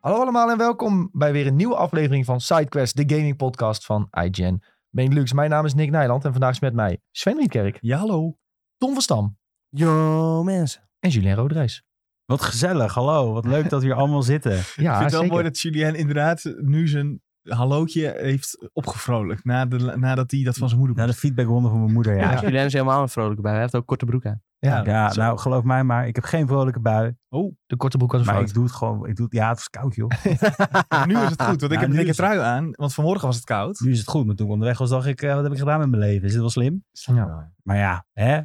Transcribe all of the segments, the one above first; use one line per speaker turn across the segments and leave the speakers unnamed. Hallo allemaal en welkom bij weer een nieuwe aflevering van SideQuest, de gaming podcast van IGN Benelux. Mijn naam is Nick Nijland en vandaag is met mij Sven Rietkerk,
Ja, hallo.
Tom van Stam
Yo, mensen.
en Julien Roderijs.
Wat gezellig, hallo. Wat leuk dat we hier allemaal zitten.
Ja,
ik vind het wel
Ah, zeker.
mooi dat Julien inderdaad nu zijn hallootje heeft opgevrolijkt. Na de, nadat hij dat van zijn moeder
Na Nou, de
moest.
feedbackronde van mijn moeder, ja.
Ja,
Ja,
Julien is helemaal een vrolijke bij. Hij heeft ook korte broek aan.
Ja,
zo.
nou geloof mij maar, ik heb geen vrolijke bui.
de korte broek als een
Maar
fout.
ik doe het gewoon, ik doe het, ja het is koud joh.
Nu is het goed, want ik
Ja,
heb een
nu
dikke
is het-
trui aan. Want vanmorgen was het koud.
Nu is het goed, maar toen ik onderweg was dacht ik, eh, wat heb ik gedaan met mijn leven? Is dit wel slim?
Ja.
Maar ja, hè?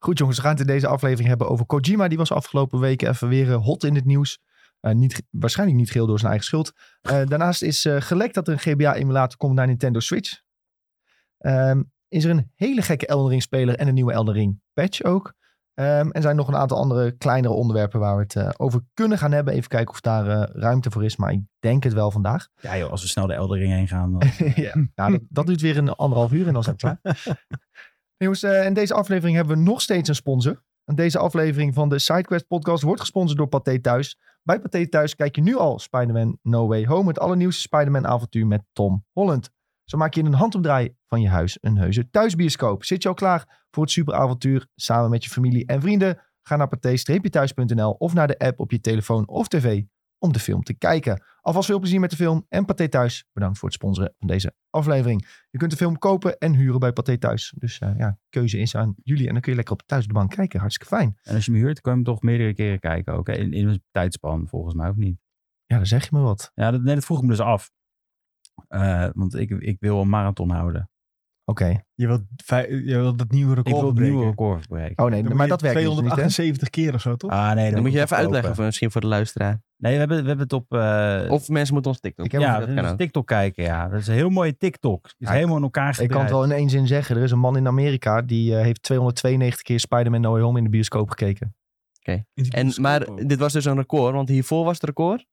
Goed jongens, we gaan het in deze aflevering hebben over Kojima. Die was afgelopen weken even weer eh, hot in het nieuws. Eh, niet, ge- waarschijnlijk niet geheel door zijn eigen schuld. Eh, daarnaast is eh, gelekt dat er een GBA-emulator komt naar Nintendo Switch. Ehm, is er een hele gekke Elden Ring-speler en een nieuwe Elden Ring-patch ook. Ehm, en zijn nog een aantal andere kleinere onderwerpen waar we het eh, over kunnen gaan hebben. Even kijken of daar eh, ruimte voor is, maar ik denk het wel vandaag.
Ja joh, als we snel de Eldering heen gaan. Dan...
ja, nou, dat, dat duurt weer een anderhalf uur en dan zijn we klaar. Nou, Jongens, eh, in deze aflevering hebben we nog steeds een sponsor. En Deze aflevering van de SideQuest podcast wordt gesponsord door Pathé Thuis. Bij Pathé Thuis kijk je nu al Spider-Man No Way Home, het allernieuwste Spider-Man avontuur met Tom Holland. Zo maak je in een handomdraai van je huis een heuse thuisbioscoop. Zit je al klaar voor het superavontuur samen met je familie en vrienden? Ga naar pathé-thuis.nl of naar de app op je telefoon of tv om de film te kijken. Alvast veel plezier met de film en Pathé Thuis. Bedankt voor het sponsoren van deze aflevering. Je kunt de film kopen en huren bij Pathé Thuis. Dus eh, ja, keuze is aan jullie. En dan kun je lekker op thuis op de bank kijken. Hartstikke fijn.
En als je me huurt, kan je hem toch meerdere keren kijken ook. hè? In, in een tijdspan volgens mij, of niet?
Ja, dan zeg je me wat.
Ja, dat, nee, dat vroeg ik me dus af. Eh, want ik, ik wil een marathon houden.
Oké. Oh,
Je wilt, vij- je wilt dat nieuwe
Ik
record
wil het
breken.
nieuwe record verbreken.
Oh nee,
Dan moet
maar
je
dat werkt dus niet, hè?
278 keer of zo, toch?
Ah nee,
Dan moet je even
verkopen.
uitleggen, voor, eh, misschien voor de luisteraar.
Nee, we hebben, we hebben het op... eh,
Of mensen moeten ons TikTok.
Ik heb-
ja,
dat
we
kan
moeten
ook.
TikTok kijken, ja. Dat is een heel mooie TikTok. Het is
Ja,
helemaal in elkaar
Ik
gedraaid.
kan het wel in één zin zeggen. Er is een man in Amerika die eh, heeft 292 keer Spider-Man No Way Home in de bioscoop gekeken.
In die
En,
bioscoop
maar
ook.
dit was dus een record, want hiervoor was het record.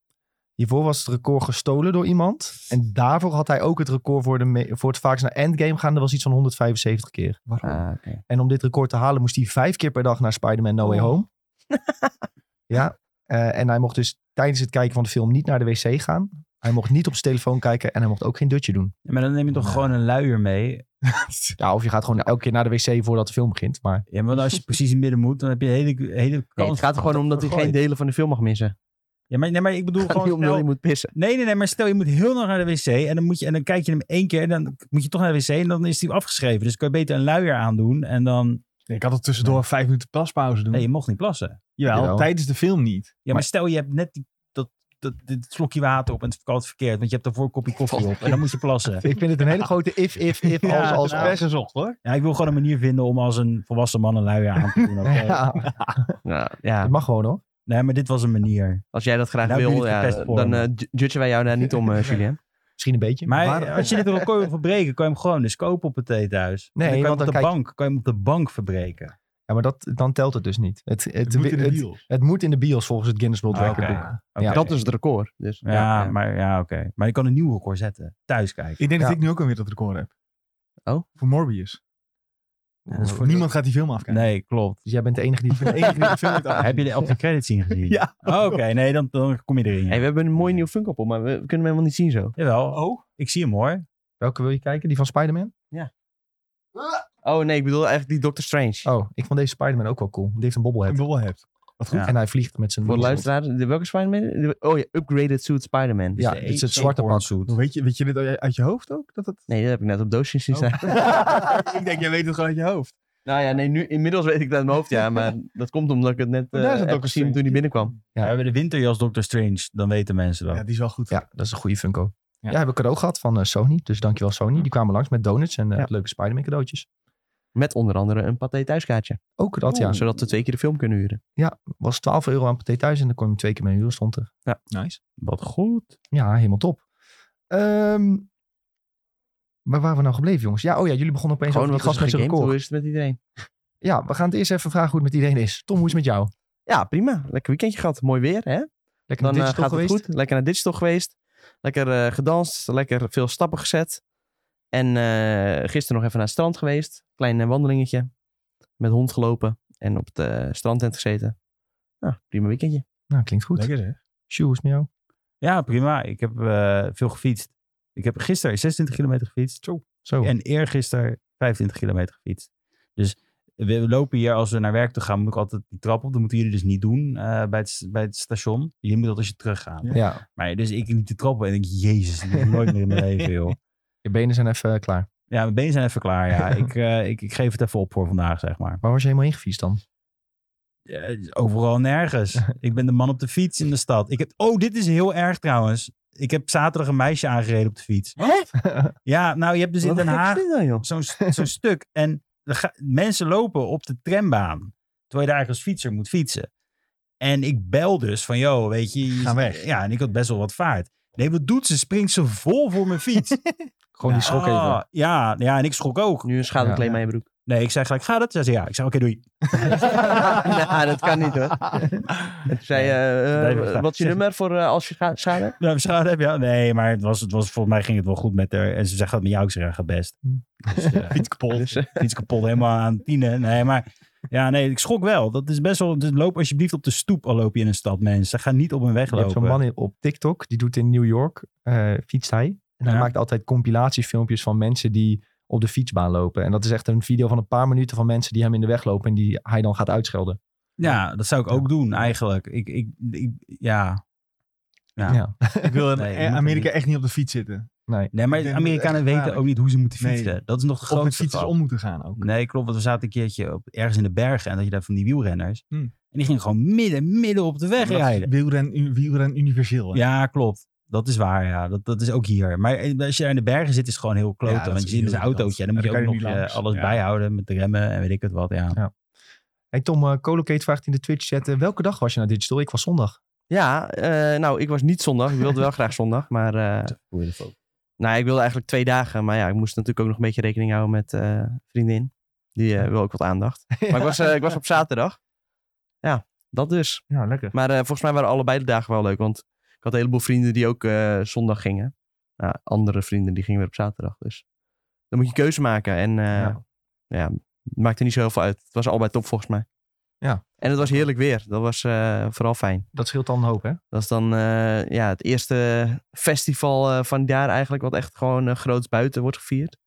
Hiervoor was het record gestolen door iemand. En daarvoor had hij ook het record voor, de me- voor het vaakst naar Endgame gaan. Dat was iets van 175 keer.
Ah, oké.
En om dit record te halen moest hij vijf keer per dag naar Spider-Man No Way
Oh.
Home. ja, eh, en hij mocht dus tijdens het kijken van de film niet naar de wc gaan. Hij mocht niet op zijn telefoon kijken en hij mocht ook geen dutje doen.
Ja, Maar dan neem je toch
Ja.
gewoon een luier mee.
Ja, of je gaat gewoon elke keer naar de wc voordat de film begint. Maar
Ja, want als je precies in het midden moet, dan heb je een hele, hele kans.
Nee, het gaat er gewoon om dat hij geen
vergooid.
delen van de film mag missen.
Ja, maar, nee, maar ik bedoel
Het gaat niet
gewoon...
om dat
Stel,
hij moet pissen.
Nee, nee, nee, maar stel je moet heel nog naar de wc en dan, moet je, en dan kijk je hem één keer en dan moet je toch naar de wc en dan is hij afgeschreven. Dus kun je beter een luier aandoen en dan...
Ik had het tussendoor vijf minuten paspauze doen.
Nee, je mocht niet plassen.
Jawel,
Jawel.
tijdens de film niet.
Ja, maar stel je hebt net die, dat, dat, dit slokje water op en het verkoopt verkeerd, want je hebt daarvoor een kopje koffie op en dan moet je plassen.
ik vind het een hele grote if, if, if, als, als,
nou,
als.
best gezocht hoor.
Ja, ik wil gewoon een manier vinden om als een volwassen man een luier aan te doen. oké?
Ja,
Nou,
het
ja,
mag gewoon hoor.
Nee, maar dit was een manier.
als jij dat graag
Nou, jullie
wil,
het
ja,
verpest voor
dan
me.
eh, ju- judgen wij jou daar niet om, eh, Julien.
Misschien een beetje.
Maar eh,
Maar-
als je dit record wil verbreken, kan je hem gewoon dus kopen op het theethuis.
Nee,
En dan kan
want
je hem op
dan
de
kijk-
bank, kan je hem op de bank verbreken.
ja, maar dat, dan telt het dus niet. Het, het, het,
Het moet in de
het-
deal.
het moet in de bios volgens het Guinness World
Ah,
Record
oké.
boek.
Oké.
Ja.
Dat is het record. Dus,
ja, maar ja, oké. Maar je kan een nieuw record zetten. Thuis kijken.
Ik denk
Ja.
dat ik nu ook alweer dat record heb.
Oh?
Voor Morbius.
Ja, dat is voor-
Niemand gaat die film afkijken.
Nee, klopt.
Dus jij bent de enige die...
De enige die de film heeft
Heb
afgekeken.
je de op de credits zien gezien?
Ja.
Oh, oké, nee, dan, dan kom je erin. ja.
Hey, we hebben een mooi nieuw Funko Pop, maar we, we kunnen hem helemaal niet zien zo.
Jawel,
Oh,
ik zie hem hoor.
Welke wil je kijken? Die van Spider-Man?
Oh nee, ik bedoel eigenlijk die Doctor Strange.
Oh, ik vond deze Spider-Man ook wel cool. Die heeft een
een
bobblehead.
bobblehead. Wat goed.
Ja.
En hij vliegt met zijn...
Voor de
wings.
luisteraar, de- welke Spider-Man? De- Oh ja, Upgraded Suit Spider-Man.
Ja,
de
dit is het
e-
zwarte pak.
eekhoornsuit.
Weet je, weet je dit uit je hoofd ook? Dat het...
Nee, dat heb ik net op doosjes zien
Oh.
staan.
ik denk, jij weet het gewoon uit je hoofd.
Nou ja, nee, nu, inmiddels weet ik dat in mijn hoofd, ja. Maar dat komt omdat ik het net
Maar daar
eh
is het
heb
ook
gezien
een
toen hij binnenkwam.
Ja, we hebben de winterjas Doctor Strange, dan weten mensen dat.
Ja, die is wel goed.
Ja, dat is een goede Funko. Ja,
Ja.
hebben we cadeau gehad van eh, Sony. Dus dankjewel Sony. Die kwamen langs met donuts en eh,
Ja.
leuke Spider-Man cadeautjes.
Met onder andere een paté thuiskaartje.
Ook dat, ja.
Oeh, Zodat we twee keer de film kunnen huren.
Was 12 euro aan paté thuis en dan kon je hem twee keer mee huren, stond er.
Nice.
Wat goed.
Ja, helemaal top. Ehm, waar waren we nou gebleven, jongens? Ja, oh ja, jullie begonnen opeens
Gewoon
over
wat
die
was
gast met
er
zijn
gegamed? Hoe
record.
is het met iedereen?
Ja, we gaan het eerst even vragen hoe het met iedereen is. Tom, hoe is het met jou?
Ja, prima. Lekker weekendje gehad. Mooi weer, hè?
Lekker
Dan
naar
eh,
digital
gaat het
geweest?
goed. Lekker naar digital geweest. Lekker eh, gedanst. Lekker veel stappen gezet. En eh, gisteren nog even naar het strand geweest. Klein eh, wandelingetje. Met hond gelopen. En op het eh, strandtent gezeten. Nou, prima weekendje.
Nou, klinkt goed.
Lekker zeg.
Sjoe, hoe is het met jou?
Ja, prima. Ik heb eh, veel gefietst. Ik heb gisteren 26 kilometer gefietst.
Zo.
En eergisteren 25 kilometer gefietst. Dus we we lopen hier, als we naar werk toe gaan, moet ik altijd die trap op. Dat moeten jullie dus niet doen eh, bij, het, s- bij het station. Je moet dat als je teruggaat.
Ja.
ja,
Maar dus ik liep de trap op en ik denk, jezus, dat doe ik nooit meer in mijn leven, joh.
je benen zijn even eh, klaar.
Ja, mijn benen zijn even klaar, ja. Ik, eh, ik, ik geef het even op voor vandaag, zeg maar.
Waar was je helemaal ingefietst dan?
Ja, overal nergens. Ik ben de man op de fiets in de stad. Ik heb, oh, dit is heel erg trouwens. Ik heb zaterdag een meisje aangereden op de fiets. Ja, nou, je hebt dus in Den Haag zo'n zo'n stuk. En de ga- mensen lopen op de trambaan. Terwijl je daar als fietser moet fietsen. En ik bel dus van, joh, weet je... je-
Ga weg.
Ja, en ik had best wel wat vaart. Nee, wat doet ze? Springt ze vol voor mijn fiets.
Gewoon die schok
Nou,
even.
ah, Ja, ja, en ik schrok ook.
Nu een schadeclaim
Ja.
aan je broek.
Nee, ik zei gelijk, gaat het? Zij zei ja. Ik zei, oké, doei.
nou, dat kan niet hoor. Toen zei je, eh,
blijf even staan.
wat is je
Zeg-
nummer voor eh, als je scha- schade?
Nou, schade heb je al? Nee, maar het was, het was, volgens mij ging het wel goed met haar. En ze zegt dat met jou, ik zeg, ja, gaat best. Dus, eh,
Fiets kapot.
Dus, eh,
fiets kapot, helemaal aan tienen. Nee, maar ja, nee, ik schrok wel. Dat is best wel, dus loop alsjeblieft op de stoep al loop je in een stad, mensen. Ga niet op een weg
Je hebt
lopen.
zo'n man in- op TikTok, die doet in New York, eh, fietst hij. En hij
Ja.
maakt altijd compilatiefilmpjes van mensen die op de fietsbaan lopen. En dat is echt een video van een paar minuten van mensen die hem in de weg lopen en die hij dan gaat uitschelden.
Ja, dat zou ik ook doen eigenlijk. Ik, ik, ik, ja. ja.
Ja.
Ik wil in
Nee, je
eh,
moet er
Amerika
niet.
echt niet op de fiets zitten.
Nee,
Ik
maar
denk dat het
Amerikanen
echt
weten
gevaarlijk
ook niet hoe ze moeten
Nee.
fietsen. Dat is nog de
Of
grootste
met fietsers
grap.
om moeten gaan ook.
Nee, klopt. Want we zaten een keertje op, ergens in de bergen en dat je daar van die wielrenners.
Hmm.
En die gingen gewoon midden, midden op de weg
Dat is
rijden.
Wielren, wielren universeel. hè.
Ja, klopt. Dat is waar, ja. Dat, dat is ook hier. Maar als je daar in de bergen zit, is het gewoon heel kloten.
Ja, dat
want je
is
zit in
heel
zo'n autootje en dan moet
irritant.
je ook
Dan
nog
kan je
je
niet langs.
alles
Ja.
bijhouden met de remmen en weet ik het wat, ja.
Ja. Hey Tom, eh Colocate vraagt in de Twitch chat, eh, welke dag was je naar Digital? Ik was zondag.
Ja, eh, nou, ik was niet zondag. Ik wilde wel graag zondag. Maar eh, nou, ik wilde eigenlijk twee dagen. Maar ja, ik moest natuurlijk ook nog een beetje rekening houden met eh, vriendin. Die eh, wil ook wat aandacht. Maar ik was, eh, ik was op zaterdag. Ja, dat dus.
Ja, lekker.
Maar eh, volgens mij waren allebei de dagen wel leuk. Want ik had een heleboel vrienden die ook eh, zondag gingen. Nou, andere vrienden die gingen weer op zaterdag. Dus dan moet je een keuze maken. En eh,
Ja.
ja. het maakte niet zo heel veel uit. Het was allebei top volgens mij.
Ja.
En het was heerlijk weer. Dat was eh, vooral fijn.
Dat scheelt dan een hoop, hè?
Dat is dan eh, ja, het eerste festival eh, van het jaar eigenlijk. Wat echt gewoon eh, groots buiten wordt gevierd.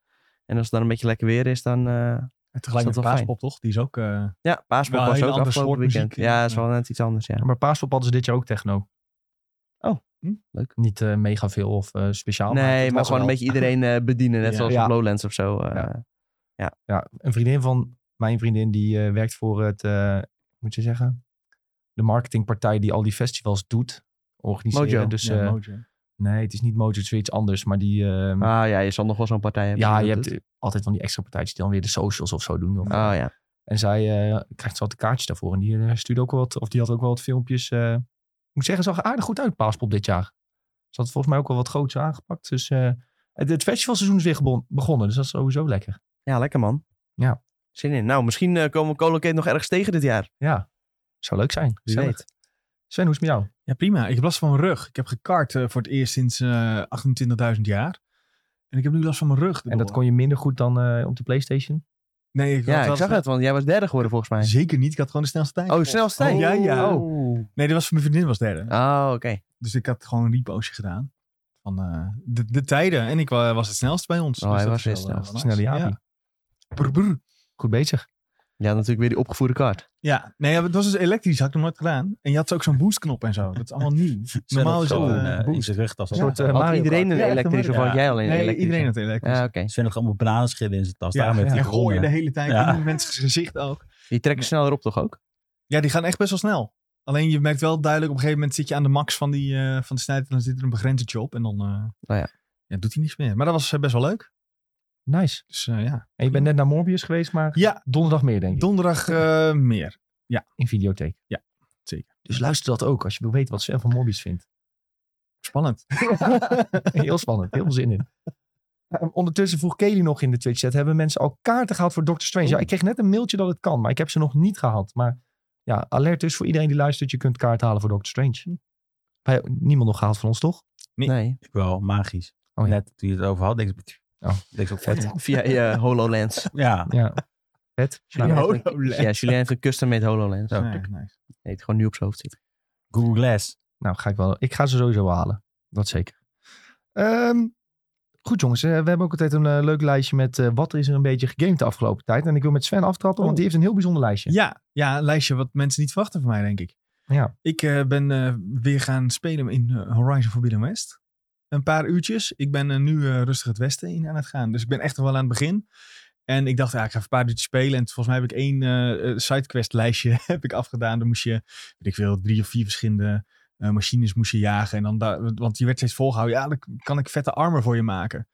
En als het dan een beetje lekker weer is, dan... eh,
En tegelijk met
Is dat wel
Paaspop, toch? Die is ook... eh,
ja, Paaspop
Wel een
was
hele
ook
ander
afgelopen
soort
weekend.
muziek,
ja,
eh.
dat is wel net iets anders, ja.
Maar Paaspop hadden ze dit jaar ook techno.
Oh,
hm,
leuk.
Niet eh, mega veel of eh, speciaal.
Nee,
het
maar
was
gewoon een
wel.
beetje iedereen eh, bedienen. Net
Ja.
zoals
Ja.
op Lowlands of zo. eh.
Ja. Ja, een vriendin van mijn vriendin, die eh, werkt voor het, eh, moet je zeggen, de marketingpartij die al die festivals doet, organiseren.
Mojo.
Dus
ja,
eh,
Mojo.
nee, het is niet Mojo, het is weer iets anders. Maar die, ehm,
Ah ja, je zal nog wel zo'n partij hebben.
ja,
die
je
dat
hebt
doet.
eh, altijd van die extra partijtjes die dan weer de socials of zo doen. Of,
Ah ja.
En zij eh, krijgt ze altijd kaartjes daarvoor. En die eh, stuurde ook wel wat, of die had ook wel wat filmpjes. eh, ik moet zeggen, zag er aardig goed uit, Paaspop dit jaar. Ze had volgens mij ook wel wat groots aangepakt. Dus eh, het, het festivalseizoen is weer gebon- begonnen, dus dat is sowieso lekker.
Ja, lekker man.
Ja.
Zin in. Nou, misschien eh, komen we Colocate nog ergens tegen dit jaar.
Ja, zou leuk zijn.
Wie
Gezellig.
weet.
Sven, hoe is het met jou?
Ja, prima. Ik heb last van mijn rug. Ik heb gekart eh, voor het eerst sinds eh 28.000 jaar. En ik heb nu last van mijn rug.
En dat kon je minder goed dan eh, op de PlayStation?
Nee, ik,
Ja,
had
ik
wel-
zag het, want jij was derde geworden volgens mij.
Zeker niet. Ik had gewoon de snelste tijd.
Oh, snelst tijd.
Oh, ja, ja.
Oh,
Nee, dat was van mijn vriendin was derde.
Oh, oké.
Dus ik had gewoon een repoosje gedaan. Van eh, de, de tijden. En ik wa- was het snelst bij ons.
Oh,
Dus
hij
dat
was
is
het
wel, eh,
snelst.
wel
Snelle
nice.
Jaapie.
Ja. Brr, brr.
Goed bezig.
Ja, natuurlijk weer die opgevoerde kaart.
Ja, nee, ja, het was dus elektrisch. Had ik nog nooit gedaan. En je had ook zo'n boostknop en zo. Dat is allemaal nieuw. Normaal is het
gewoon
eh,
eh, in
boost.
zijn rugtas.
Een soort, eh,
Ja.
Had
Mario
iedereen
Kart.
een
Ja, echt een
elektrische of
Mario-
had jij alleen een
Nee,
elektrische? Ah,
iedereen had elektrisch.
Ja, oké.
Sven nog allemaal bananenschillen in zijn tas.
Ja,
Daarom heeft
en
hij
gooien de
gewonnen.
hele tijd.
Ja.
Ja. Mensen gezicht ook.
Die trekken sneller op toch ook?
Ja, die gaan echt best wel snel. Alleen je merkt wel duidelijk, op een gegeven moment zit je aan de max van, die, eh, van de snelheid. En dan zit er een begrenzertje op. En dan eh,
Oh ja.
ja, doet hij niks meer. Maar dat was eh, best wel leuk.
Nice.
Dus eh, ja.
En je bent net naar Morbius geweest, maar
Ja,
donderdag meer denk ik,
donderdag eh, meer.
in videotheek.
Ja, zeker.
Dus luister dat ook als je wil weten wat Sven van Morbius vindt.
Spannend.
Heel spannend, heel veel zin in. Eh, Ondertussen vroeg Kelly nog in de Twitch chat, hebben mensen al kaarten gehaald voor Doctor Strange? Ja, ik kreeg net een mailtje dat het kan, maar ik heb ze nog niet gehaald. Maar ja, alert dus voor iedereen die luistert, je kunt kaarten halen voor Doctor Strange. Wij- niemand nog gehaald van ons, toch?
Nee.
Nee.
Ik wel, magisch.
Oh, ja.
Net toen je het over had, denk ik...
Oh.
Denk ik ook vet.
Via je
eh,
HoloLens.
Ja,
Ja. Vet. Nou,
Ja,
Ja, Julien heeft een custom made HoloLens.
Nee, nice.
Nee, het gewoon nu op zijn hoofd zit.
Google Glass.
Nou, ga ik, wel, ik ga ze sowieso wel halen. Dat zeker. Ehm, goed jongens, eh, we hebben ook altijd een eh, leuk lijstje met eh, wat is er een beetje gegamed de afgelopen tijd. En ik wil met Sven aftrappen, want die heeft een heel bijzonder lijstje.
Oh. Ja, ja, een lijstje wat mensen niet verwachten van mij, denk ik.
Ja.
Ik eh, ben eh, weer gaan spelen in eh, Horizon Forbidden West. Een paar uurtjes. Ik ben eh, nu eh, rustig het westen in aan het gaan. Dus ik ben echt nog wel aan het begin. En ik dacht, ja, ik ga even een paar uurtjes spelen. En volgens mij heb ik één eh, eh, sidequest lijstje heb ik afgedaan. Dan moest je, weet ik veel, drie of vier verschillende eh, machines moest je jagen. En dan daar- want je werd steeds volgehouden. Ja, dan kan ik vette armor voor je maken.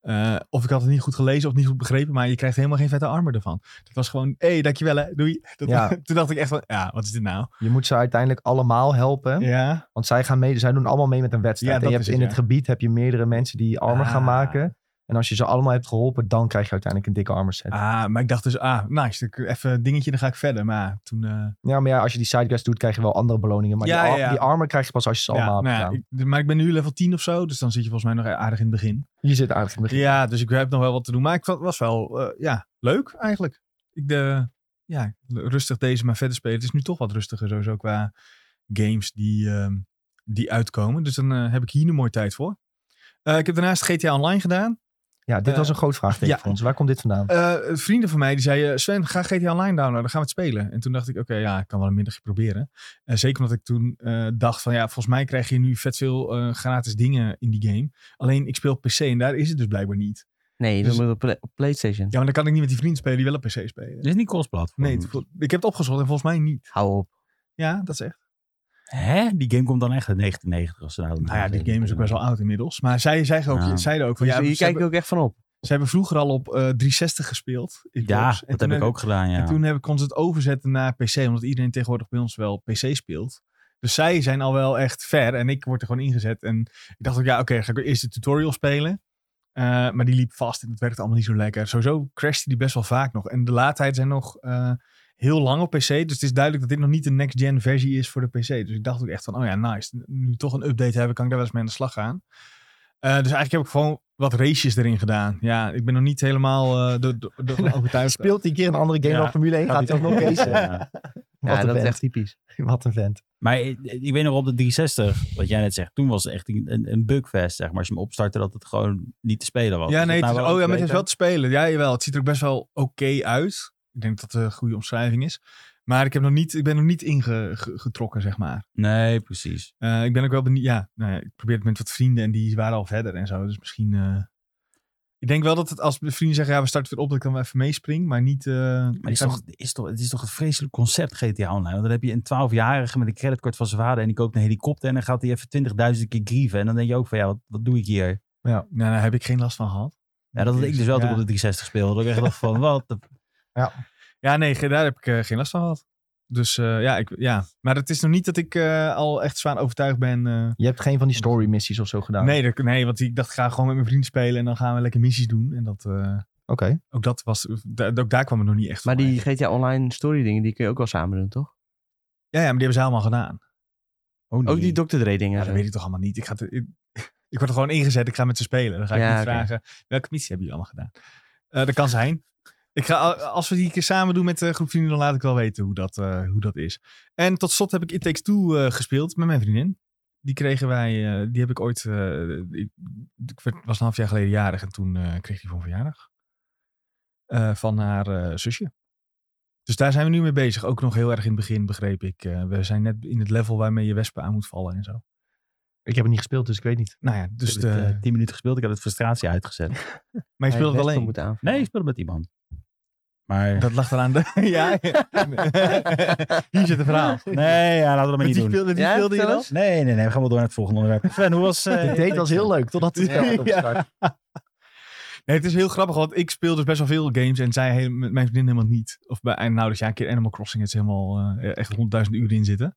Eh, of ik had het niet goed gelezen of niet goed begrepen. Maar je krijgt helemaal geen vette armor ervan. Dat was gewoon, hé, hey, dankjewel hè, doei. Dat,
Ja.
Toen dacht ik echt van, ja, wat is dit nou?
Je moet ze uiteindelijk allemaal helpen.
Ja.
Want zij, gaan mee, zij doen allemaal mee met een
Ja,
wedstrijd. en
dat
je hebt
is
in
het,
het gebied heb je meerdere mensen die armor gaan
Ah.
maken. En als je ze allemaal hebt geholpen, dan krijg je uiteindelijk een dikke armor set.
Ah, maar ik dacht dus, ah, nice, ik- even een dingetje, dan ga ik verder. Maar toen... eh,
Ja, maar ja, als je die sidequest doet, krijg je wel andere beloningen. Maar
Ja,
die, ar-
ja, ja.
die armor krijg je pas als je ze
ja,
allemaal hebt
nou ja,
gedaan.
ik- maar ik ben nu level 10 of zo, dus dan zit je volgens mij nog aardig in het begin.
Je zit eigenlijk in het begin.
Ja, dus ik heb nog wel wat te doen. Maar ik vond het was wel, eh, ja, leuk eigenlijk. Ik de, ja, rustig deze maar verder spelen. Het is nu toch wat rustiger sowieso qua games die, ehm, die uitkomen. Dus dan eh, heb ik hier nu mooi tijd voor. Eh, ik heb daarnaast GTA Online gedaan.
Ja, dit
Eh,
was een groot vraagteken
ja.
voor ons. Waar komt dit vandaan?
Eh, vrienden van mij die zeiden: Sven, ga GTA Online downloaden, dan gaan we het spelen. En toen dacht ik: Oké, ja, ik kan wel een middagje proberen. En zeker omdat ik toen eh, dacht: van ja, volgens mij krijg je nu vet veel eh, gratis dingen in die game. Alleen ik speel op PC en daar is het dus blijkbaar niet.
Nee,
Dus-
dan moet je op, Play- op PlayStation.
Ja, maar dan kan ik niet met die vrienden spelen die wel op PC spelen.
Dit is niet cross-platform.
Nee, het voelt- ik heb het opgezocht en volgens mij niet.
Hou op.
Ja, dat is echt.
Hè? Die game komt dan echt uit 1990 als ze nou
Nou ja, die game is ook best wel oud inmiddels. Maar zij zeiden ook,
Ja.
zeiden ook van
Dus
ja,
hier
ze,
kijk ik
hebben,
ook echt van op.
ze hebben vroeger al op eh, 360 gespeeld. Xbox. En
Ja,
toen
dat heb ik ook gedaan, ja.
En toen heb ik, kon ze het overzetten naar PC, omdat iedereen tegenwoordig bij ons wel PC speelt. Dus zij zijn al wel echt ver en ik word er gewoon ingezet. En ik dacht ook, ja, oké, dan ga ik eerst de tutorial spelen. Eh, maar die liep vast en het werkte allemaal niet zo lekker. Sowieso crashte die best wel vaak nog. En de laadtijden zijn nog eh, heel lang op PC. Dus het is duidelijk dat dit nog niet de next-gen versie is voor de PC. Dus ik dacht ook echt van, oh ja, nice. Nu toch een update hebben, kan ik daar wel eens mee aan de slag gaan. Eh, dus eigenlijk heb ik gewoon wat races erin gedaan. Ja, ik ben nog niet helemaal eh door- door- door- van overtuigd.
Speelt die keer een andere game
Ja.
dan Formule 1, gaat hij ook nog racen.
Ja.
Wat
Ja,
een
dat is
vent.
echt typisch.
Wat een vent.
Maar ik, ik weet nog op de 360, wat jij net zegt, toen was het echt een, een- een bugfest, zeg maar. Als je hem opstartte, dat het gewoon niet te spelen was.
Ja,
Is
nee,
dat
het is-
nou
oh ja, maar het is
beter?
wel te spelen. Ja, jawel. Het ziet er ook best wel oké uit. Ik denk dat het een goede omschrijving is. Maar ik, heb nog niet, ik ben nog niet ingetrokken, zeg maar.
Nee, precies.
Eh, ik ben ook wel benieuwd. Ja, nou ja, ik probeer het met wat vrienden en die waren al verder en zo. Dus misschien. eh, ik denk wel dat het als de vrienden zeggen, ja, we starten weer op, dat ik dan wel even meespring. Maar niet. eh,
Maar
ik
het is,
kan-
toch, is toch, het is toch een vreselijk concept, GTA Online. Want dan heb je een 12-jarige met een creditcard van zijn vader... en die koopt een helikopter en dan gaat hij even 20.000 keer grieven. En dan denk je ook van, ja, wat, wat doe ik hier?
nou, nou, daar heb ik geen last van gehad.
Ja, dat had ik dus wel
ja.
toen ik op de 360 speelde. Dat ik echt dacht van, wat? de-
Ja, nee, ge- daar heb ik eh, geen last van gehad. Dus eh, ja, ik, ja, maar het is nog niet dat ik eh, al echt zwaar overtuigd ben. eh,
Je hebt geen van die story missies of zo
Nou.
gedaan?
Nee, dat- nee, want ik dacht, ik ga gewoon met mijn vrienden spelen en dan gaan we lekker missies doen. En dat, eh,
Oké.
ook, dat was, da- ook daar kwam het nog niet echt
Maar
van
die
eigenlijk.
GTA Online story dingen, die kun je ook wel samen doen, toch?
Ja, ja, maar die hebben ze allemaal gedaan.
Oh, nee.
Ook die Dr. Dre dingen.
Ja, dat weet ik toch allemaal niet. Ik, ga te- ik, ik word er gewoon ingezet, ik ga met ze spelen. Dan ga ik
Ja,
niet
oké.
vragen, welke missie hebben jullie allemaal gedaan? Eh, dat kan zijn. Ik ga, al- als we die een keer samen doen met de groep vrienden, dan laat ik wel weten hoe dat, eh, hoe dat is. En tot slot heb ik It Takes Two eh, gespeeld met mijn vriendin. Die kregen wij, eh, die heb ik ooit, eh, ik, ik werd- was een half jaar geleden jarig en toen eh, kreeg die voor mijn verjaardag. Eh, van haar eh, zusje. Dus daar zijn we nu mee bezig. Ook nog heel erg in het begin, begreep ik. Eh, we zijn net in het level waarmee je wespen aan moet vallen en zo.
Ik heb het niet gespeeld, dus ik weet niet.
Nou ja,
Ik
dus
heb
de-
het, eh, 10 minuten gespeeld, ik had het frustratie uitgezet.
maar je speelt het alleen.
Moeten aanvallen.
Nee, ik speelde met iemand. Maar...
Dat lag eraan de... ja, ja. Hier zit een verhaal.
Nee, ja, laten we dat maar
Met
niet
die
doen.
speelde, die
Ja,
speelde je
vertel
dan?
eens.
Nee, nee, nee, we gaan wel door naar het volgende onderwerp. Sven, hoe was... eh,
De date was heel leuk, totdat het spel werd opgestart.
Nee, het is heel grappig, want ik speel dus best wel veel games en zij heel- met mijn vriendin helemaal niet. Of bij, en nou, dus ja, een keer Animal Crossing, het is helemaal eh, echt honderdduizend uur in zitten.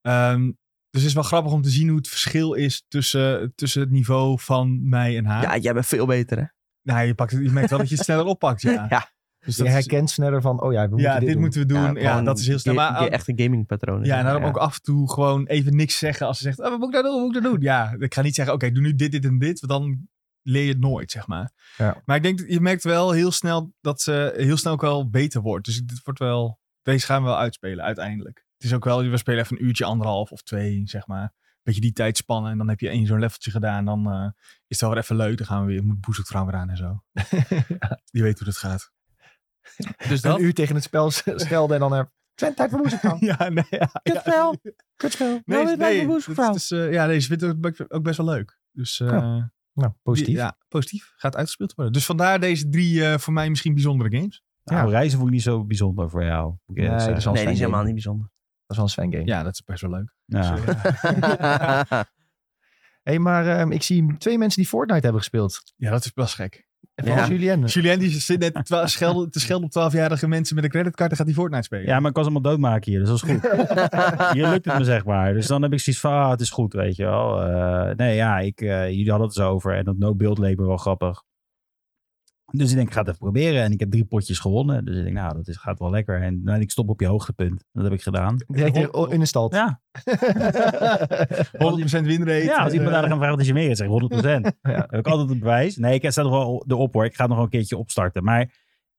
Ehm, dus het is wel grappig om te zien hoe het verschil is tussen, tussen het niveau van mij en haar.
Ja, jij bent veel beter, hè?
Nou, je, pakt, het- je merkt wel dat je het sneller oppakt, ja.
Ja.
dus
Je
dat is-
herkent sneller van, oh ja, we moeten
ja,
dit,
dit,
doen.
moeten we doen. Ja,
gewoon
dat is heel snel.
ga-
Maar
ga- echt een gamingpatroon.
Ja, en daarom ook af en toe gewoon even niks zeggen als ze zegt, oh, wat moet ik nou doen, wat moet ik nou doen? Ja, ik ga niet zeggen, oké, doe nu dit, dit en dit, want dan leer je het nooit, zeg maar.
Ja.
Maar ik denk, dat- je merkt wel heel snel dat ze heel snel ook wel beter wordt. Dus dit wordt wel, deze gaan we wel uitspelen uiteindelijk. Het Het is ook wel, we spelen even een uurtje, anderhalf of twee, zeg maar. Beetje die tijd spannen. En dan heb je één zo'n leveltje gedaan. Dan eh, is het wel weer even leuk. Dan gaan we weer, moet boezekvrouw weer aan en zo. Die weet hoe dat gaat.
Dus dat?
Een uur tegen het spel schelden en dan... eh, Twent, tijd voor moest gaan.
Ja, nee. Ja,
Kutspel! Kutspel! Nou,
Nou,
Nee, nee,
nee,
dat is dus, eh, ja, nee, ze vindt het ook- ook best wel leuk. Dus eh,
Oh,
Nou, positief.
die- ja, positief. Gaat uitgespeeld worden. Dus vandaar deze drie eh, voor mij misschien bijzondere games.
Ja.
Nou, reizen vond ik niet zo bijzonder voor jou. moet ik eh. eerlijk
Nee, dat is
zeggen.
al-
Nee, die is helemaal niet bijzonder.
Dat is wel een Sven-game.
Ja, dat is best wel leuk.
Ja.
Dus, eh,
Hé, maar ehm, ik zie twee mensen die Fortnite hebben gespeeld.
ja, dat is best gek.
En
Ja.
vooral Julien.
Julien die zit net te twa- schelden- te schelden op 12-jarige mensen met een creditcard en gaat die Fortnite spelen.
Ja, maar ik kan ze allemaal doodmaken hier, dus dat is goed. hier lukt het me, zeg maar. Dus dan heb ik zoiets van, ah, het is goed, weet je wel. Eh, nee, ja, ik, eh, jullie hadden het zo over en dat no-build leek me wel grappig. Dus ik denk, ik ga het even proberen. En ik heb drie potjes gewonnen. Dus ik denk, nou, dat is, gaat wel lekker. En nou, ik stop op je hoogtepunt. Dat heb ik gedaan.
Direct in, in de stad.
Ja,
100% winrate.
ja als
Eh,
iemand daar gaan vragen wat is je meer is, zeg ik 100%.
Ja.
Heb ik altijd het bewijs. Nee, ik sta nog wel erop hoor. Ik ga het nog wel een keertje opstarten. Maar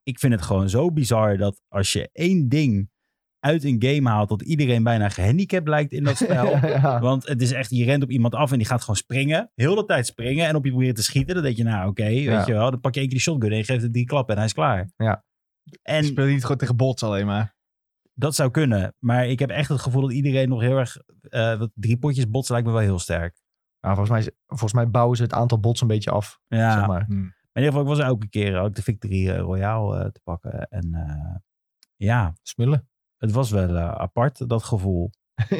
ik vind het gewoon zo bizar dat als je één ding uit een game haalt, dat iedereen bijna gehandicapt lijkt in dat spel.
Ja.
Want het is echt, je rent op iemand af en die gaat gewoon springen. Heel de tijd springen en op je proberen te schieten. Dan denk je, nou oké,
Ja.
weet je wel. Dan pak je één keer die shotgun en je geeft het drie klappen en hij is klaar.
Ja.
En
speel je niet gewoon tegen bots alleen maar.
dat zou kunnen. Maar ik heb echt het gevoel dat iedereen nog heel erg... eh, dat drie potjes botsen lijkt me wel heel sterk.
Nou, volgens, mij, is- volgens mij bouwen ze het aantal bots een beetje af.
Ja.
Zeg maar.
Hmm.
Maar in ieder geval, ik was er elke keer ook de Victory eh, Royale eh, te pakken. En eh, ja,
Smullen.
het was wel eh, apart, dat gevoel.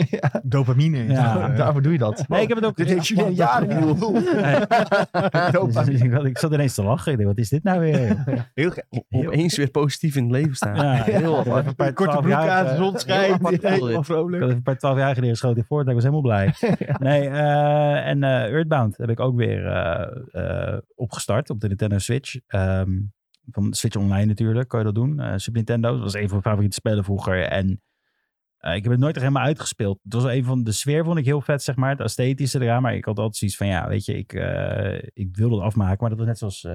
ja,
Dopamine.
Ja.
Eh,
daarvoor doe je dat.
Nee, ik heb het ook...
Dit heeft Julien jaren niet gevoeld.
Dus
Dopamine.
ik, had- ik zat ineens te lachen. Ik dacht, wat is dit nou weer?
Heel gek.
Opeens weer positief in het leven staan.
Ja, heel apart.
Even
Een paar
Korte broek aan, de
twaalfjarigen-
zon schijnt.
apart
eh,
voorbeeld.
wel
Ik
vrolijk.
had even een paar twaalf jaar geleden geschoten in Fortnite. Ik was helemaal blij. Nee, eh, en eh, Earthbound heb ik ook weer eh, eh, opgestart op de Nintendo Switch. Ehm, van Switch Online natuurlijk, kan je dat doen. Eh Super Nintendo, dat was een van mijn favoriete spellen vroeger. En eh, ik heb het nooit echt helemaal uitgespeeld. Het was wel een van de sfeer, vond ik heel vet, zeg maar. Het esthetische eraan. Maar ik had altijd zoiets van, ja, weet je, ik, eh, ik wilde het afmaken. Maar dat was net zoals eh,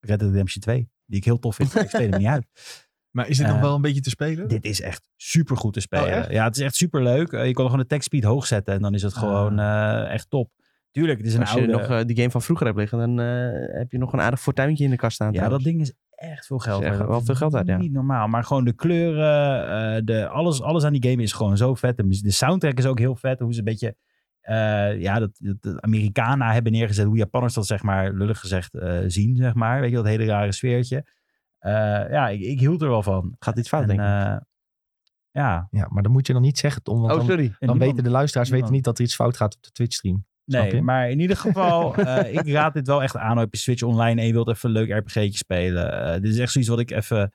Red Dead Redemption 2. Die ik heel tof vind. maar ik speel hem niet uit.
Maar is dit nog
Eh,
wel een beetje te spelen?
Dit is echt super goed te
Hm. Oh,
spelen.
echt?
ja, het is echt super leuk. je kan gewoon de tech speed hoog zetten en dan is het
Ah.
gewoon eh, echt top. Tuurlijk, het is een
Als je
oude.
nog eh, die game van vroeger hebt liggen, dan eh, heb je nog een aardig fortuintje in de kast staan.
ja, dat ding is echt veel geld.
Is echt
waard.
wel
Dat
veel geld waard, ja.
Niet normaal, maar gewoon de kleuren, eh, de, alles, alles aan die game is gewoon zo vet. De, muzie- de soundtrack is ook heel vet. Hoe ze een beetje, eh, ja, dat, dat de Amerikanen hebben neergezet. Hoe Japanners dat, zeg maar, lullig gezegd, eh, zien, zeg maar. Weet je, dat hele rare sfeertje. Eh, ja, ik, ik hield er wel van.
Gaat iets fout,
En,
denk ik.
eh, ja.
Ja, maar dat moet je dan niet zeggen, Tom. Want
oh,
dan,
sorry.
En
dan
niemand-
weten de luisteraars weten
niemand.
niet dat er iets fout gaat op de Twitch-stream. Snap
Nee,
je?
maar in ieder geval, eh, ik raad dit wel echt aan. Heb je Switch online en je wilt even een leuk RPG'tje spelen. Eh, dit is echt zoiets wat ik even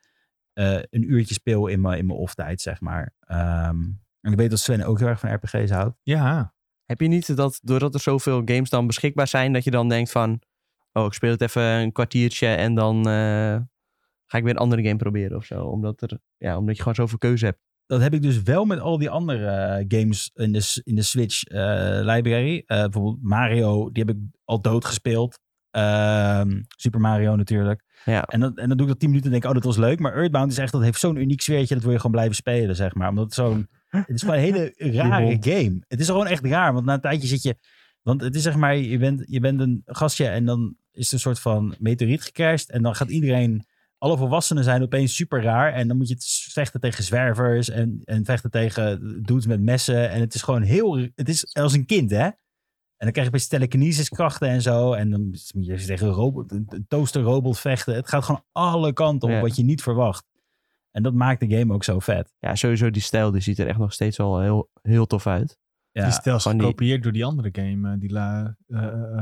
eh, een uurtje speel in mijn in mijn off-tijd, zeg maar. Ehm, en ik weet dat Sven ook heel erg van RPG's houdt.
Ja.
Heb je niet dat, doordat er zoveel games dan beschikbaar zijn, dat je dan denkt van, oh, ik speel het even een kwartiertje en dan eh, ga ik weer een andere game proberen of zo. Omdat, er, ja, omdat je gewoon zoveel keuze hebt.
Dat heb ik dus wel met al die andere eh, games in de, s- in de Switch eh, library. Eh, bijvoorbeeld Mario, die heb ik al doodgespeeld. Ehm, Super Mario natuurlijk.
Ja.
En, dat, en dan doe ik dat 10 minuten en denk ik, oh, dat was leuk. Maar Earthbound is echt, dat heeft zo'n uniek sfeertje. Dat wil je gewoon blijven spelen, zeg maar. Omdat het zo'n, het is gewoon een hele rare game. Het is gewoon echt raar, want na een tijdje zit je... Want het is zeg maar, je bent, je bent een gastje en dan is er een soort van meteoriet gecrashed. En dan gaat iedereen, alle volwassenen zijn opeens super raar. En dan moet je het vechten tegen zwervers en, en vechten tegen dudes met messen. En het is gewoon heel, het is als een kind, hè? En dan krijg je bij telekinesiskrachten en zo. En dan moet je tegen een, robot, een een toasterrobot vechten. Het gaat gewoon alle kanten op
Ja.
wat je niet verwacht. En dat maakt de game ook zo vet.
Ja, sowieso die stijl, die ziet er echt nog steeds wel heel, heel tof uit.
Ja,
Die stijl is
van die-
gekopieerd door die andere game. eh, Die la, eh, eh, eh,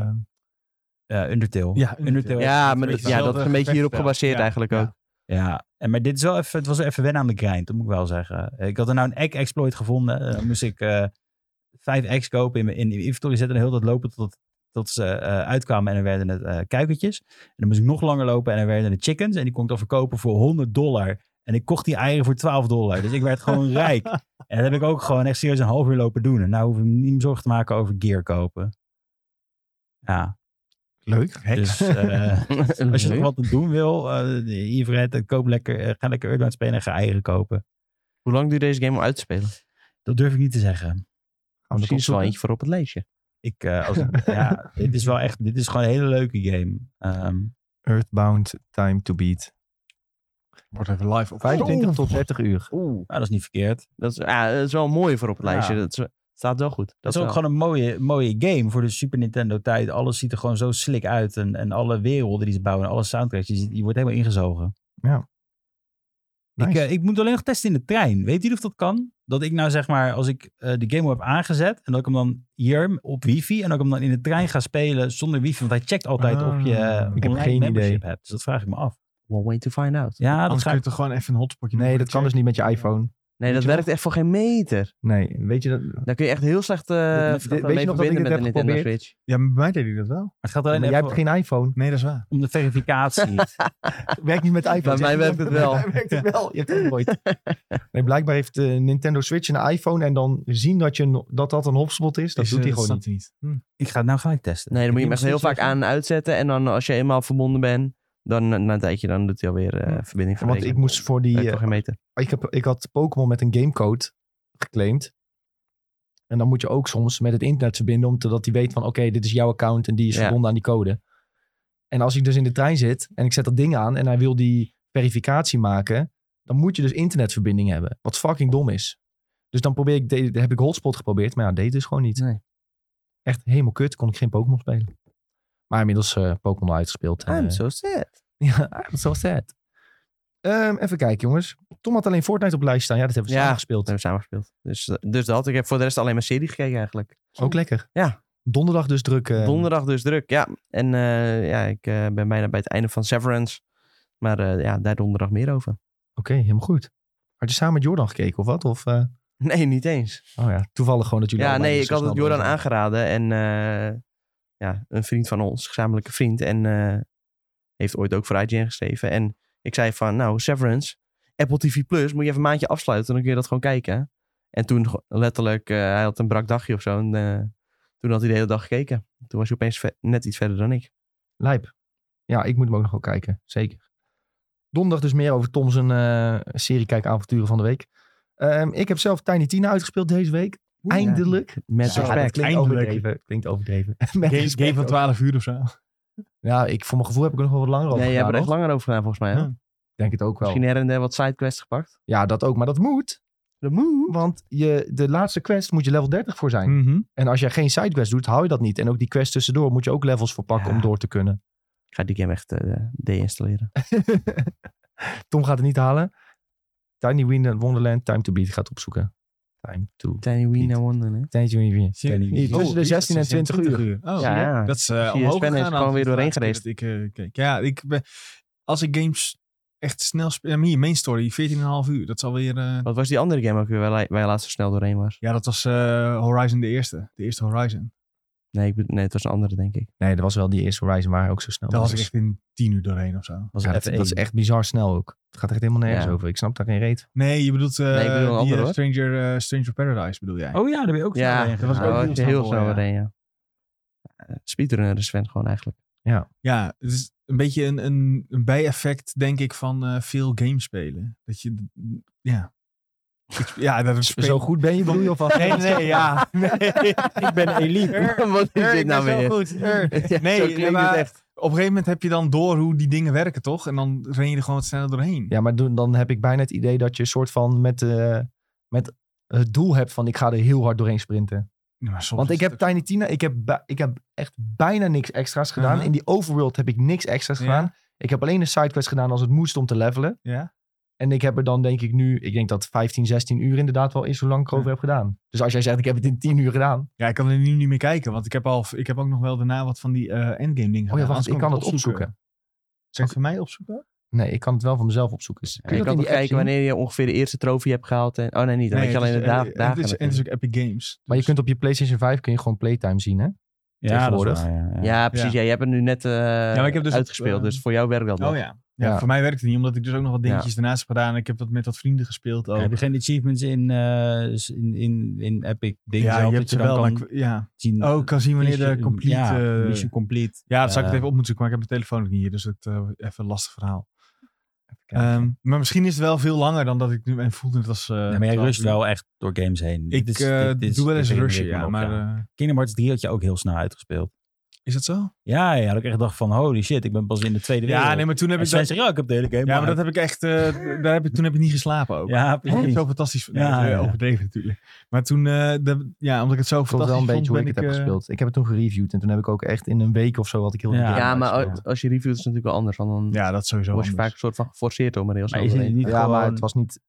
eh,
Oh,
Undertale.
ja,
Undertale.
Ja,
Ja, maar
maar
dat- ja, dat is een beetje hierop gebaseerd
Ja.
eigenlijk
Ja.
ook.
Ja, en, maar dit is wel even, het was wel even wennen aan de grind, dat moet ik wel zeggen. Ik had er nou een egg exploit gevonden. Eh, Dan moest ik eh, vijf eggs kopen in mijn in, in mijn inventory zetten en heel dat lopen tot, tot ze eh, uitkwamen en er werden het eh kuikentjes. En dan moest ik nog langer lopen en er werden het chickens en die kon ik dan verkopen voor 100 dollar. En ik kocht die eieren voor 12 dollar, dus ik werd gewoon rijk. En dat heb ik ook gewoon echt serieus een half uur lopen doen. En nou hoef ik me niet meer zorgen te maken over gear kopen. Ja,
Leuk. Hè?
dus... eh, als je
Mhm.
nog wat te doen wil, eh Yves Red, koop lekker, eh, ga lekker Earthbound spelen en ga eieren kopen.
Hoe lang duurt deze game om uit te spelen?
Dat durf ik niet te zeggen.
Er
misschien
komt er wel
zoeken.
eentje voor op het lijstje.
Ik, eh, als ik- ja, dit is wel echt, dit is gewoon een hele leuke game. Ehm,
Earthbound Time to Beat.
Wordt even live op
25 tot 30 uur.
Oeh.
nou, dat is niet verkeerd.
Dat is, ja, dat is wel een mooie voor op het
Ja.
lijstje. Dat is- het staat wel goed.
Dat, is
wel.
ook gewoon een mooie, mooie game voor de Super Nintendo tijd. Alles ziet er gewoon zo slik uit. En, en alle werelden die ze bouwen, en alle soundtracks, je, ziet- je wordt helemaal ingezogen.
Ja.
Ik,
Nice.
eh, ik moet alleen nog testen in de trein. Weet jullie of dat kan? Dat ik nou zeg maar, als ik eh, de game heb aangezet en dat ik hem dan hier op wifi en dat ik hem dan in de trein ga spelen zonder wifi. Want hij checkt altijd of je
Ah,
eh,
ik heb
online
geen
membership
idee.
hebt. Dus dat vraag ik me af.
One way to find out.
Ja, dat
Anders
ga
kun je
ik...
toch gewoon even een hotspotje
Nee,
doen
dat
en
kan dus
checken?
niet met je iPhone.
Nee, dat
je nog-
werkt echt voor geen meter.
Nee, weet je dat?
Daar kun je echt heel slecht eh
Weet
je nog
mee
dat ik dit
verbinden
heb
met de Nintendo
geprobeerd?
Switch.
Ja, maar bij mij deed ik dat wel.
Het gaat alleen
Jij
even
hebt geen iPhone.
Nee, dat is waar.
om de verificatie.
Werkt niet met iPhone.
Bij
Zeg
mij
je
werkt
dat?
het wel.
Bij mij werkt het wel. Je hebt Android. Nee, blijkbaar heeft eh, Nintendo Switch een iPhone en dan zien dat je, een- dat, dat een hotspot is. Dat
Is,
doet
eh,
hij gewoon niet.
snapt Hm.
ik ga het nou gelijk testen.
Nee, dan moet je hem
Ik
echt
heb
heel
steeds
vaak aan en uitzetten. En dan als je eenmaal verbonden bent, dan eh, na een tijdje dan doet hij alweer eh verbinding van
Want ik moest voor die...
toch geen meter.
eh, ik, heb, ik had Pokémon met een gamecode geclaimd. En dan moet je ook soms met het internet verbinden, omdat hij weet van oké, dit is jouw account en die is
Ja.
verbonden aan die code. En als ik dus in de trein zit en ik zet dat ding aan en hij wil die verificatie maken, dan moet je dus internetverbinding hebben. Wat fucking dom is. Dus dan probeer ik, de- heb ik hotspot geprobeerd, maar ja, deed dus gewoon niet.
Nee.
Echt helemaal kut, kon ik geen Pokémon spelen. Maar inmiddels eh, Pokémon uitgespeeld. en,
I'm
eh,
so sad.
ja, dat is wel sad. Ehm, even kijken, jongens. Tom had alleen Fortnite op de lijst staan. Ja, dat hebben we
Ja.
samen gespeeld.
Dat hebben we samen gespeeld. Dus, eh, dus dat. Ik heb voor de rest alleen maar serie gekeken eigenlijk.
Oh,
Ook lekker.
Ja.
Donderdag dus druk. eh,
Donderdag dus druk, ja. En eh, ja, ik eh, ben bijna bij het einde van Severance. Maar eh, ja, daar donderdag meer over.
Oké, helemaal goed. Had je samen met Jordan gekeken of wat? Of, eh,
Nee, niet eens.
oh ja, toevallig gewoon dat jullie...
Ja,
allebei
nee,
dus
ik
zo
had het
snel
Jordan
bezig
aangeraden. En eh, ja, een vriend van ons, gezamenlijke vriend. En eh, heeft ooit ook voor IGN geschreven. En ik zei van, nou, Severance, Apple TV+, Plus, moet je even een maandje afsluiten. Dan kun je dat gewoon kijken. En toen ge- letterlijk, eh, hij had een brak dagje of zo. En eh, toen had hij de hele dag gekeken. Toen was hij opeens ve- net iets verder dan ik.
waren. Lijp. Ja, ik moet hem ook nog wel kijken. Zeker. Donderdag dus meer over Tom's eh serie kijken avonturen van de week. Ehm, ik heb zelf Tiny Tina uitgespeeld deze week. Eindelijk.
Met
Zo.
Ja, dat
respect.
klinkt
Eindelijk.
overdreven. Klinkt overdreven. Met
Game,
respect
game van
ook.
12 uur of zo.
Ja, ik, voor mijn gevoel heb ik er nog wel wat langer over
Nee, jij hebt er
gedaan, hoor.
echt langer over gedaan volgens mij. hè?
Ja.
Ik denk het ook wel.
Misschien her en der wat sidequests gepakt.
Ja, dat ook. Maar dat moet. Hmm.
De moe.
Want je, de laatste quest moet je level 30 voor zijn.
Mhm.
En als jij geen sidequest doet, hou je dat niet. En ook die quest tussendoor moet je ook levels voor pakken
Ja.
om door te kunnen.
Ik ga die game echt eh, deinstalleren.
Tom gaat het niet halen. Tiny Win Wonderland Time to Beat gaat opzoeken. Time to
Tiny Wiener
nou
Wonderland.
Tiny Win.
Niet.
Tussen de
Oh,
16 en
16
20
Oh,
Ja, ja.
dat is eh,
Zie je,
omhoog
Sven is
gegaan.
gewoon
als
weer
de
doorheen
laatste keer dat Ik, eh, keek. ja, ik ben, als ik games echt snel speel... Ja, hier, main story, 14,5 uur. Dat is alweer... eh
Wat was die andere game ook weer waar, waar je laatst zo snel doorheen was?
ja, dat was eh, Horizon de eerste. De eerste Horizon.
Nee, ik, bedoel- nee, het was een andere, denk ik.
Nee, dat was wel die eerste Horizon waar hij ook zo snel
Daar was
was.
ik echt in 10 uur doorheen of zo.
was
Ja, dat,
even
dat is
één.
echt bizar snel ook. Het gaat er echt helemaal nergens
Ja.
over. Ik snap daar geen reet.
Nee, je bedoelt eh,
Nee, ik bedoel een
die,
andere,
eh,
hoor.
Stranger, eh, Stranger Paradise bedoel jij.
Oh ja, daar ben je ook snel
ja,
doorheen
daar was ik
gegaan.
ook
ook
heel
heel,
snel voor,
snel
ja.
doorheen, ja. Eh, Speedrunner Sven gewoon eigenlijk.
Ja, het is een beetje een, een, een bijeffect, denk ik, van eh, veel gamespelen. Dat je... Ja. Ik- Ja, dat is
Zo goed ben je, bedoel je? Of wat?
Nee, nee, ja.
Ik ben elite.
Wat is dit nou weer? Ja,
Nee,
zo
ja,
klinkt
maar-
het echt.
op een gegeven moment heb je dan door hoe die dingen werken, toch? En dan ren je er gewoon wat sneller doorheen.
Ja, maar doen- dan heb ik bijna het idee dat je een soort van met, eh, met het doel hebt van ik ga er heel hard doorheen sprinten.
Ja, maar soms
Want
is
ik heb
het
Tiny Tina, ik heb, ba- ik heb echt bijna niks extra's gedaan.
Mhm.
In die overworld heb ik niks extra's
Ja.
gedaan. Ik heb alleen een sidequest gedaan als het moest om te levelen.
ook- Ja?
En ik heb er dan denk ik nu, ik denk dat 15, 16 uur inderdaad wel is hoe lang ik erover heb gedaan. Dus als jij zegt ik heb het in 10 uur gedaan.
ja, ik kan er nu niet meer kijken, want ik heb, al, ik heb ook nog wel daarna wat van die eh, endgame dingen
Oh ja,
gedaan.
wacht,
Anders
ik kan het opzoeken.
Zeg voor mij opzoeken?
Nee, ik kan het wel van mezelf opzoeken. Dus
je kan
in
toch
die app
kijken
zien?
wanneer je ongeveer de eerste trofee hebt gehaald. En, oh nee, niet. Dan weet je
het
alleen de
is-
da-
eh,
dagen.
Het is, en het is ook Epic Games.
Maar je
Dus-
kunt op je PlayStation 5 kun je gewoon playtime zien, hè?
Ja, dat
Tegenwoordig.
is waar, ja, ja.
Ja, precies.
Ja.
Ja. jij hebt het nu net eh,
maar ik heb dus-
uitgespeeld.
eh,
dus voor jou werkt dat nog.
Oh ja. ja.
Ja.
Voor mij werkt het niet, omdat ik dus ook nog wat dingetjes daarnaast heb gedaan. Ik heb dat met wat vrienden gespeeld ook.
Heb je geen achievements in, eh, s- in, in, in Epic? Dingen
ja,
zelf
je
dat
hebt ze
dan
wel. maar
kan
ik- ja.
zien.
Oh, ik kan zien wanneer de
Mission-
complete...
Ja,
eh,
mission complete.
ja, dat zou ik
eh,
het even op moeten zoeken, maar ik heb mijn telefoon ook niet hier. Dus dat eh even een lastig verhaal. Ehm, maar misschien is het wel veel langer dan dat ik nu en voelde het als. eh,
maar jij
twaalf
rust
uur.
wel echt door games heen.
Ik
Dit is-
eh,
dit is-
doe wel
dit
eens
reageer
rushen,
ik me
ja.
op,
Maar eh,
Kingdom Hearts 3 had je ook heel snel uitgespeeld.
is dat zo?
Ja, ja, dat ik echt dacht van, holy shit, ik ben pas in de tweede
Ja,
wereld.
nee, maar toen heb
En
ik
Sven
dat.
zegt, ja, ik heb de hele game
Ja, maar
al
dat heb ik echt. eh, daar heb ik, toen heb ik niet geslapen ook.
Ja,
Ik vond het
precies.
zo fantastisch. Nee,
Ja,
dat is, eh,
ja.
overdreven natuurlijk. Maar toen, eh, de, ja, omdat ik het zo
Ik vond wel
fantastisch
een beetje
vond,
hoe
ben
ik het heb
eh,
gespeeld. Ik heb het toen gereviewd en toen heb ik ook echt in een week of zo had ik heel de
Ja,
game
Ja, maar
uitgespeeld.
als- als je reviewt is het natuurlijk wel anders. Want dan
Ja, dat sowieso.
word je vaak
anders.
een soort van geforceerd om er heel
Maar
snel
is het
doorheen.
niet
Ja,
gewoon
maar het was niet,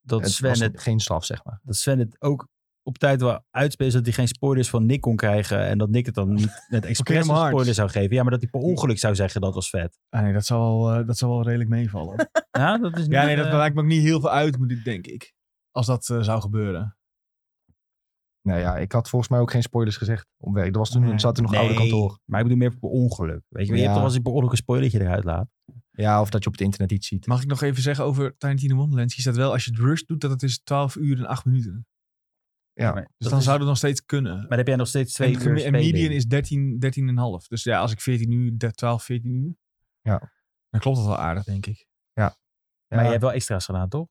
dat,
het was
Sven het,
geen straf, zeg maar.
dat Sven het ook op tijd wel uitspeelt, zodat hij geen spoilers van Nick kon krijgen en dat Nick het dan niet net expres
Kingdom
een
Hearts.
spoiler zou geven. Ja, maar dat hij per ongeluk zou zeggen, dat was vet.
Ah, nee, dat zal, wel, eh, dat zal wel redelijk meevallen.
Ja, dat is niet...
ja, nee, dat
eh,
maakt me ook niet heel veel uit, moet ik, denk ik. Als dat eh, zou gebeuren.
Nou ja, ik had volgens mij ook geen spoilers gezegd op werk. Dat was toen,
Nee.
zat er nog oude
Nee,
kantoor.
Maar ik bedoel meer per ongeluk. Weet je, je
Ja.
hebt toch wel eens per ongeluk een spoilertje eruit laat.
Ja, of dat je op het internet iets ziet.
Mag ik nog even zeggen over Tiny Tina Wonderland? Hier staat wel, als je het rush doet, dat het is 12 uur en 8 minuten.
Ja.
maar,
Dus
dat
dan
is-
zou het nog steeds kunnen.
maar dan heb jij nog steeds twee
en,
uur
gemi- en
speling.
median is 13, 13,5. Dus ja, als ik 14 uur, de- 12, 14 uur.
Ja.
Dan klopt dat wel aardig, denk ik.
Ja,
Maar je hebt wel extra's gedaan, toch?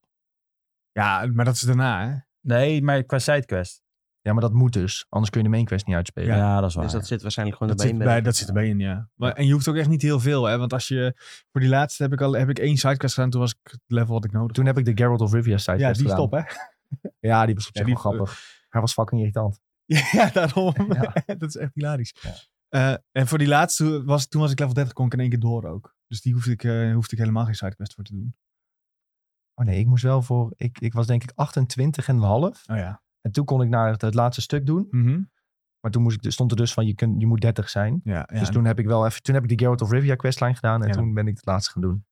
Ja, maar dat is daarna, hè?
Nee, maar qua sidequest.
ja, maar dat moet dus. Anders kun je de mainquest niet uitspelen.
Ja, dat is waar.
Dus dat zit waarschijnlijk gewoon
Dat
erbij.
zit, bij, dat zit erbij in, ja. Maar, en je hoeft ook echt niet heel veel, hè? Want als je... Voor die laatste heb ik, al, heb ik één sidequest gedaan. Toen was ik het level wat ik nodig
Toen heb ik de Geralt of Rivia site
had. Ja, die stop, hè?
Ja, die was op zich
Ja, die-
wel grappig. Hij was fucking irritant.
Ja, daarom.
Ja.
dat is echt hilarisch.
Ja.
Eh, en voor die laatste, was, toen was ik level 30, kon ik in één keer door ook. Dus die hoefde ik, eh, hoefde ik helemaal geen sidequest voor te doen.
Oh nee, ik moest wel voor... Ik, ik was denk ik 28 en een half.
Oh ja.
En toen kon ik naar het, het laatste stuk doen.
Mhm.
Maar toen moest ik, dus- stond er dus van, je, kunt, je moet 30 zijn.
ja, ja.
dus toen heb ik wel even... Toen heb ik die Geralt of Rivia questline gedaan. En
Ja.
toen ben ik het laatste gaan doen.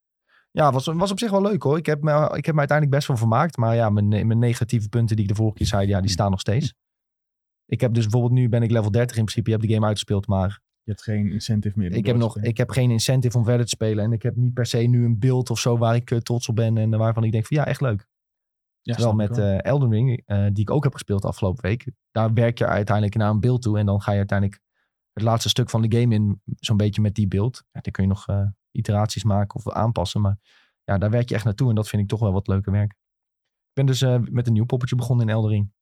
Ja, was, was op zich wel leuk hoor. Ik heb, me, ik heb me uiteindelijk best wel vermaakt. Maar ja, mijn, mijn negatieve punten die ik de vorige keer zei, ja,
Hm.
die staan nog steeds. Ik heb dus bijvoorbeeld nu ben ik level 30 in principe. Je hebt de game uitgespeeld, maar
Je hebt geen incentive meer.
Ik heb, nog, ik heb geen incentive om verder te spelen. En ik heb niet per se nu een beeld of zo waar ik eh, trots op ben. En waarvan ik denk van ja, echt leuk.
ja,
Terwijl
snap ik
met
wel.
eh, Elden Ring, eh, die ik ook heb gespeeld afgelopen week. Daar werk je uiteindelijk naar een beeld toe. En dan ga je uiteindelijk het laatste stuk van de game in. Zo'n beetje met die beeld. Ja, daar kun je nog eh, iteraties maken of aanpassen. Maar ja, daar werk je echt naartoe. En dat vind ik toch wel wat leuker werk. Ik ben dus eh, met een nieuw poppetje begonnen in Elden Ring.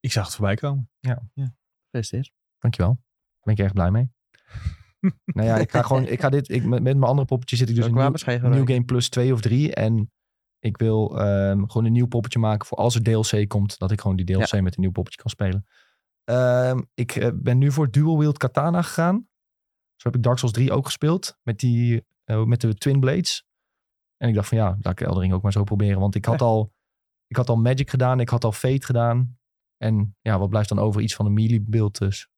Ik zag het voorbij komen.
Dankjewel. Daar ben ik erg blij mee. nou ja, ik ga gewoon, ik ga dit, ik, met, met mijn andere poppetje zit ik dus
Dus
in
ik
nieuw, New
waarschijnlijk
Game Plus 2 of 3. En ik wil ehm, gewoon een nieuw poppetje maken voor als er DLC komt. Dat ik gewoon die DLC met een nieuw poppetje kan spelen. Ehm, ik eh, ben nu voor Dual Wield Katana gegaan. Zo heb ik Dark Souls 3 ook gespeeld. Met, die, eh, met de Twin Blades. En ik dacht van ja, laat ik Eldering ook maar zo proberen. Want ik had, al, ik had al Magic gedaan. Ik had al Fate gedaan. En ja, wat blijft dan over? Iets van een melee beeld dus.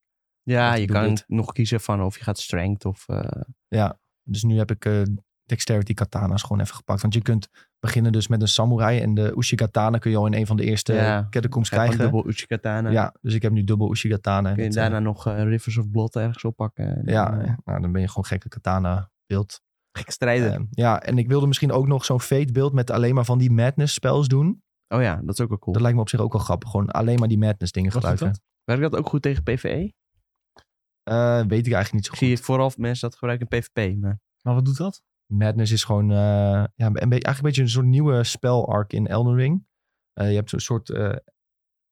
Ja,
Dat
je
doet
kan
het.
nog kiezen van of je gaat strength of... eh,
Dus nu heb ik eh, Dexterity Katana's gewoon even gepakt. Want je kunt beginnen dus met een samurai. En de Ushigatana kun je al in een van de eerste
Ja,
ja, catacombs
ga je gewoon
krijgen.
dubbel Uchikatana.
Ja, dus ik heb nu dubbel Ushigatana. En
Kun je
dat,
daarna nog eh, Rivers of Blood ergens oppakken. En,
eh, ja,
eh,
nou, dan ben je gewoon gekke katana beeld.
gek strijden.
Eh, ja, en ik wilde misschien ook nog zo'n fate beeld met alleen maar van die madness spells doen.
oh ja, dat is ook wel cool.
Dat lijkt me op zich ook wel grappig. Gewoon alleen maar die madness dingen
Wat is
gebruiken.
Werkt dat ook goed tegen PvE?
Eh, weet ik eigenlijk niet zo
Ik
goed.
zie vooral mensen dat gebruiken in PvP. Maar
Maar wat doet dat?
Madness is gewoon eh, ja, een be- eigenlijk een beetje een soort nieuwe spel-arc in Elden Ring. Eh, je hebt zo'n soort. eh,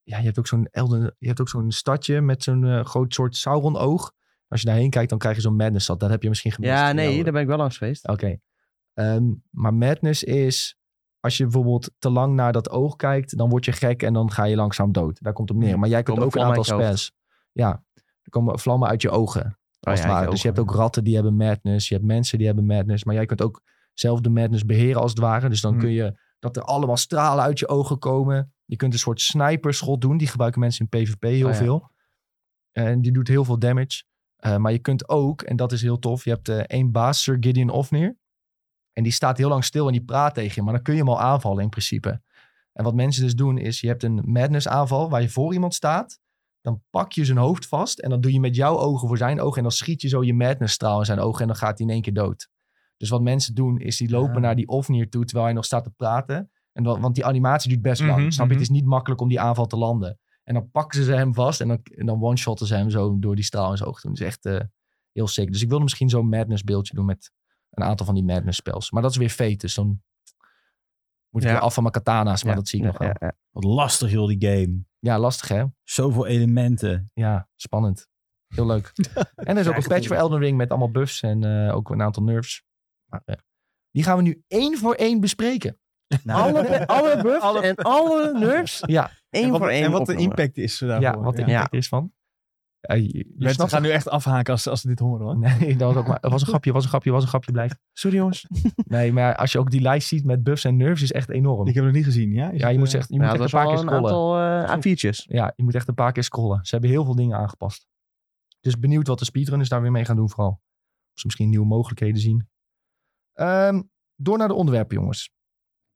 ja, je hebt ook zo'n Elden. Je hebt ook zo'n stadje met zo'n eh, groot soort Sauron-oog. Als je daarheen kijkt, dan krijg je zo'n Madness-stad. Dat heb je misschien gemist.
ja, Oh,
in
nee,
jouw-
daar ben ik wel langs geweest.
Oké. Ehm, maar madness is als je bijvoorbeeld te lang naar dat oog kijkt, dan word je gek en dan ga je langzaam dood. Daar komt het op neer. Maar jij kunt
Komen
ook een
vlammen
aantal
uit je Oh
spells. Ja, er komen vlammen uit je ogen. Als het
ja, uit
ware.
je
Dus je hebt
ogen.
ook ratten die hebben madness. Je hebt mensen die hebben madness. Maar jij kunt ook zelf de madness beheren als het ware. Dus dan
Hm.
Hmm.
kun je dat er allemaal stralen uit je ogen komen. Je kunt een soort sniperschot doen. Die gebruiken mensen in PvP heel
Oh ja.
veel. En die doet heel veel damage. Eh, maar je kunt ook, en dat is heel tof, je hebt eh, één baas, Sir Gideon Ofnir. En die staat heel lang stil en die praat tegen je. Maar dan kun je hem al aanvallen in principe. En wat mensen dus doen is, je hebt een madness aanval waar je voor iemand staat. Dan pak je zijn hoofd vast en dan doe je met jouw ogen voor zijn ogen. En dan schiet je zo je madness straal in zijn ogen en dan gaat hij in één keer dood. Dus wat mensen doen is, die lopen
Ah.
naar die Ofnir toe terwijl hij nog staat te praten. En dan, want die animatie duurt best lang.
Mhm,
Snap je?
mhm.
Het is niet makkelijk om die aanval te landen. En dan pakken ze hem vast en dan, en dan one-shotten ze hem zo door die straal in zijn oog. doen. Dat is echt eh, heel sick. Dus ik wilde misschien zo'n madness beeldje doen met een aantal van die madness spells. Maar dat is weer fate, dus dan Moet ik
Ja.
weer af van mijn katana's, maar dat zie ik nog wel. Ja.
Ja, ja.
Wat lastig joh, die game.
lastig hè?
Zoveel elementen.
Ja, spannend. Heel leuk. en er is ook een patch voor Elden Ring met allemaal buffs en eh, ook een aantal nerfs. Maar, eh, die gaan we nu één voor één bespreken.
Nou,
Alle, alle buffs
Alle-
en alle nerfs.
Ja,
Één
en wat,
voor één
en wat de
opnoemen.
impact is daarvoor.
ja wat de
Ja.
impact is van. Ja, je- je
Mensen
snapt
gaan
het.
nu echt afhaken als, als ze dit horen hoor.
Nee, dat was ook maar. Het was een grapje, was een grapje, was een grapje, blijf.
Sorry jongens.
Nee, maar als je ook die lijst ziet met buffs en nerfs, is echt enorm.
Ik heb het nog niet gezien, ja? Is
ja,
het,
je moet
eh,
echt, je moet
Nou, dat
echt
was
een paar
wel
keer
een
scrollen.
aantal eh A4'tjes.
Ja, je moet echt een paar keer scrollen. Ze hebben heel veel dingen aangepast. Dus benieuwd wat de speedrunners daar weer mee gaan doen vooral. Of ze misschien nieuwe mogelijkheden zien. Ehm, door naar de onderwerpen, jongens.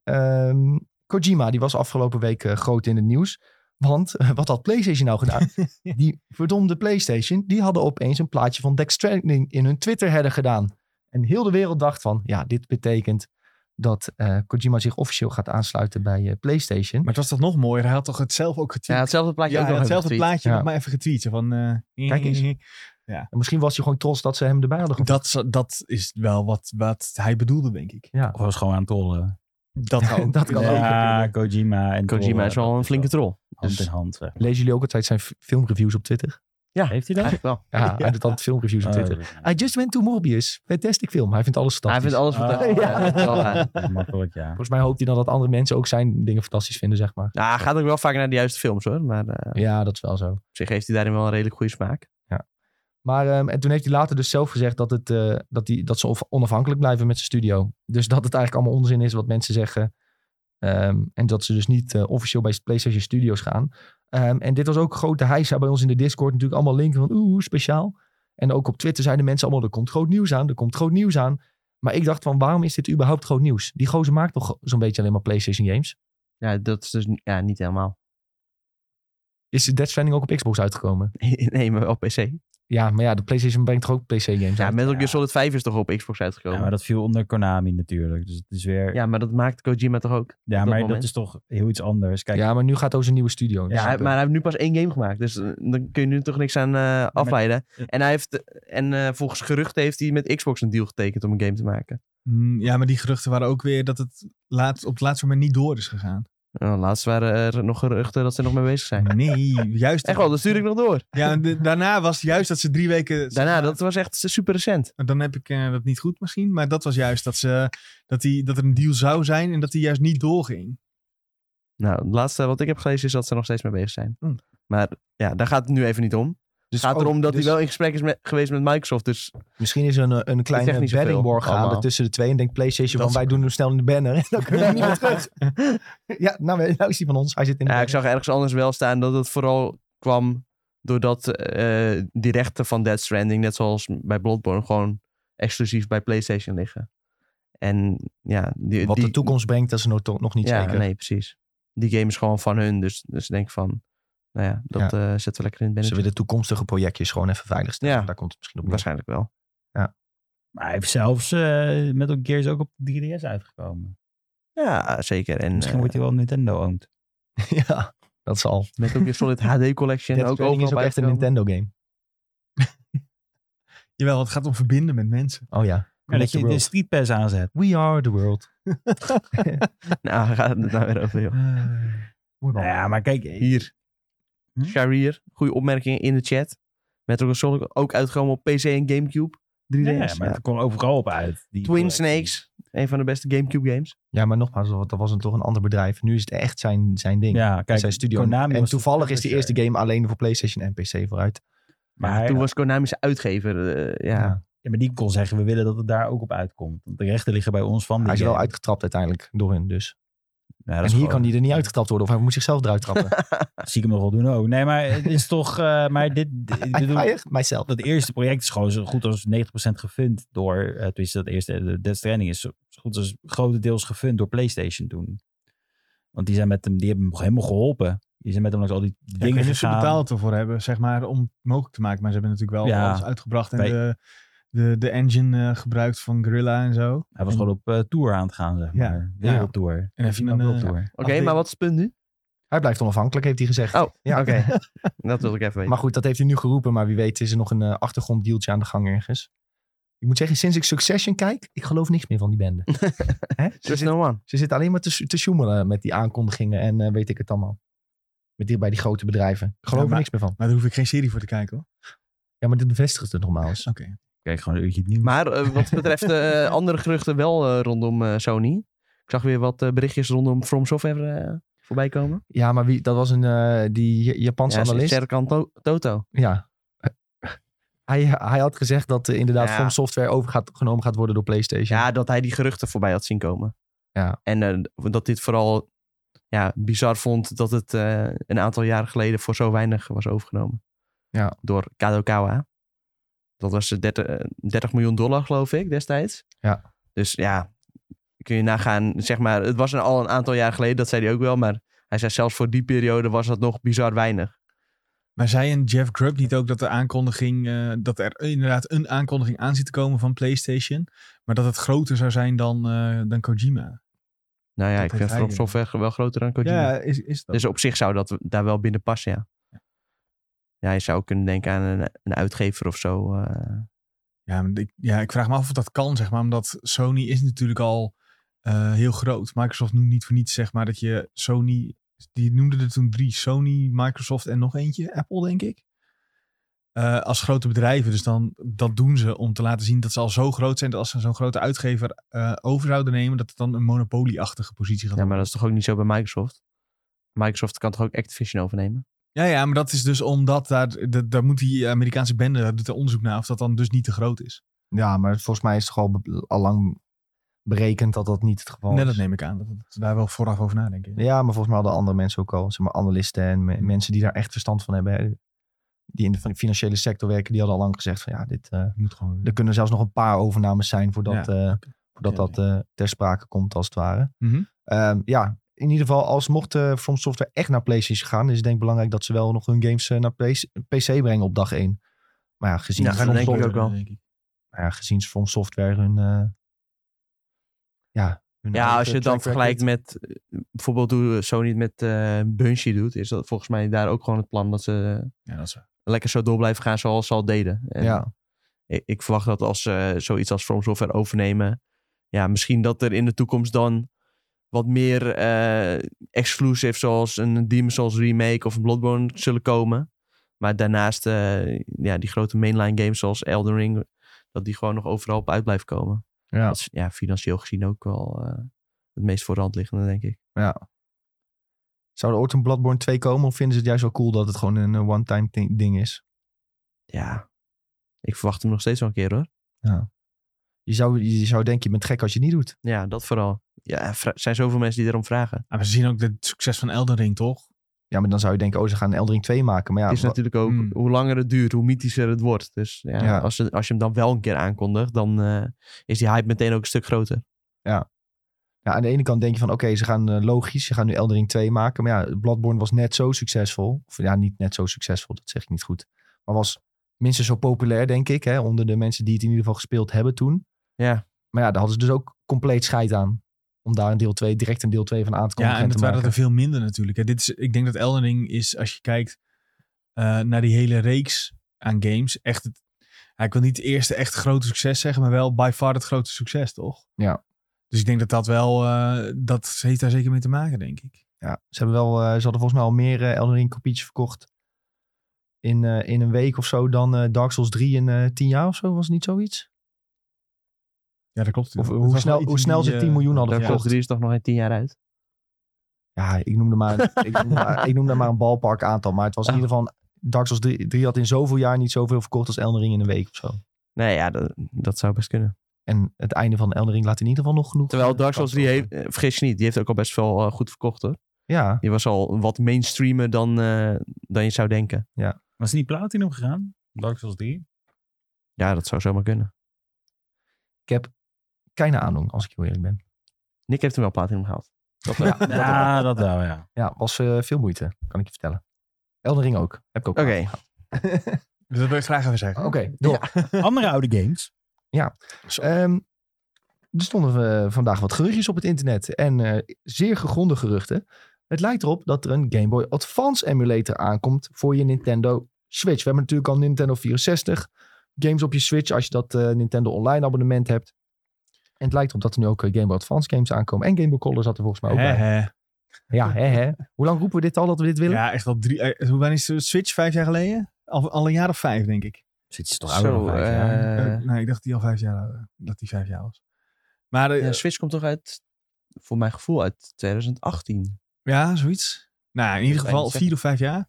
Ehm, Kojima, die was afgelopen week eh, groot in het nieuws. Want eh, wat had PlayStation nou gedaan? die verdomde PlayStation, die hadden opeens een plaatje van Death Stranding in hun Twitter-header gedaan. En heel de wereld dacht van, ja, dit betekent dat eh, Kojima zich officieel gaat aansluiten bij eh, PlayStation.
Maar het was toch nog mooier? Hij had toch het zelf ook
Ja,
getweet?
hetzelfde plaatje
Ja,
ook nog
hetzelfde
even
plaatje,
Ja.
nog maar even getweet. zo Van, eh,
Kijk eens. En misschien was hij gewoon trots dat ze hem erbij hadden gevonden.
Dat, zo- dat is wel wat, wat hij bedoelde, denk ik.
of was gewoon aan het tollen.
Dat, zou-
Dat kan ook.
Ja, Kojima en
getweet. Kojima
tollen.
is wel een flinke troll.
Hand in
dus-
hand. zeg.
Lezen jullie ook altijd zijn f- filmreviews op Twitter?
Heeft hij
Eigenlijk wel.
Ja, hij doet altijd filmreviews op Twitter.
Oh,
I just went to Morbius. Fantastic film. Hij vindt alles
Hij
fantastisch.
vindt alles fantastisch.
Ah,
Ja,
ja.
dat is wel eh, waar.
Makkelijk, ja.
Volgens mij hoopt hij dan dat andere mensen ook zijn dingen fantastisch vinden, zeg maar.
Nou, hij gaat ook wel vaak naar de juiste films hoor. Maar eh,
Ja, dat is wel zo.
op zich heeft hij daarin wel een redelijk goede smaak.
Maar ehm, en toen heeft hij later dus zelf gezegd dat, het, eh, dat, die, dat ze of- onafhankelijk blijven met zijn studio. Dus dat het eigenlijk allemaal onzin is wat mensen zeggen. Ehm, en dat ze dus niet eh, officieel bij PlayStation Studios gaan. Ehm, en dit was ook grote hijsa bij ons in de Discord. Natuurlijk allemaal linken van oeh, speciaal. En ook op Twitter zeiden mensen allemaal, er komt groot nieuws aan, er komt groot nieuws aan. Maar ik dacht van, waarom is dit überhaupt groot nieuws? Die gozer maakt toch zo'n beetje alleen maar PlayStation games?
Ja, dat is dus ni- ja, niet helemaal.
Is Death Stranding ook op Xbox uitgekomen?
nee, maar op PC.
Ja, maar ja, de PlayStation brengt toch ook PC games
Ja,
uit?
Metal
ja.
Gear Solid 5 is toch op Xbox
Ja,
uitgekomen. Ja,
maar
maar
dat viel onder Konami natuurlijk. Dus het is weer...
dat,
Ja,
maakt Kojima toch ook. dat
maar dat
moment.
is toch heel iets anders. Kijk,
Ja, maar nu gaat over zijn nieuwe studio. dus eh,
Ja, hij- maar hij heeft nu pas één game gemaakt. Dus eh, dan kun je nu toch niks aan eh, afleiden.
eh.
En, hij heeft, en eh, volgens geruchten heeft hij met Xbox een deal getekend om een game te maken.
Mm, ja, maar die geruchten waren ook weer dat het laat, op het laatste moment niet door is gegaan.
Nou, laatst waren er nog geruchten dat ze er nog mee bezig zijn.
Nee, juist.
Echt wel, dat stuur ik nog door.
Ja, de- daarna was juist dat ze drie weken...
Daarna, dat was echt super recent.
Dan heb ik eh, dat niet goed misschien. Maar dat was juist dat, ze, dat, die, dat er een deal zou zijn en dat die juist niet doorging.
Nou, het laatste wat ik heb gelezen is dat ze er nog steeds mee bezig zijn.
Hmm.
Maar ja, daar gaat het nu even niet om.
Hm. Dus
Het gaat
ook-
erom dat
dus-
hij wel in gesprek is met- geweest met Microsoft. Dus
Misschien is er een, een
zegt
kleine
niet zoveel
bettingboor gaande
allemaal.
tussen de twee. En denkt PlayStation
Dat
van,
is-
wij doen hem snel in de banner. En dan kunnen we niet meer terug. Ja, nou, nou is hij van ons. Hij zit in de
ja, ik
banner.
zag ergens anders wel staan dat het vooral kwam doordat eh, die rechten van Dead Stranding, net zoals bij Bloodborne, gewoon exclusief bij PlayStation liggen. En ja, die,
Wat
die,
de toekomst brengt, dat is nog, toch nog niet
ja,
zeker.
nee, precies. Die game is gewoon van hun. Dus, dus ik denk van, nou ja, dat eh, zetten we lekker in het
Ze
binnen.
willen toekomstige projectjes gewoon even veilig stellen.
Ja.
Daar komt het misschien op neer.
Waarschijnlijk wel.
maar hij heeft zelfs eh Metal Gear is ook op de 3DS uitgekomen.
Ja, zeker. En
Misschien
eh,
wordt hij wel Nintendo owned.
Ja, dat zal.
met ook weer Solid HD Collection.
Death
ook
Stranding is
overal
ook echt een
bijgekomen.
Nintendo game.
Jawel, het gaat om verbinden met mensen.
Oh ja.
Ja,
Connect
dat
the
je de
world.
Street Pass aanzet.
We are the world.
Nou, waar gaat het nou weer over, joh.
Mooi man.
Nou ja, maar kijk,
Hier.
Hm?
Sharir, goede opmerking in de chat. Met ook een Solid ook uitgekomen op PC en Gamecube. 3DS.
Ja, maar
Ja.
het kwam overal op uit. Die
Twin Snakes, een van de beste Gamecube games.
Ja, maar nogmaals, dat was een, toch een ander bedrijf. Nu is het echt zijn, zijn ding.
Ja, kijk,
zijn studio.
Konami
en
was de
toevallig is die
publisher.
eerste game alleen voor PlayStation en PC vooruit.
Maar, hij-
Toen was Konami zijn uitgever. eh, ja.
Ja.
ja, maar die kon zeggen, we willen dat het daar ook op uitkomt. Want de rechten liggen bij ons van die
Hij is wel
game.
uitgetrapt uiteindelijk door hun dus.
Ja, dat
En
is
hier
gewoon-
kan hij er niet uitgetrapt worden. Of hij moet zichzelf eruit trappen.
Zie ik hem nog wel doen ook. Nee, maar het is toch... eh, maar dit, ik bedoel,
Mijzelf.
dat eerste project is gewoon zo goed als 90% gefund door... eh tenminste, dat eerste, de Death Stranding is zo zo goed als grotendeels gefund door PlayStation toen. Want die, zijn met hem, die hebben hem helemaal geholpen. Die zijn met hem langs al die
Ja, ik
dingen
weet niet of ze
gegaan.
betaald ervoor hebben, zeg maar, om het mogelijk te maken. Maar ze hebben natuurlijk wel
Ja.
alles uitgebracht en
Wij-
de, de, de engine eh, gebruikt van Gorilla en zo.
Hij was gewoon op eh, tour aan het gaan, zeg
Ja.
maar. Wereldtour.
En even een, eh,
Wereldtour.
Oké,
Afdeling.
maar wat is het punt nu?
Hij blijft onafhankelijk, heeft hij gezegd.
Oh,
Ja.
oké. dat wil ik even weten.
Maar goed, dat heeft hij nu geroepen. Maar wie weet is er nog een eh, achtergronddealtje aan de gang ergens. Ik moet zeggen, sinds ik Succession kijk, ik geloof niks meer van die bende. Hè? ze,
Just
zit,
no one.
ze zit alleen maar te, s- te sjoemelen met die aankondigingen en eh, weet ik het allemaal. Met die, bij die grote bedrijven. Ik geloof
Ja, maar-
er niks meer van.
Maar daar hoef ik geen serie voor te kijken hoor.
Ja, maar dit bevestigt het nogmaals.
Oké.
Kijk gewoon een uurtje het nieuws.
Maar eh, wat betreft eh, andere geruchten wel eh, rondom eh, Sony. Ik zag weer wat eh, berichtjes rondom From Software eh, voorbij komen.
Ja, maar wie, dat was een, eh, die Ja- Japanse
Ja,
analist.
Serkan To- Toto.
Ja. Hij, hij had gezegd dat eh, inderdaad
Ja.
From Software overgenomen genomen gaat worden door PlayStation.
Ja, dat hij die geruchten voorbij had zien komen.
Ja.
En eh, dat dit vooral ja, bizar vond dat het eh, een aantal jaren geleden voor zo weinig was overgenomen.
Ja.
Door Kadokawa. Dat was eh, 30, eh, 30 miljoen dollar, geloof ik, destijds.
Ja.
Dus ja, kun je nagaan, zeg maar, het was een- al een aantal jaar geleden, dat zei hij ook wel, maar hij zei zelfs voor die periode was dat nog bizar weinig.
Maar zei een Jeff Grubb niet ook dat de aankondiging, eh, dat er inderdaad een aankondiging aan zit te komen van PlayStation, maar dat het groter zou zijn dan, eh, dan Kojima?
Nou ja,
Dat heeft
ik vind
hij
From
nu.
Software wel groter dan Kojima.
Ja, is, is dat.
Dus op zich zou dat daar wel binnen passen, ja. Ja, je zou kunnen denken aan een, een uitgever of zo. eh.
Ja, maar ik, ja, ik vraag me af of dat kan, zeg maar, omdat Sony is natuurlijk al eh, heel groot. Microsoft noemt niet voor niets, zeg maar, dat je Sony, die noemden er toen drie, Sony, Microsoft en nog eentje, Apple, denk ik. Eh, als grote bedrijven, dus dan dat doen ze om te laten zien dat ze al zo groot zijn dat als ze zo'n grote uitgever eh, over zouden nemen, dat het dan een monopolieachtige positie gaat
ja, maar dat is toch ook niet zo bij Microsoft? Microsoft kan toch ook Activision overnemen?
Ja, ja, maar dat is dus omdat daar, dat- daar moet die Amerikaanse bende, daar doet er onderzoek naar of dat dan dus niet te groot is.
Ja, maar volgens mij is het toch al be- allang berekend dat dat niet het geval
Nee,
is.
dat neem ik aan, dat ze daar wel vooraf over nadenken.
Ja, maar volgens mij hadden andere mensen ook al, zeg maar analisten en
Hm.
me- mensen die daar echt verstand van hebben. hè, Die in de fin- financiële sector werken, die hadden al lang gezegd van ja, dit, eh,
Moet gewoon...
er kunnen zelfs nog een paar overnames zijn voordat
Ja,
eh,
oké.
voordat
Oké.
dat eh, ter sprake komt als het ware.
Mhm.
Ehm, ja, in ieder geval, als mocht eh, From Software echt naar PlayStation gaan, is het denk ik belangrijk dat ze wel nog hun games eh, naar PS- PC brengen op dag 1. Maar ja, gezien,
Ja,
From
dat denk ik
Software-
ook wel.
nou ja, gezien From Software hun... eh, ja, hun
Ja,
eigen
als je het dan
track record.
vergelijkt met eh, bijvoorbeeld hoe Sony het met eh Bungie doet, is dat volgens mij daar ook gewoon het plan dat ze eh,
Ja, dat is waar.
lekker zo door blijven gaan zoals ze al deden. En
Ja,
ik, ik verwacht dat als ze zoiets als From Software overnemen, ja, misschien dat er in de toekomst dan wat meer eh exclusives zoals een Demon's Souls remake of een Bloodborne zullen komen. Maar daarnaast, eh, ja, die grote mainline games zoals Elden Ring, dat die gewoon nog overal op uit blijven komen.
ja.
Dat is ja, financieel gezien ook wel eh, het meest voor de hand liggende, denk ik.
Zou er ooit een Bloodborne 2 komen? Of vinden ze het juist wel cool dat het gewoon een eh, one-time thi- ding is?
Ja, ik verwacht hem nog steeds wel een keer hoor.
Je zou, je zou denken, je bent gek als je het niet doet.
Ja, dat vooral. Ja, er zijn zoveel mensen die erom vragen.
Ah, maar ze zien ook het succes van Elden Ring, toch?
Ja, maar dan zou je denken, oh, ze gaan Eldering 2 maken. Maar ja,
Het is
wa-
natuurlijk ook,
Mm.
hoe langer het duurt, hoe mythischer het wordt. Dus ja,
Ja.
Als, je, als je hem dan wel een keer aankondigt, dan eh, is die hype meteen ook een stuk groter.
ja, aan de ene kant denk je van, oké, ze gaan eh, logisch, ze gaan nu Eldering 2 maken. Maar ja, Bloodborne was net zo succesvol. Of ja, niet net zo succesvol, dat zeg ik niet goed. Maar was minstens zo populair, denk ik, hè, onder de mensen die het in ieder geval gespeeld hebben toen.
Ja.
Maar ja, daar hadden ze dus ook compleet scheid aan. Om daar een deel 2, direct een deel 2 van aan te komen.
Ja, en dat waren er veel minder natuurlijk. Hè, dit is, ik denk dat Elden Ring is, als je kijkt eh, naar die hele reeks aan games, echt het... ja, ik wil niet het eerste echt grote succes zeggen, maar wel by far het grote succes, toch?
Ja.
Dus ik denk dat dat wel, eh, dat heeft daar zeker mee te maken, denk ik.
Ja, ze, hebben wel, eh, ze hadden volgens mij al meer eh Elden Ring kopietjes verkocht in, eh, in een week of zo dan eh, Dark Souls 3 in eh 10 jaar of zo. Was het niet zoiets?
Ja, dat klopt.
Of hoe snel, hoe snel ze 10 miljoen hadden
Dark Souls
verkocht.
3 is toch nog geen tien jaar uit.
Ja, ik noemde, maar, ik, noemde maar, ik noemde maar een ballpark aantal. Maar het was in ieder geval, Dark Souls 3, 3 had in zoveel jaar niet zoveel verkocht als Elden Ring in een week of zo.
Nee, ja, dat, dat zou best kunnen.
En het einde van Elden Ring laat in ieder geval nog genoeg.
Terwijl
eh,
Dark Souls
kans
3,
over.
heeft, eh, vergis je niet, die heeft ook al best wel eh, goed verkocht hoor.
Ja,
Die was al wat mainstreamer dan, eh, dan je zou denken.
Was het niet Platinum gegaan? Dark Souls 3?
Ja, dat zou zomaar kunnen.
ik heb keine aandoening als ik heel eerlijk ben.
Nick heeft hem wel platinum gehaald.
Dat, ja, dat,
Ja, dat wel, ja.
ja, was eh, veel moeite, kan ik je vertellen. Elden Ring ook. Heb ik ook.
Oké,
Dat wil ik graag even zeggen.
Oké, door.
Andere oude games.
Ehm, er stonden eh, vandaag wat geruchtjes op het internet. En eh, zeer gegronde geruchten. Het lijkt erop dat er een Game Boy Advance emulator aankomt voor je Nintendo Switch. We hebben natuurlijk al Nintendo 64. games op je Switch als je dat eh, Nintendo Online abonnement hebt. En het lijkt erop dat er nu ook eh, Game Boy Advance games aankomen. En Game Boy Color zat er volgens mij ook bij.
Hè, hè.
Ja, hè, hè. Hoe lang roepen we dit al dat we dit willen?
Ja, echt al drie. eh, Hoe lang is de Switch? Vijf jaar geleden? Al, al een jaar of vijf, denk ik.
Zit je toch ouder
Zo,
dan vijf jaar?
eh,
Eh, nee, ik dacht die al vijf jaar. eh, Dat die vijf jaar was. Maar eh,
ja, Switch komt toch uit, voor mijn gevoel, uit 2018.
Ja, zoiets. Nou, ja, in ieder
kan
geval
niet
vier of vijf jaar.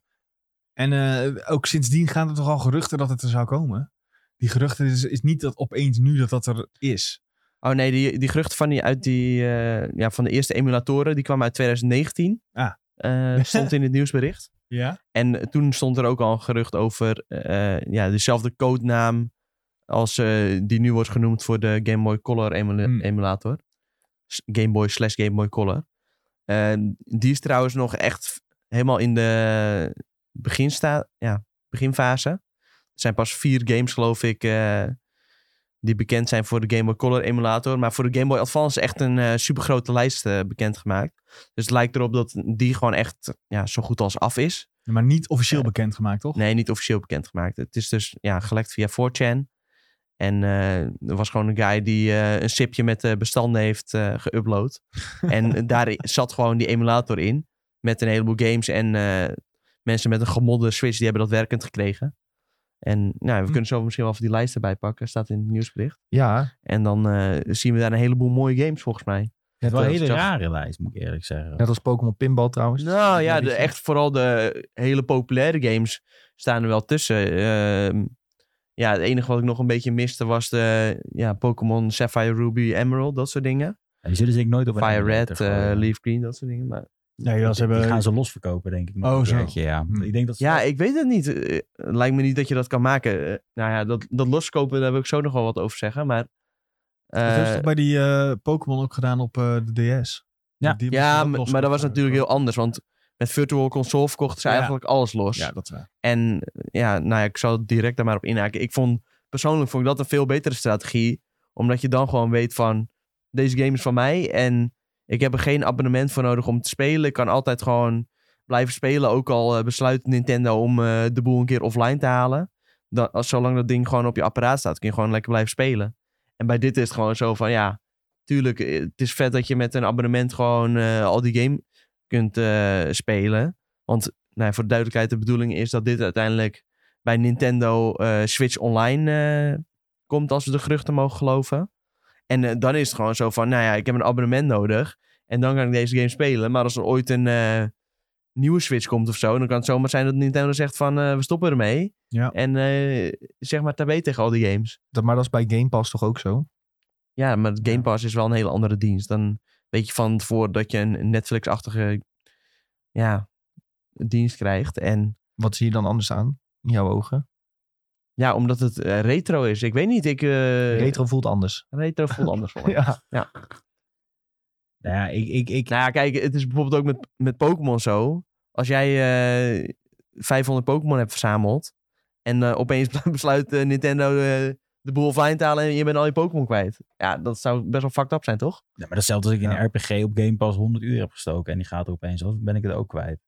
En eh, ook sindsdien gaan er toch al geruchten dat het er zou komen. Die geruchten is, is niet dat opeens nu dat dat er is.
Oh nee, die, die geruchten van, die, uit die, eh, ja, van de eerste emulatoren, die kwamen uit 2019.
Ah.
Eh, stond in het nieuwsbericht.
Ja?
En toen stond er ook al een gerucht over eh, ja, dezelfde codenaam als eh, die nu wordt genoemd voor de Game Boy Color emula-
Hmm.
emulator. S- Game Boy slash Game Boy Color. Eh, die is trouwens nog echt f- helemaal in de beginsta ja, beginfase. Er zijn pas vier games, geloof ik, eh, die bekend zijn voor de Game Boy Color emulator. Maar voor de Game Boy Advance is echt een eh supergrote lijst eh, bekendgemaakt. Dus het lijkt erop dat die gewoon echt ja, zo goed als af is.
Maar niet officieel
Ja.
bekendgemaakt, toch?
Eh, Nee, niet officieel bekendgemaakt. Het is dus ja, gelekt via 4chan. En eh, er was gewoon een guy die eh, een sipje met eh, bestanden heeft eh, geüpload. en daar zat gewoon die emulator in. Met een heleboel games. En eh, mensen met een gemodde Switch, die hebben dat werkend gekregen. En nou, we
Hm.
kunnen zo misschien wel even die lijst erbij pakken. Staat in het nieuwsbericht.
Ja,
En dan eh, zien we daar een heleboel mooie games volgens mij.
Het is wel een
eh,
hele rare lijst, moet ik eerlijk zeggen.
net als Pokémon Pinball trouwens.
Nou ja, de,
beetje-
echt vooral de hele populaire games staan er wel tussen. Ehm, ja, het enige wat ik nog een beetje miste was de ja, Pokémon Sapphire, Ruby, Emerald, dat soort dingen.
Die zullen zich nooit op een
Fire
emulator
Red,
gooien.
eh, Leaf Green, dat soort dingen. Maar,
Nee,
Die- Die gaan ze losverkopen, denk ik. nog
Oh,
een
zo.
keertje, Ja,
Hm.
ik denk dat ze
ja, ik weet het niet. Eh, Het lijkt me niet dat je dat kan maken. Eh, nou ja, dat, dat loskopen, daar wil ik zo nog wel wat over zeggen. Maar,
dat heeft
eh,
toch bij die eh, Pokémon ook gedaan op eh, de DS?
Ja.
Die hebben ze
ja,
ook
m-
los
maar dat was
gedaan,
natuurlijk
toch?
heel anders. Want met Virtual Console verkochten ze
Ja.
eigenlijk alles los.
Ja, dat is waar.
En eh, ja, nou ja, ik zal direct daar maar op inhaken. Ik vond, persoonlijk vond ik dat een veel betere strategie. Omdat je dan gewoon weet van, deze game is van mij. En ik heb er geen abonnement voor nodig om te spelen. Ik kan altijd gewoon blijven spelen. Ook al eh, besluit Nintendo om eh, de boel een keer offline te halen. Dan, als, zolang dat ding gewoon op je apparaat staat, kun je gewoon lekker blijven spelen. En bij dit is het gewoon zo van, ja, tuurlijk, eh, het is vet dat je met een abonnement gewoon eh, al die game kunt eh, spelen. Want nou, ja, voor de duidelijkheid, de bedoeling is dat dit uiteindelijk bij Nintendo eh, Switch Online eh, komt, als we de geruchten mogen geloven. En eh, dan is het gewoon zo van, nou ja, ik heb een abonnement nodig. En dan kan ik deze game spelen. Maar als er ooit een eh, nieuwe Switch komt of zo, dan kan het zomaar zijn dat Nintendo zegt van, eh, we stoppen ermee.
Ja.
En eh, zeg maar tabé tegen al die games.
Dat, maar dat is bij Game Pass toch ook zo?
Ja, maar Game Pass is wel een hele andere dienst. Dan weet je van tevoren dat je een Netflix-achtige ja, dienst krijgt. En
Wat zie je dan anders aan in jouw ogen?
Ja, omdat het eh, retro is. Ik weet niet, ik... eh,
Retro voelt anders.
retro voelt anders voor mij.
Ja.
Nou ja, ik, ik, ik,
Nou ja, kijk, het is bijvoorbeeld ook met, met Pokémon zo. Als jij eh, 500 Pokémon hebt verzameld... en eh, opeens besluit eh, Nintendo eh, de boel offline te halen... en je bent al je Pokémon kwijt. Ja, dat zou best wel fucked up zijn, toch?
Ja, maar dat is hetzelfde als ik in
Ja.
een RPG op Game Pass 100 uur heb gestoken en die gaat er opeens af, ben ik het ook kwijt.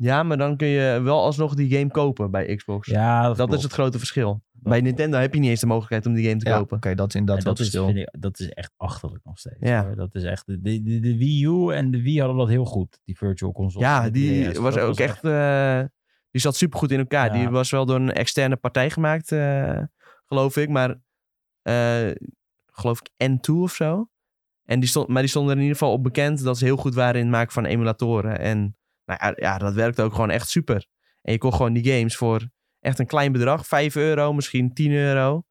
Ja, maar dan kun je wel alsnog die game kopen bij Xbox.
Ja,
dat is het grote verschil.
Dat
bij
klopt.
Nintendo heb je niet eens de mogelijkheid om die game te
Ja, oké,
kopen.
dat is inderdaad
Dat,
wel
dat,
het
is,
verschil.
vind ik, dat is echt achterlijk nog steeds.
Ja.
hoor. Dat is echt, de, de, de Wii U en de Wii hadden dat heel goed, die virtual console.
Ja,
De
die
DS,
was
dat
ook echt. eh, die zat supergoed in elkaar.
Ja.
Die was wel door een externe partij gemaakt, eh, geloof ik. Maar eh, geloof ik N2 of zo. En die stond, maar die stonden er in ieder geval op bekend dat ze heel goed waren in het maken van emulatoren. En nou ja, ja, dat werkte ook gewoon echt super. En je kon gewoon die games voor echt een klein bedrag, 5 euro, misschien 10 euro.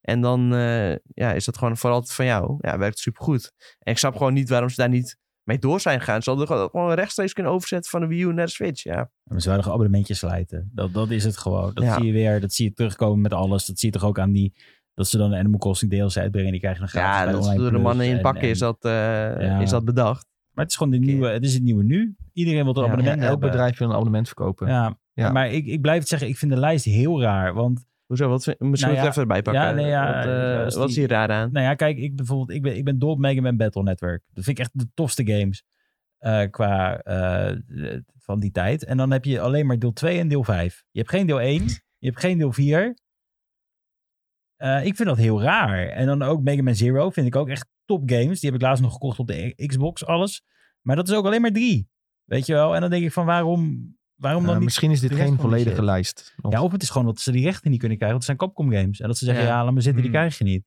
En dan eh, ja, is dat gewoon voor altijd van jou. Ja, werkt supergoed. En ik snap gewoon niet waarom ze daar niet mee door zijn gegaan. Ze hadden gewoon- gewoon rechtstreeks kunnen overzetten van de Wii U naar de Switch. Ja,
Maar ze hadden abonnementjes slijten. Dat, dat is het gewoon. Dat
Ja.
zie je weer, dat zie je terugkomen met alles. Dat zie je toch ook aan die, dat ze dan de Animal Crossing DLC uitbrengen en die krijgen een gratis
ja
bij
dat is
Online
door de
Plus
mannen in
en-
het pakken
en-
is, dat, eh,
Ja.
is dat bedacht.
Maar het is gewoon de nieuwe, het is het nieuwe nu. Iedereen wil een
Ja,
Ja,
abonnement
elk
hebben.
bedrijf wil een abonnement verkopen.
Ja,
Ja.
maar ik, ik blijf het zeggen, ik vind de lijst heel raar. Want
Hoezo? Wat, vind- misschien
Nou
moet ik
ja,
het even erbij pakken.
ja, nee, ja,
wat,
eh,
eh,
als
wat is
die-
hier raar aan?
Nou ja, kijk, ik bijvoorbeeld, ik ben, ik ben dol op Mega Man Battle Network. Dat vind ik echt de tofste games eh, qua eh, van die tijd. En dan heb je alleen maar deel 2 en deel 5. Je hebt geen deel 1, je hebt geen deel 4. Eh, ik vind dat heel raar. En dan ook Mega Man Zero vind ik ook echt top games. Die heb ik laatst nog gekocht op de e- Xbox, alles. Maar dat is ook alleen maar drie. Weet je wel? En dan denk ik van waarom, waarom dan
Eh,
niet
misschien is dit
de rest
geen
van die
volledige
shit.
lijst. Want-
ja, of het is gewoon dat ze die rechten niet kunnen krijgen. Want het zijn Capcom games. En dat ze zeggen,
Ja.
ja, laat maar zitten, die
Mm.
krijg je niet.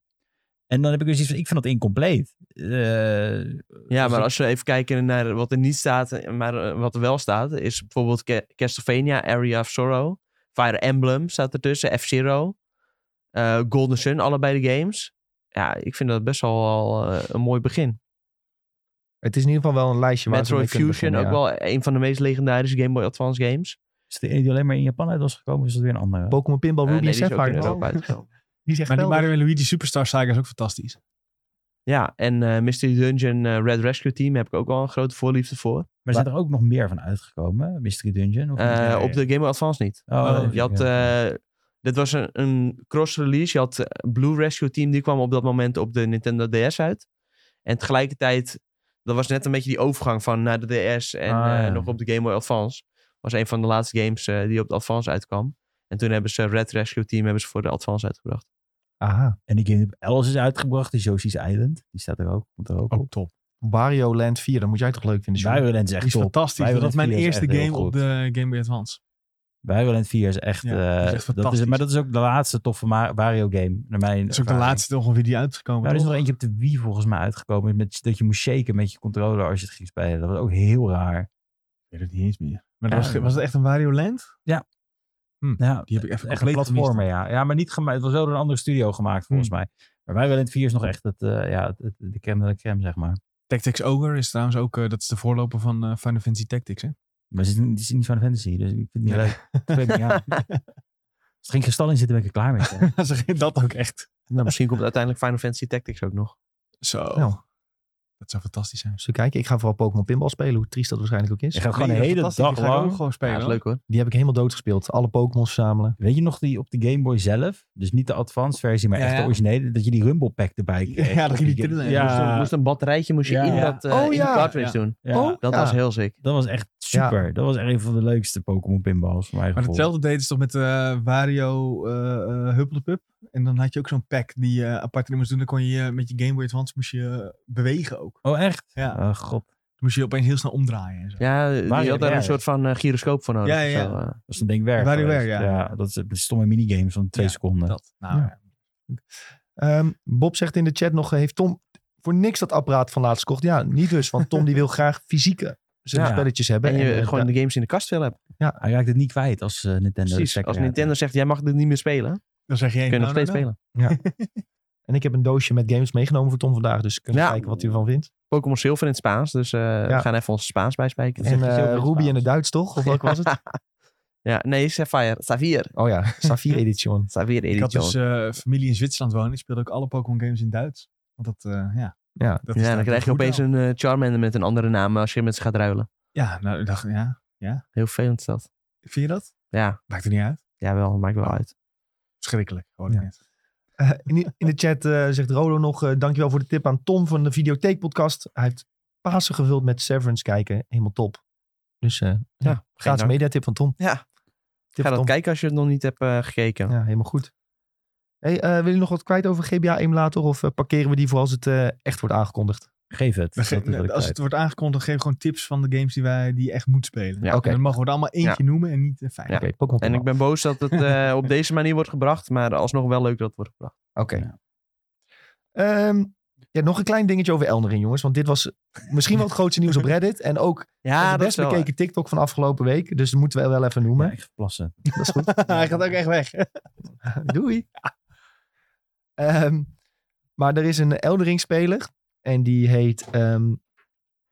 En dan heb ik dus iets van, ik vind dat incompleet. Eh,
Ja,
dus
maar
ik-
als we even kijken naar wat er niet staat, eh, maar eh, wat er wel staat, is bijvoorbeeld Ca- Castlevania, Area of Sorrow, Fire Emblem staat ertussen, F-Zero, eh, Golden Sun, allebei de games. Ja, ik vind dat best wel al eh, een mooi begin.
Het is in ieder geval wel een lijstje waar ze
Metroid
mee kunnen
Fusion, ook
beginnen, ja.
wel een van de meest legendarische Game Boy Advance games.
Is het de ene die alleen maar in Japan uit was gekomen, is dat weer een andere?
Pokémon Pinball
Eh,
Ruby
nee, die is ook in
Sapphire.
Europa uitgekomen.
Die is echt
Maar die
geweldig.
Mario en Luigi Superstar Saga is ook fantastisch.
Ja, en eh Mystery Dungeon eh, Red Rescue Team heb ik ook al een grote voorliefde voor.
Maar zijn er ook nog meer van uitgekomen? Mystery Dungeon? Of
Eh, op de Game Boy Advance niet.
Oh,
je had, eh, dit was een, een cross-release. Je had eh, Blue Rescue Team, die kwam op dat moment op de Nintendo DS uit. En tegelijkertijd, dat was net een beetje die overgang van naar de DS en
Ah,
eh,
ja.
nog op de Game Boy Advance. Was een van de laatste games eh, die op de Advance uitkwam. En toen hebben ze Red Rescue Team hebben ze voor de Advance uitgebracht.
Aha.
En die game die op Alice is uitgebracht, die Yoshi's Island. Die staat er ook. Komt er ook op.
Ook top.
Wario Land 4, dat moet jij toch leuk vinden, Sjoerd?
Violent
Oh,
is
Die
echt
is
top.
fantastisch.
Violent
Dat was mijn
4 is
eerste
echt heel
game op
goed.
de Game Boy Advance.
Violent 4 is echt...
Ja,
eh,
dat is echt
dat is,
fantastisch.
maar dat is ook de laatste toffe Ma- Wario game. Naar mijn
Dat is ook de
ervaring.
laatste ongeveer die uitgekomen
Nou, er is
toch?
nog eentje op de Wii volgens mij uitgekomen. Met, dat je moest shaken met je controller als je het ging spelen. Dat was ook heel raar.
Ik weet het niet eens meer. Maar dat
Ja.
was, ge- was het echt een Wario Land?
Ja,
Die heb ik even
echt een
compleet
platformer,
gemist.
ja. Ja, maar niet gemaakt. Het was wel door een andere studio gemaakt
Hmm.
volgens mij. Maar Violent 4 is nog echt het, eh, ja, het- het- de crème de la crème, zeg maar.
Tactics Ogre is trouwens ook, eh, dat is de voorloper van eh, Final Fantasy Tactics. Hè?
Maar het is, niet- het is niet van fantasy, dus ik vind het niet
Nee.
leuk. Het spreekt me niet aan. Als er geen kristal in zitten, ben ik er klaar mee. zeg.
Zeg je dat ook echt.
Nou, misschien komt uiteindelijk Final Fantasy Tactics ook nog.
Zo.
Nou,
Dat zou fantastisch zijn.
eens even kijken. Ik ga vooral Pokémon Pinball spelen, hoe triest dat waarschijnlijk ook is.
Je gaat gewoon de
Nee,
hele
fantastisch.
dag
Die ga ik ook
lang.
gewoon
Ja,
spelen.
is leuk hoor.
Die heb ik helemaal doodgespeeld. Alle Pokémon verzamelen.
Weet je nog die op de Game Boy zelf? Dus niet de advanced versie, maar
Ja,
echt de
ja.
originele. Dat je die Rumble Pack erbij kreeg.
Ja, dat ging die
Op
trillen.
game- Ja,
moest een batterijtje moest je
Ja.
in,
Ja.
dat, eh,
Oh,
in
ja.
die cartridge doen.
ja.
Oh,
Dat
ja.
was heel sick.
Dat was echt super. Dat was echt een van de leukste Pokémon pinballs voor mij
Maar hetzelfde deden ze toch met eh Wario eh eh, Huppeldepup? En dan had je ook zo'n pack die eh apart in moest doen. Dan kon je eh, met je Game Boy Advance moest je eh, bewegen ook.
Oh, echt?
Ja.
Oh, god.
Dan moest je opeens heel snel omdraaien en zo.
Ja,
Mario
je had daar
Kart.
een soort van eh, gyroscoop voor nodig.
Ja,
of
ja,
zo,
ja.
eh.
Dat is een ding werk.
WarioWare,
geweest.
ja.
dat is een stomme minigame van twee
Ja,
seconden.
Dat. Nou,
Ja. Ehm, Bob zegt in de chat nog, eh, heeft Tom voor niks dat apparaat van laatst gekocht? Ja, niet dus, want Tom die wil graag fysieke zijn
Ja.
spelletjes hebben.
En je
eh,
gewoon
da-
de games in de kast wil hebben.
Hij raakt het niet kwijt als eh, Nintendo.
Precies.
de
Als
stekker
Nintendo zegt, jij mag dit niet meer spelen,
dan zeg je
kun
één.
je nog
nou,
steeds
nou, nou.
spelen.
en ik heb een doosje met games meegenomen voor Tom vandaag, dus kunnen we
Ja.
kijken wat hij ervan vindt.
Pokémon Silver in het Spaans, dus eh, we gaan even ons Spaans bijspijken.
En
zegt hij
eh,
zelf in
Ruby in
Spaans.
het Duits toch? Of welk was het?
ja, nee, Sapphire. Sapphire.
Oh ja, Safir Edition.
Sapphire
Ik had
Edition.
dus eh, familie in Zwitserland wonen. Die speelde ook alle Pokémon games in Duits. Want dat, eh, ja.
Ja.
dat is
ja,
daar
dan krijg je
goed
opeens
aan.
een eh, Charmander met een andere naam eh, als je met ze gaat ruilen.
Ja, nou, ik dacht, ja.
Heel vervelend is dat. Ah,
Vind je dat?
Ja,
Maakt er niet uit.
jawel, maakt wel uit.
Schrikkelijk. Hoor
Ja. Eh, in, in de chat eh, zegt Rolo nog, eh, dankjewel voor de tip aan Tom van de Videotheekpodcast. Hij heeft Pasen gevuld met Severance kijken, helemaal top. Dus eh ja, gratis
dank.
mediatip van Tom.
Ja.
Tip
Ga
van
dat
Tom.
kijken als je het nog niet hebt eh, gekeken.
Ja, helemaal goed. Hey, eh, wil je nog wat kwijt over GBA-emulator of eh, parkeren we die voor als het eh, echt wordt aangekondigd?
Geef het.
Dan
Dat
ge-
is wat ik
als
kwijt.
het wordt aangekondigd, dan geef ik gewoon tips van de games die, wij, die je echt moet spelen.
Ja.
En
Oké.
dan mogen we er allemaal eentje noemen en niet eh, vijf.
Ja.
Oké, Pokémon
En ik ben boos dat het eh, op deze manier wordt gebracht, maar alsnog wel leuk dat het wordt gebracht.
Oké.
Ja.
Ehm, ja, nog een klein dingetje over Eldering, jongens. Want dit was misschien wel het grootste nieuws op Reddit. En ook
Ja,
de
dat
best
is wel-
bekeken TikTok van afgelopen week. Dus dat moeten we wel even noemen.
Ja, ik ga plassen.
Dat is goed.
Hij gaat ook echt weg.
Doei. Ehm, maar er is een Eldering speler. En die heet ehm,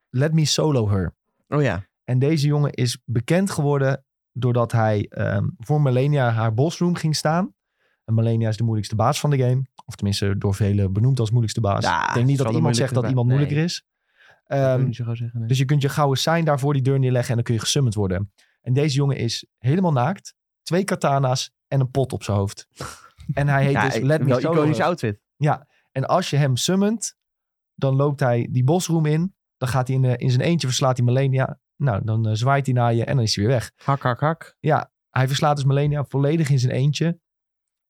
Let Me Solo Her.
Oh ja,
En deze jongen is bekend geworden doordat hij ehm, voor Melania haar bossroom ging staan. En Melania is de moeilijkste baas van de game. Of tenminste, door velen benoemd als moeilijkste baas.
Ja,
Ik denk niet
zal
dat
de
iemand zegt
moeilijkste
dat
ba-
iemand moeilijker
nee.
is.
dat
Ehm,
wil ik niet zo gauw zeggen. nee.
dus je kunt je gouden sign daar voor die deur neerleggen en dan kun je gesummerd worden. En deze jongen is helemaal naakt. Twee katana's en een pot op zijn hoofd. En hij heet
ja,
dus
ik-
Let Me
wel
Solo.
iconisch
Her.
outfit.
En als je hem summent, dan loopt hij die bosroom in. Dan gaat hij in, eh, in zijn eentje, verslaat hij Melania. Nou, dan eh, zwaait hij naar je en dan is hij weer weg.
Hak, hak, hak.
Hij verslaat dus Melania volledig in zijn eentje.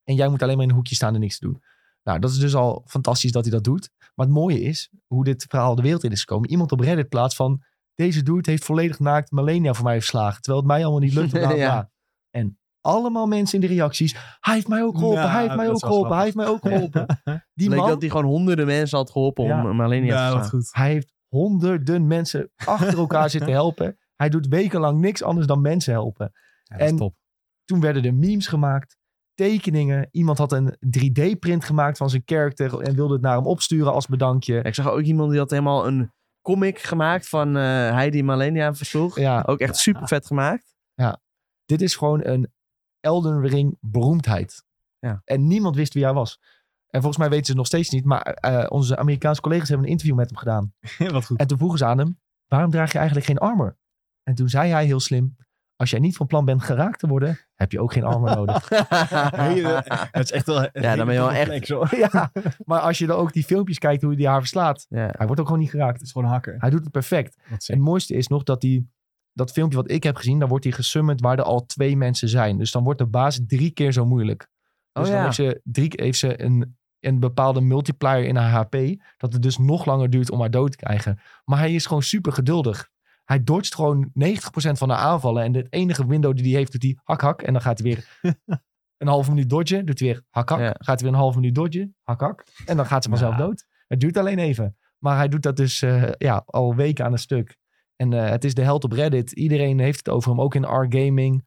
En jij moet alleen maar in een hoekje staan en niks te doen. Nou, dat is dus al fantastisch dat hij dat doet. Maar het mooie is hoe dit verhaal de wereld in is gekomen. Iemand op Reddit plaatst van... Deze dude heeft volledig naakt Malenia voor mij verslagen. Terwijl het mij allemaal niet lukt. Bla, bla.
Ja.
En allemaal mensen in de reacties. Hij heeft mij ook geholpen.
Ja,
hij heeft mij
dat
ook
is wel
geholpen. Hij heeft mij ook geholpen. Die
Leek
man,
dat hij gewoon honderden mensen had geholpen
Ja.
om alleen niet
Ja,
te
wat
slaan.
goed.
hij heeft honderden mensen achter elkaar zitten helpen. Hij doet wekenlang niks anders dan mensen helpen.
Ja, dat is
En-
top.
Toen werden er memes gemaakt, tekeningen. Iemand had een 3D-print gemaakt van zijn character en wilde het naar hem opsturen als bedankje.
Ik zag ook iemand die had helemaal een comic gemaakt van eh, hij die Malenia versloeg.
Ja,
Ook echt super vet gemaakt.
dit is gewoon een Elden Ring beroemdheid.
Ja.
En niemand wist wie hij was. En volgens mij weten ze het nog steeds niet, maar eh, onze Amerikaanse collega's hebben een interview met hem gedaan.
wat goed.
En toen vroegen ze aan hem, waarom draag je eigenlijk geen armor? En toen zei hij heel slim, als jij niet van plan bent geraakt te worden, heb je ook geen armor nodig.
Hele- eh, Het is echt wel...
Ja, dan ben je wel echt-
Het hoor.
ja, maar als je dan ook die filmpjes kijkt hoe hij haar verslaat.
Ja.
Hij wordt ook gewoon niet
Het
geraakt.
is gewoon hakken.
Hij doet het perfect.
Wat
En het mooiste is nog dat die, dat filmpje wat ik heb gezien, daar wordt hij gesummerd waar er al twee mensen zijn. Dus dan wordt de baas drie keer zo moeilijk. Dus
Oh
dan
ja.
heeft ze, drie, heeft ze een, een bepaalde multiplier in haar HP, dat het dus nog langer duurt om haar dood te krijgen. Maar hij is gewoon super geduldig. Hij dodgt gewoon 90% van haar aanvallen. En het enige window die hij heeft, doet hij hak hak. En dan gaat hij weer een halve minuut dodgen. Doet hij weer hak hak.
Ja. Nou.
Gaat hij weer een halve minuut dodgen. Hak hak. En dan gaat ze vanzelf
Ja.
dood. Het duurt alleen even. Maar hij doet dat dus eh, ja, al weken aan een stuk. En eh, het is de held op Reddit. Iedereen heeft het over hem, ook in R-gaming.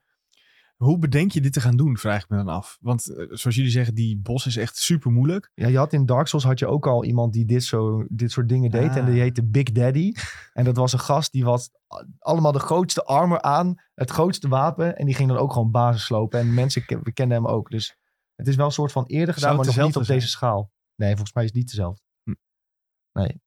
Hoe bedenk je dit te gaan doen, vraag ik me dan af. Want eh, zoals jullie zeggen, die bos is echt super moeilijk.
Ja, je had in Dark Souls had je ook al iemand die dit, zo, dit soort dingen deed.
Ah.
En die heette Big Daddy. En dat was een gast die was a- allemaal de grootste armor aan. Het grootste wapen. En die ging dan ook gewoon basis slopen. En mensen ke- we kenden hem ook. Dus het is wel een soort van eerder gedaan,
het
maar nog niet
dezelfde
op
zijn?
deze schaal. Nee, volgens mij is het niet dezelfde.
Hm.
Nee.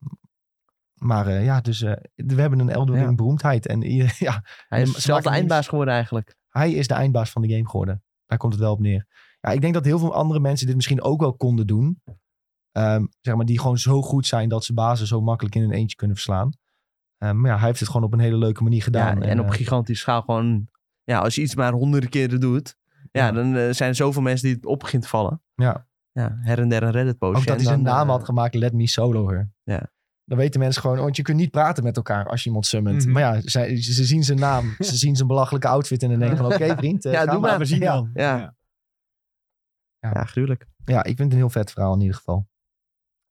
Maar eh, ja, dus eh, we hebben een Elden Ring
Ja.
beroemdheid. En ieder- ja,
Hij is
Maakt
zelf de
niks.
eindbaas geworden eigenlijk.
Hij is de eindbaas van de game geworden. Daar komt het wel op neer. Ja, ik denk dat heel veel andere mensen dit misschien ook wel konden doen. Ehm, zeg maar, die gewoon zo goed zijn dat ze bazen zo makkelijk in hun eentje kunnen verslaan. Ehm, maar ja, hij heeft het gewoon op een hele leuke manier gedaan.
Ja, en op
eh,
gigantische schaal gewoon... Ja, als je iets maar honderden keren doet... Ja,
Ja.
dan eh, zijn er zoveel mensen die het op begint te vallen.
Ja.
ja. Her en der een reddit postje.
ook dat
en
hij zijn
dan,
naam
eh,
had gemaakt, Let Me Solo Her.
Ja.
Dan weten mensen gewoon, want je kunt niet praten met elkaar als je iemand summont.
Mhm.
Maar ja, zij- ze, zien zijn naam, ze zien zijn belachelijke outfit en dan denken van, oké vriend, eh,
Ja,
ga
doe maar.
we zien
Ja.
dan.
Ja. Ja, gruwelijk.
Ja, ik vind het een heel vet verhaal in ieder geval.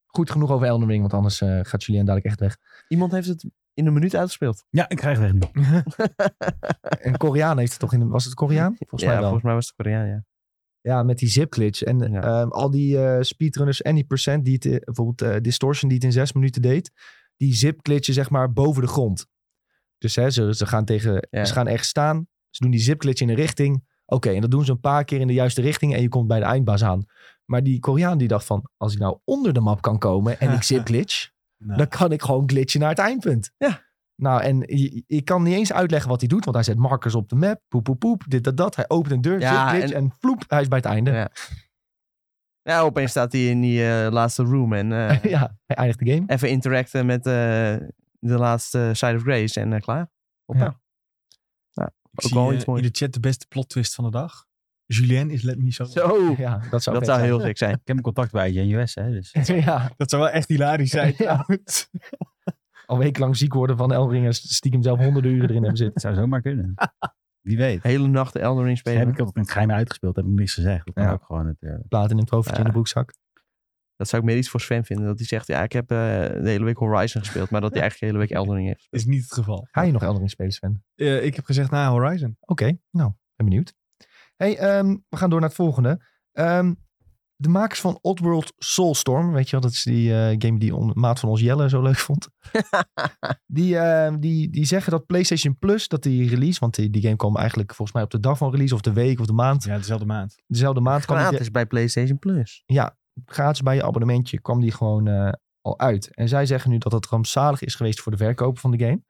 Goed genoeg over Elden Ring, want anders eh, gaat Julien dadelijk echt weg.
Iemand heeft het in een minuut uitgespeeld.
Ja, ik krijg weg nu.
Een Koreaan heeft het toch in de, was het Koreaan? Volgens
ja,
mij wel.
volgens mij was het Koreaan, ja.
Ja, met die zip glitch. En
Ja.
ehm, al die eh, speedrunners en die percent die het, eh, bijvoorbeeld eh, distortion die het in zes minuten deed, die zip glitchen zeg maar boven de grond. Dus hè, ze, ze gaan tegen,
Ja.
ze gaan ergens staan, ze doen die zip glitch in een richting. Oké, en dat doen ze een paar keer in de juiste richting en je komt bij de eindbaas aan. Maar die Koreaan die dacht van, als ik nou onder de map kan komen en ik zip glitch,
Nou,
dan kan ik gewoon glitchen naar het eindpunt.
Ja.
Nou, en je- ik kan niet eens uitleggen wat hij doet, want hij zet markers op de map, poep, poep, poep, dit, dat, dat. Hij opent een deur,
Ja,
zit glitch en, vloep, hij is bij het einde.
Ja. Ja, opeens staat hij in die eh, laatste room en eh,
ja, hij eindigt de game.
even interacten met eh, de laatste Side of Grace en eh, klaar. Hoppa.
Ja.
Nou,
ik
ook
zie,
wel
eh,
iets moois.
in de chat de beste plot twist van de dag. Julien is Let Me Solo.
Zo,
Ja, dat zou vet
dat zou
zijn.
heel gek zijn.
Ik heb een contact bij JUS, hè. Dus.
ja,
Dat zou wel echt hilarisch zijn.
Ja.
trouwens.
al wekenlang ziek worden van Elring en stiekem zelf honderden uren erin hebben
Het
zitten.
zou zomaar kunnen. Wie weet.
Hele nacht Elden Ring spelen.
heb ik altijd in het geheim uitgespeeld, heb ik niks gezegd. Dat kan
Ja.
ook gewoon eh, natuurlijk.
Plaat in een trofee in de broekzak.
Dat zou ik meer iets voor Sven vinden. Dat hij zegt, ja, ik heb eh, de hele week Horizon gespeeld. Maar dat hij eigenlijk de hele week Elden Ring heeft gespeeld.
Is niet het geval.
Ga je nog Elring spelen, Sven?
Eh, ik heb gezegd na Horizon.
Oké, nou, ben benieuwd. hey, ehm, we gaan door naar het volgende. Ehm, de makers van Oddworld Soulstorm, weet je wel, dat is die eh, game die on, maat van ons Jelle zo leuk vond. die, ehm, die, die zeggen dat PlayStation Plus, dat die release, want die, die game kwam eigenlijk volgens mij op de dag van release of de week of de maand,
Ja, dezelfde maand.
dezelfde maand. kwam die-
Gratis bij PlayStation Plus.
gratis bij je abonnementje kwam die gewoon eh, al uit. En zij zeggen nu dat dat rampzalig is geweest voor de verkoper van de game.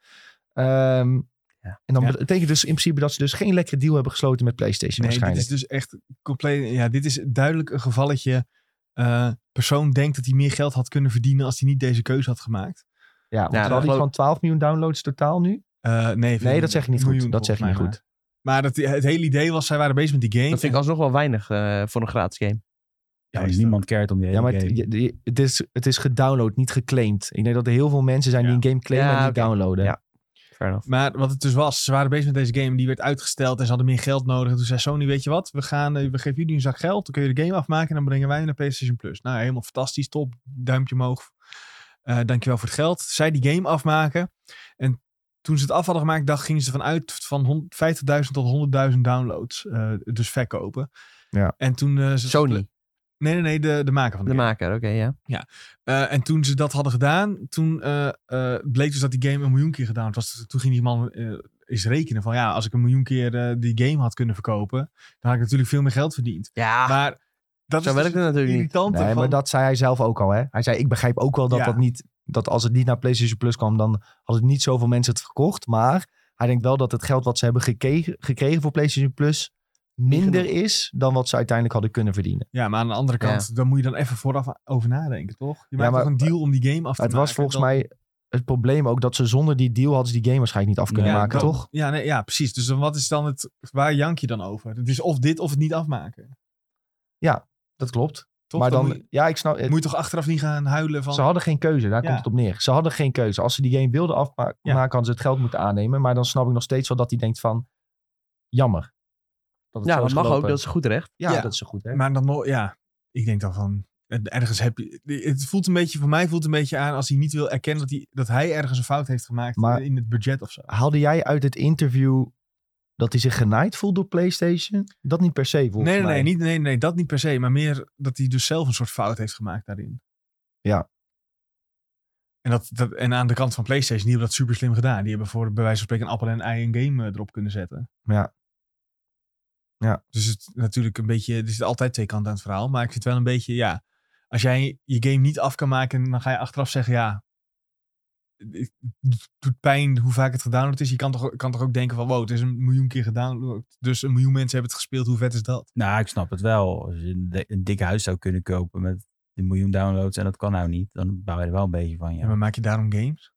Ehm,
Ja.
En dan
Ja.
betekent dus in principe dat ze dus geen lekkere deal hebben gesloten met PlayStation
Nee, dit
waarschijnlijk.
is dus echt compleet. Ja, dit is duidelijk een gevalletje. eh persoon denkt dat hij meer geld had kunnen verdienen als hij niet deze keuze had gemaakt.
Ja, want
Ja,
we
dat
hadden iets
geloof-
van 12 miljoen downloads totaal nu.
Eh, nee,
Nee, dat zeg ik niet goed.
miljoen
Dat zeg ik niet
volgens mij
goed.
Maar dat, het hele idee was, zij waren bezig met die game.
Dat vind ik alsnog wel weinig eh, voor een gratis game.
Ja, maar niemand cared om die hele
Ja, maar
game.
het, je- je- het is, het is gedownload, niet geclaimd. Ik denk dat er heel veel mensen zijn die
Ja.
een game claimen
Ja,
en niet
oké.
downloaden.
Ja. Fair enough.
Maar wat het dus was, ze waren bezig met deze game. Die werd uitgesteld en ze hadden meer geld nodig. En toen zei Sony, weet je wat, we, gaan, eh, we geven jullie een zak geld. Dan kun je de game afmaken en dan brengen wij hem naar PlayStation Plus. Nou, helemaal fantastisch, top. Duimpje omhoog. Eh, dankjewel voor het geld. Zij die game afmaken. En toen ze het af hadden gemaakt, dacht, gingen ze vanuit van hon- 50.000 tot 100.000 downloads. eh, dus verkopen.
Ja.
En toen eh, ze...
Sony,
Nee, nee, nee, de, de maker van de,
de
game.
maker, oké, ja.
Eh, en toen ze dat hadden gedaan, toen eh, eh, bleek dus dat die game een miljoen keer gedownload was. Toen ging die man eh, eens rekenen van ja, als ik een miljoen keer eh, die game had kunnen verkopen, dan had ik natuurlijk veel meer geld verdiend.
Ah,
Ja,
maar dat
zo
is
werkt
dus
het natuurlijk niet.
irritant.
Nee, maar dat zei hij zelf ook al. Hè? Hij zei, ik begrijp ook wel dat
Ja.
dat niet... Dat als het niet naar PlayStation Plus kwam, dan hadden niet zoveel mensen het gekocht. Maar hij denkt wel dat het geld wat ze hebben gekeken, gekregen voor PlayStation Plus minder is dan wat ze uiteindelijk hadden kunnen verdienen.
Ja, maar aan de andere kant, dan moet je dan even vooraf over nadenken, toch? Je maakt
maar-
toch een deal om die game af te
het
maken.
was volgens
dan-
mij het probleem ook dat ze zonder die deal hadden ze die game waarschijnlijk niet af kunnen
Ja,
maken,
dan-
toch?
Ja, nee, ja, precies. Dus dan wat is dan het, waar jank je dan over? Het is of dit of het niet afmaken.
Dat klopt.
Toch?
maar dan,
moet, je,
ja, ik snap. het-
moet je toch achteraf niet gaan huilen van...
Ze hadden geen keuze, daar
Ja.
komt het op neer. Ze hadden geen keuze. Als ze die game wilden afmaken,
Ja.
hadden ze het geld moeten aannemen. Maar dan snap ik nog steeds wel dat hij denkt van, jammer. het
Ja,
zo
dat
is
mag ook,
gelopen.
dat is goed recht.
Ja,
Ja.
dat is zo goed. Hè?
Maar dan nog, ja, ik denk dan van. eh, Ergens heb je. Het voelt een beetje, voor mij voelt het een beetje aan als hij niet wil erkennen dat hij, dat hij ergens een fout heeft gemaakt
Maar-
in het budget of zo.
Haalde jij uit het interview dat hij zich genaaid voelt door PlayStation? Dat niet per se, volgens
Nee, nee,
mij.
nee, niet, nee, nee, dat niet per se. Maar meer dat hij dus zelf een soort fout heeft gemaakt daarin.
Ja.
En, dat, dat, en aan de kant van PlayStation, die hebben dat super slim gedaan. Die hebben voor bij wijze van spreken een appel en een ei een game eh, erop kunnen zetten.
Ja. Ja.
Dus het is natuurlijk een beetje, er zitten altijd twee kanten aan het verhaal. Maar ik vind wel een beetje, ja. Als jij je game niet af kan maken, dan ga je achteraf zeggen, ja. Het het doet pijn hoe vaak het gedownload is. Je kan toch, kan toch ook denken van, wow, het is een miljoen keer gedownload. Dus een miljoen mensen hebben het gespeeld. Hoe vet is dat?
Nou, ik snap het wel. Als je een, di- een dik huis zou kunnen kopen met een miljoen downloads en dat kan nou niet, dan bouw je er wel een beetje van. Ja.
Ja, maar maak je daarom games?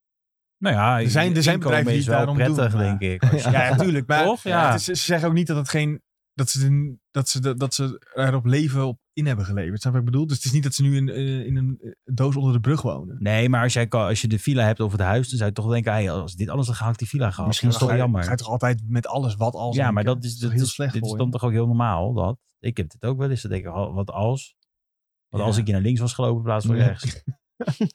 nou ja,
er zijn- er
je
zijn
inkomen
bedrijven die
is
het
wel
daarom
prettig,
doen, maar-
denk ik. Als je-
Ja, natuurlijk. Maar
Toch? Ja.
het is- ze zeggen ook niet dat het geen. Dat ze, de- dat, ze de- dat ze erop leven op in hebben geleverd. Snap je wat ik bedoel? Dus het is niet dat ze nu in, eh, in een eh, doos onder de brug wonen.
Nee, maar als, jij, kan- als je de villa hebt of het huis, dan zou je toch denken, hey, als dit alles, dan ga ik die villa gehad.
Misschien
dat is
Dan
toch
ga je- Ga je
jammer.
toch altijd met alles wat als.
Ja,
denken?
maar dat is, dat
heel
is-
slecht
Dit is
voor
dan
je?
toch ook heel normaal. Dat. Ik heb dit ook wel eens. Dan denk ik, oh, wat als? Wat
Ja.
als ik je naar links was gelopen in plaats van
Ja.
rechts? Had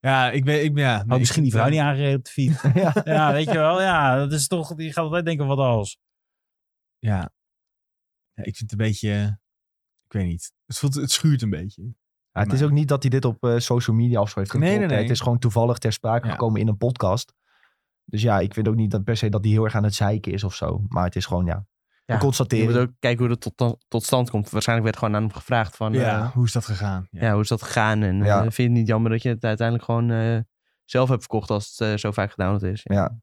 Ja, ik ben. Ik, ben- ja,
ik
nee,
misschien die
ik-
vrouw niet aangereden op de fiets.
Ja.
ja, weet je wel. Ja, dat is toch, die gaat altijd denken, wat als?
Ja. ja. Ik vind het een beetje. eh, Ik weet niet. Het, voelt, het schuurt een beetje.
Ja, het is
Maar-
ook niet dat hij dit op eh, social media of zo heeft
Nee, nee,
gedropt, hè.
nee.
Het is gewoon toevallig ter sprake
Ja.
gekomen in een podcast. Dus ja, ik vind ook niet dat per se dat hij heel erg aan het zeiken is of zo. Maar het is gewoon, ja,
Ja,
een
Je moet
constatering.
ook kijken hoe dat tot, dan- tot stand komt. Waarschijnlijk werd gewoon aan hem gevraagd van...
ja.
eh,
hoe is dat gegaan?
ja, hoe is dat gegaan? En eh,
Ja.
vind je het niet jammer dat je het uiteindelijk gewoon eh, zelf hebt verkocht als het eh, zo vaak gedownload is?
Ja.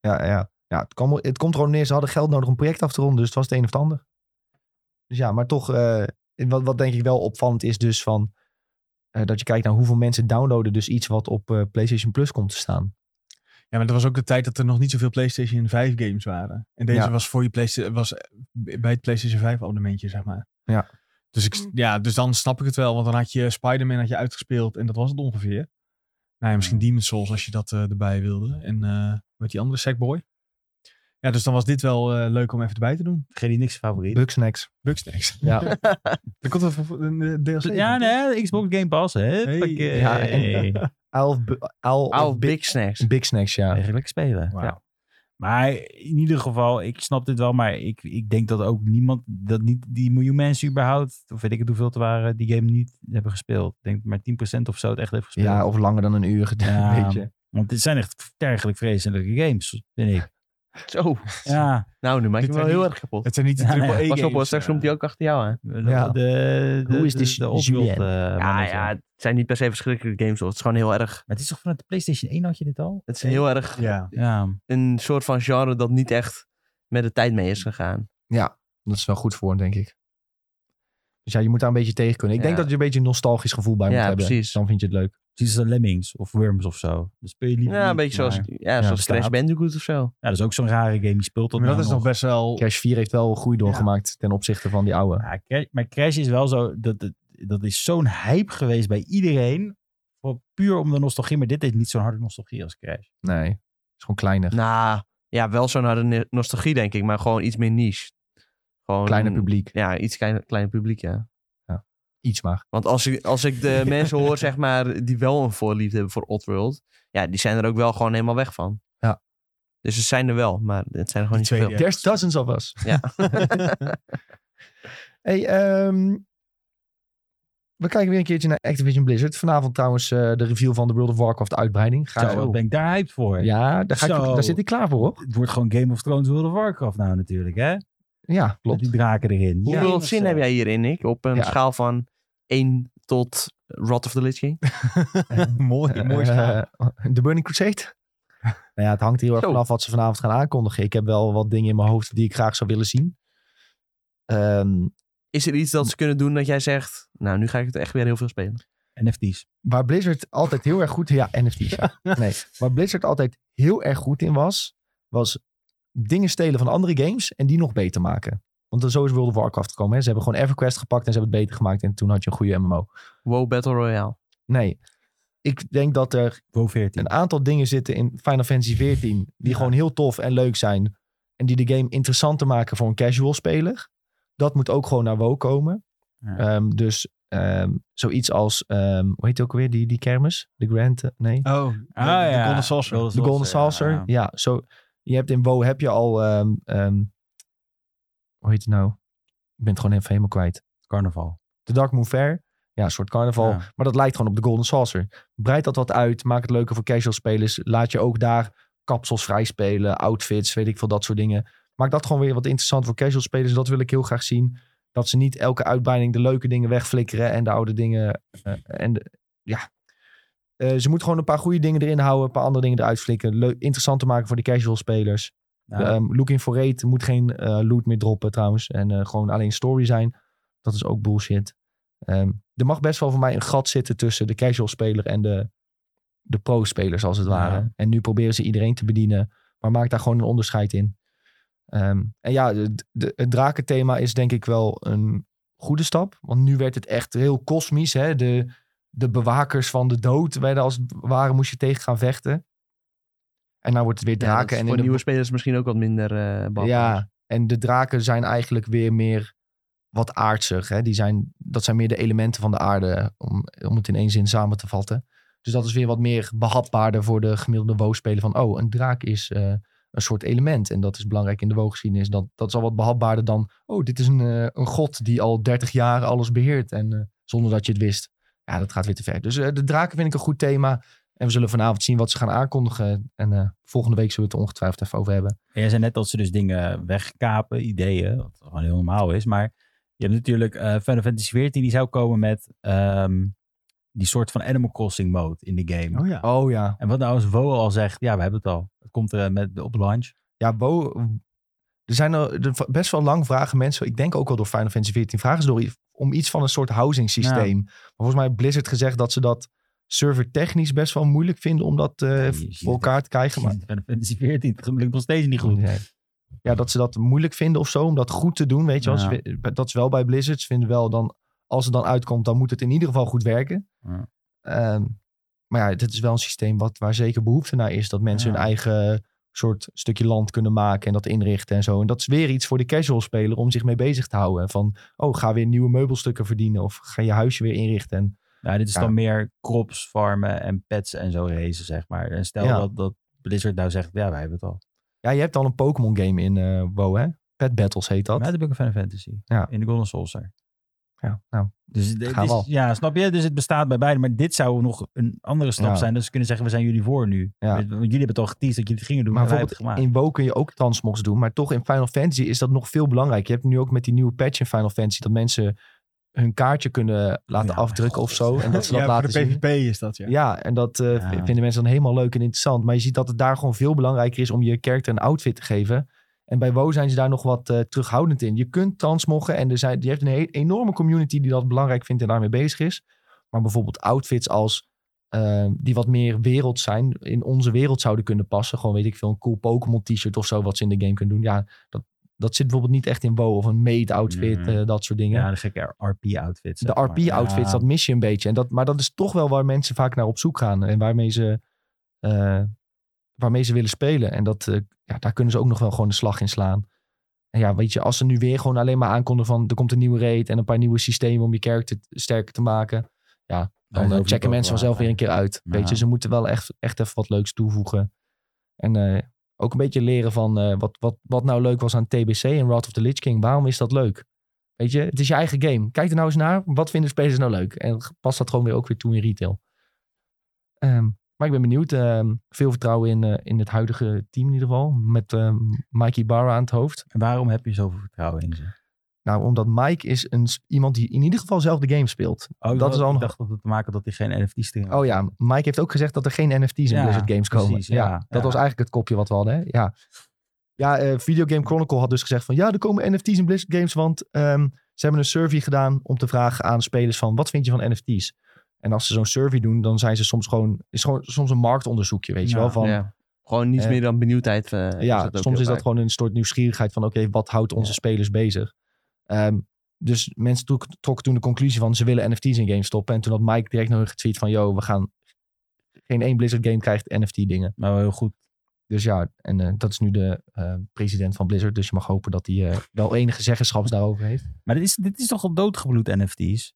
Ja, ja. ja het, kwam- het komt er gewoon neer, ze hadden geld nodig om een project af te ronden. Dus het was het een of het ander. Dus ja, maar toch, eh, wat, wat denk ik wel opvallend is dus van... eh, dat je kijkt naar hoeveel mensen downloaden dus iets wat op eh, PlayStation Plus komt te staan.
Ja, maar dat was ook de tijd dat er nog niet zoveel PlayStation 5 games waren. En deze
Ja.
was voor je PlayStation was eh, bij het PlayStation 5 abonnementje, zeg maar.
Ja.
Dus, ik, ja, dus dan snap ik het wel, want dan had je Spider-Man had je uitgespeeld en dat was het ongeveer. Nou ja, misschien Demon's Souls als je dat eh, erbij wilde. En eh wat die andere, Sackboy. Ja, dus dan was dit wel eh, leuk om even erbij te doen.
Geen die niks favoriet.
Bugsnax.
Bugsnacks.
Ja.
Er komt wel voor- een eh, DLC.
Ja, nee, Xbox Game Pass, hè? eh. Huppakee.
Ja, en- Owl of, Bu- Owl of
Oude
Big,
Big Snacks.
Big Snacks, ja.
Eigenlijk spelen.
Wauw.
Ja. Nou. Maar in ieder geval, ik snap dit wel, maar ik, ik denk dat ook niemand, dat niet die miljoen mensen überhaupt, of weet ik het hoeveel het waren, die game niet hebben gespeeld. Ik denk maar 10% of zo het echt heeft gespeeld.
Ja, of langer dan een uur.
Ja.
Weet je.
Want dit zijn echt tergelijk vreselijke games, vind ik.
Zo.
Ja,
Nou, nu maak je
Dit
me
zijn
wel heel
niet-
erg kapot.
Het zijn niet de
Ja,
triple
nee,
A
Pas op hoor,
games,
straks
eh.
komt die ook achter jou aan.
de,
Ja.
de, de-
Hoe is
de-
dit
de opbeeld,
Julien?
eh,
Ja,
manager.
ja,
Maar
het zijn niet per se verschrikkelijke games hoor. Het is gewoon heel erg...
het is toch vanuit de PlayStation 1 had je dit al?
Het is heel erg
Ja.
Ja,
een soort van genre dat niet echt met de tijd mee is gegaan.
Dat is wel goed voor hem, denk ik. Dus ja, je moet daar een beetje tegen kunnen. Ik denk
Ja.
dat je een beetje een nostalgisch gevoel bij
Ja,
moet hebben.
precies.
Dan vind je het leuk.
Precies als de Lemmings of Worms of zo. Dan speel je liever
Ja, een
niet,
beetje zoals,
maar-
ja, zoals
bestaat.
Crash Bandicoot of zo.
Ja, dat is ook zo'n rare game. Die speelt tot
Maar dat
nou
is nog best wel...
Crash 4 heeft wel groei doorgemaakt ten opzichte van die oude.
Ja, Crash- maar Crash is wel zo... Dat, dat, dat is zo'n hype geweest bij iedereen. Voor, puur om de nostalgie. Maar dit is niet zo'n harde nostalgie als Crash.
Nee, het is gewoon kleiner.
Nou, ja, wel zo'n harde ne- nostalgie denk ik, maar gewoon iets meer niche. Gewoon,
Kleiner publiek.
Ja, iets kleiner, kleiner publiek, ja.
Iets maar.
Want als ik, als ik de mensen hoor, zeg maar, die wel een voorliefde hebben voor Oddworld, ja, die zijn er ook wel gewoon helemaal weg van.
Ja.
Dus ze zijn er wel, maar het zijn er gewoon niet
Die
zoveel.
tweede,
There's dozens of us.
Ja.
hey, ehm, we kijken weer een keertje naar Activision Blizzard. Vanavond trouwens eh, de review van de World of Warcraft uitbreiding. Ga
Zo, wat ben ik daar hyped voor.
Ja, daar, ga ik,
Zo.
daar zit ik klaar voor, hoor.
Het wordt gewoon Game of Thrones World of Warcraft nou natuurlijk, hè?
Ja,
Met
klopt.
die draken erin.
Hoeveel
Jemig,
zin
zeg.
heb jij hierin, Nick? Op een
Ja.
schaal van 1 tot Rot of the Lich King?
mooi, mooi schaal.
Eh, De Burning Crusade? nou ja, het hangt heel erg
Zo.
vanaf wat ze vanavond gaan aankondigen. Ik heb wel wat dingen in mijn hoofd die ik graag zou willen zien. Ehm,
Is er iets dat ze kunnen doen dat jij zegt, nou, nu ga ik het echt weer heel veel spelen?
NFT's.
waar Blizzard altijd heel erg goed... Ja, NFT's. ja. Nee, waar Blizzard altijd heel erg goed in was, was dingen stelen van andere games en die nog beter maken. Want dan zo is World of Warcraft gekomen. Hè. Ze hebben gewoon EverQuest gepakt en ze hebben het beter gemaakt. En toen had je een goede MMO.
WoW Battle Royale.
Nee, ik denk dat er
Pro 14.
een aantal dingen zitten in Final Fantasy XIV die gewoon heel tof en leuk zijn en die de game interessanter maken voor een casual speler. Dat moet ook gewoon naar WoW komen.
Ja.
Ehm, dus ehm, zoiets als, ehm, hoe heet het ook alweer, die, die kermis? De Grand, eh, nee?
Oh, de,
Ah,
de
ja.
Golden Saucer.
Golden
De Golden Saucer. Ja,
ja.
zo, je hebt in WoW heb je al, ehm, ehm, hoe heet het nou? Ik ben het gewoon even helemaal kwijt.
Carnaval.
De Dark Moon Fair. Ja, een soort carnaval.
Ja.
Maar dat lijkt gewoon op de Golden Saucer. Breid dat wat uit. Maak het leuker voor casual spelers. Laat je ook daar kapsels vrij spelen. Outfits, weet ik veel, dat soort dingen. Maak dat gewoon weer wat interessant voor casual spelers. Dat wil ik heel graag zien. Dat ze niet elke uitbreiding de leuke dingen wegflikkeren. En de oude dingen. eh, en de- ja. Eh, ze moeten gewoon een paar goede dingen erin houden. Een paar andere dingen eruit flikken. Leuk, interessant te maken voor de casual spelers.
Nou,
Ehm, Looking for Raid moet geen eh, loot meer droppen trouwens. En eh, gewoon alleen story zijn. Dat is ook bullshit. Ehm, er mag best wel voor mij een gat zitten tussen de casual speler en de, de pro-spelers als het ware.
Ja.
En nu proberen ze iedereen te bedienen. Maar maak daar gewoon een onderscheid in. Ehm, en ja, de, de, het drakenthema is denk ik wel een goede stap. Want nu werd het echt heel kosmisch. Hè? De, de bewakers van de dood werden als het ware moest je tegen gaan vechten. En nou wordt het weer
Ja, dat
draken.
is
en
voor
in de-
nieuwe spelers misschien ook wat minder eh bang.
ja, en de draken zijn eigenlijk weer meer wat aardser. Hè? Die zijn, dat zijn meer de elementen van de aarde, om, om het in één zin samen te vatten. Dus dat is weer wat meer behapbaarder voor de gemiddelde WoW-speler. Van, oh, een draak is eh, een soort element. En dat is belangrijk in de WoW-geschiedenis. Dat, dat is al wat behapbaarder dan, oh, dit is een, eh, een god die al 30 jaar alles beheert. En eh, zonder dat je het wist. Ja, dat gaat weer te ver. Dus eh, de draken vind ik een goed thema. En we zullen vanavond zien wat ze gaan aankondigen. En eh, volgende week zullen we het er ongetwijfeld even over hebben.
En jij zei net dat ze dus dingen wegkapen, ideeën, wat gewoon heel normaal is. Maar je hebt natuurlijk eh Final Fantasy XIV, die zou komen met ehm, die soort van Animal Crossing mode in de game.
Oh ja.
Oh ja,
En wat nou als Wo al zegt, ja, we hebben het al. Het komt er met, op launch.
Ja, Bo, er zijn al- er va- best wel lang vragen mensen. Ik denk ook wel door Final Fantasy 14 vragen ze door i- om iets van een soort housing systeem. Maar volgens mij heeft Blizzard gezegd dat ze dat servertechnisch best wel moeilijk vinden om dat eh,
je
v-
ziet
voor elkaar te krijgen. Maar,
Final Fantasy XIV, het lukt nog steeds niet goed.
Nee. Ja, dat ze dat moeilijk vinden of zo om dat goed te doen, weet je wel.
Ja.
Ze vi- Dat is wel bij Blizzard. Ze vinden wel dan, als het dan uitkomt, dan moet het in ieder geval goed werken.
Ja.
Ehm, maar ja, dit is wel een systeem wat, waar zeker behoefte naar is. Dat mensen
Ja.
hun eigen soort stukje land kunnen maken en dat inrichten en zo. En dat is weer iets voor de casual speler om zich mee bezig te houden. Van, oh, ga weer nieuwe meubelstukken verdienen of ga je huisje weer inrichten. En
Nou, dit is
Ja.
dan meer crops farmen en pets en zo racen, zeg maar. En stel
Ja.
dat, dat Blizzard nou zegt, ja, we hebben het al.
ja, je hebt al een Pokémon game in eh WoW, hè? Pet Battles heet dat.
Maar dat heb ik een Final Fantasy.
Ja.
In de Golden Saucer.
Ja, nou,
Dus het- het
Gaan we
is-
al.
ja, snap je? Dus het bestaat bij beide. Maar dit zou nog een andere stap
Ja.
zijn. Dat ze kunnen zeggen, we zijn jullie voor nu.
Ja.
Want jullie hebben het al geteased dat jullie het gingen doen.
Maar
en wij hebben
bijvoorbeeld
het
in WoW kun je ook transmogs doen. Maar toch in Final Fantasy is dat nog veel belangrijker. Je hebt nu ook met die nieuwe patch in Final Fantasy... dat mensen hun kaartje kunnen laten
Ja,
afdrukken
mijn
of zo. En dat ze dat
Ja,
laten
voor de
zien.
PvP is dat, ja.
Ja, en dat eh,
Ja.
v- vinden mensen dan helemaal leuk en interessant. Maar je ziet dat het daar gewoon veel belangrijker is... om je karakter een outfit te geven. En bij WoW zijn ze daar nog wat eh, terughoudend in. Je kunt transmoggen en er zijn, je hebt een he- enorme community... die dat belangrijk vindt en daarmee bezig is. Maar bijvoorbeeld outfits als eh, die wat meer wereld zijn, in onze wereld zouden kunnen passen. Gewoon weet ik veel, een cool Pokémon t-shirt of zo wat ze in de game kunnen doen. Ja, dat, dat zit bijvoorbeeld niet echt in WoW of een mate outfit,
Mhm.
eh, dat soort dingen.
Ja, de gekke RP-outfits.
De RP-outfits, dat mis je een beetje. En dat, maar dat is toch wel waar mensen vaak naar op zoek gaan. En waarmee ze, eh, waarmee ze willen spelen. En dat, eh, ja, daar kunnen ze ook nog wel gewoon de slag in slaan. En ja, weet je, als ze nu weer gewoon alleen maar aankondigen van... er komt een nieuwe raid en een paar nieuwe systemen om je character t- sterker te maken... dan eh, checken mensen vanzelf weer een keer uit.
Ja.
Weet je, ze moeten wel echt, echt even wat leuks toevoegen. En eh, ook een beetje leren van eh, wat, wat, wat nou leuk was aan TBC en Wrath of the Lich King. Waarom is dat leuk? Weet je, het is je eigen game. Kijk er nou eens naar. Wat vinden spelers nou leuk? En pas dat gewoon weer ook weer toe in retail. Ehm, maar ik ben benieuwd. Ehm, veel vertrouwen in, eh, in het huidige team in ieder geval. Met ehm Mikey Barra aan het hoofd.
En waarom heb je zoveel vertrouwen in ze? Oh,
Nou, omdat Mike is een, s- iemand die in ieder geval zelf de game speelt.
Oh, ik
Dat is
dacht-
al nog-
ik dacht dat het te maken had dat hij geen NFT's te
Oh ja, Mike heeft ook gezegd dat er geen NFT's in
Ja,
Blizzard Games komen.
precies,
ja,
ja,
dat
ja.
was eigenlijk het kopje wat we hadden. Hè? Ja, ja eh, Video Game Chronicle had dus gezegd van... ja, er komen NFT's in Blizzard Games, want ehm, ze hebben een survey gedaan... om te vragen aan spelers van, wat vind je van NFT's? En als ze zo'n survey doen, dan zijn ze soms gewoon... is gewoon soms een marktonderzoekje, weet je
Ja.
wel? Van, ja,
Ja. Gewoon niets
Eh,
meer dan benieuwdheid. eh, is dat ook
soms
heel
is dat
vaak.
gewoon een soort nieuwsgierigheid van... oké, wat houdt onze spelers bezig? Ehm, dus mensen trok- trokken toen de conclusie van... ze willen NFT's in games stoppen. En toen had Mike direct naar hun getweet van... yo, we gaan... geen één Blizzard game krijgt NFT-dingen.
Maar wel Nou, heel goed.
Dus ja, en eh, dat is nu de eh, president van Blizzard. Dus je mag hopen dat hij eh, wel enige zeggenschap daarover heeft.
Maar dit is, dit is toch al doodgebloed NFT's?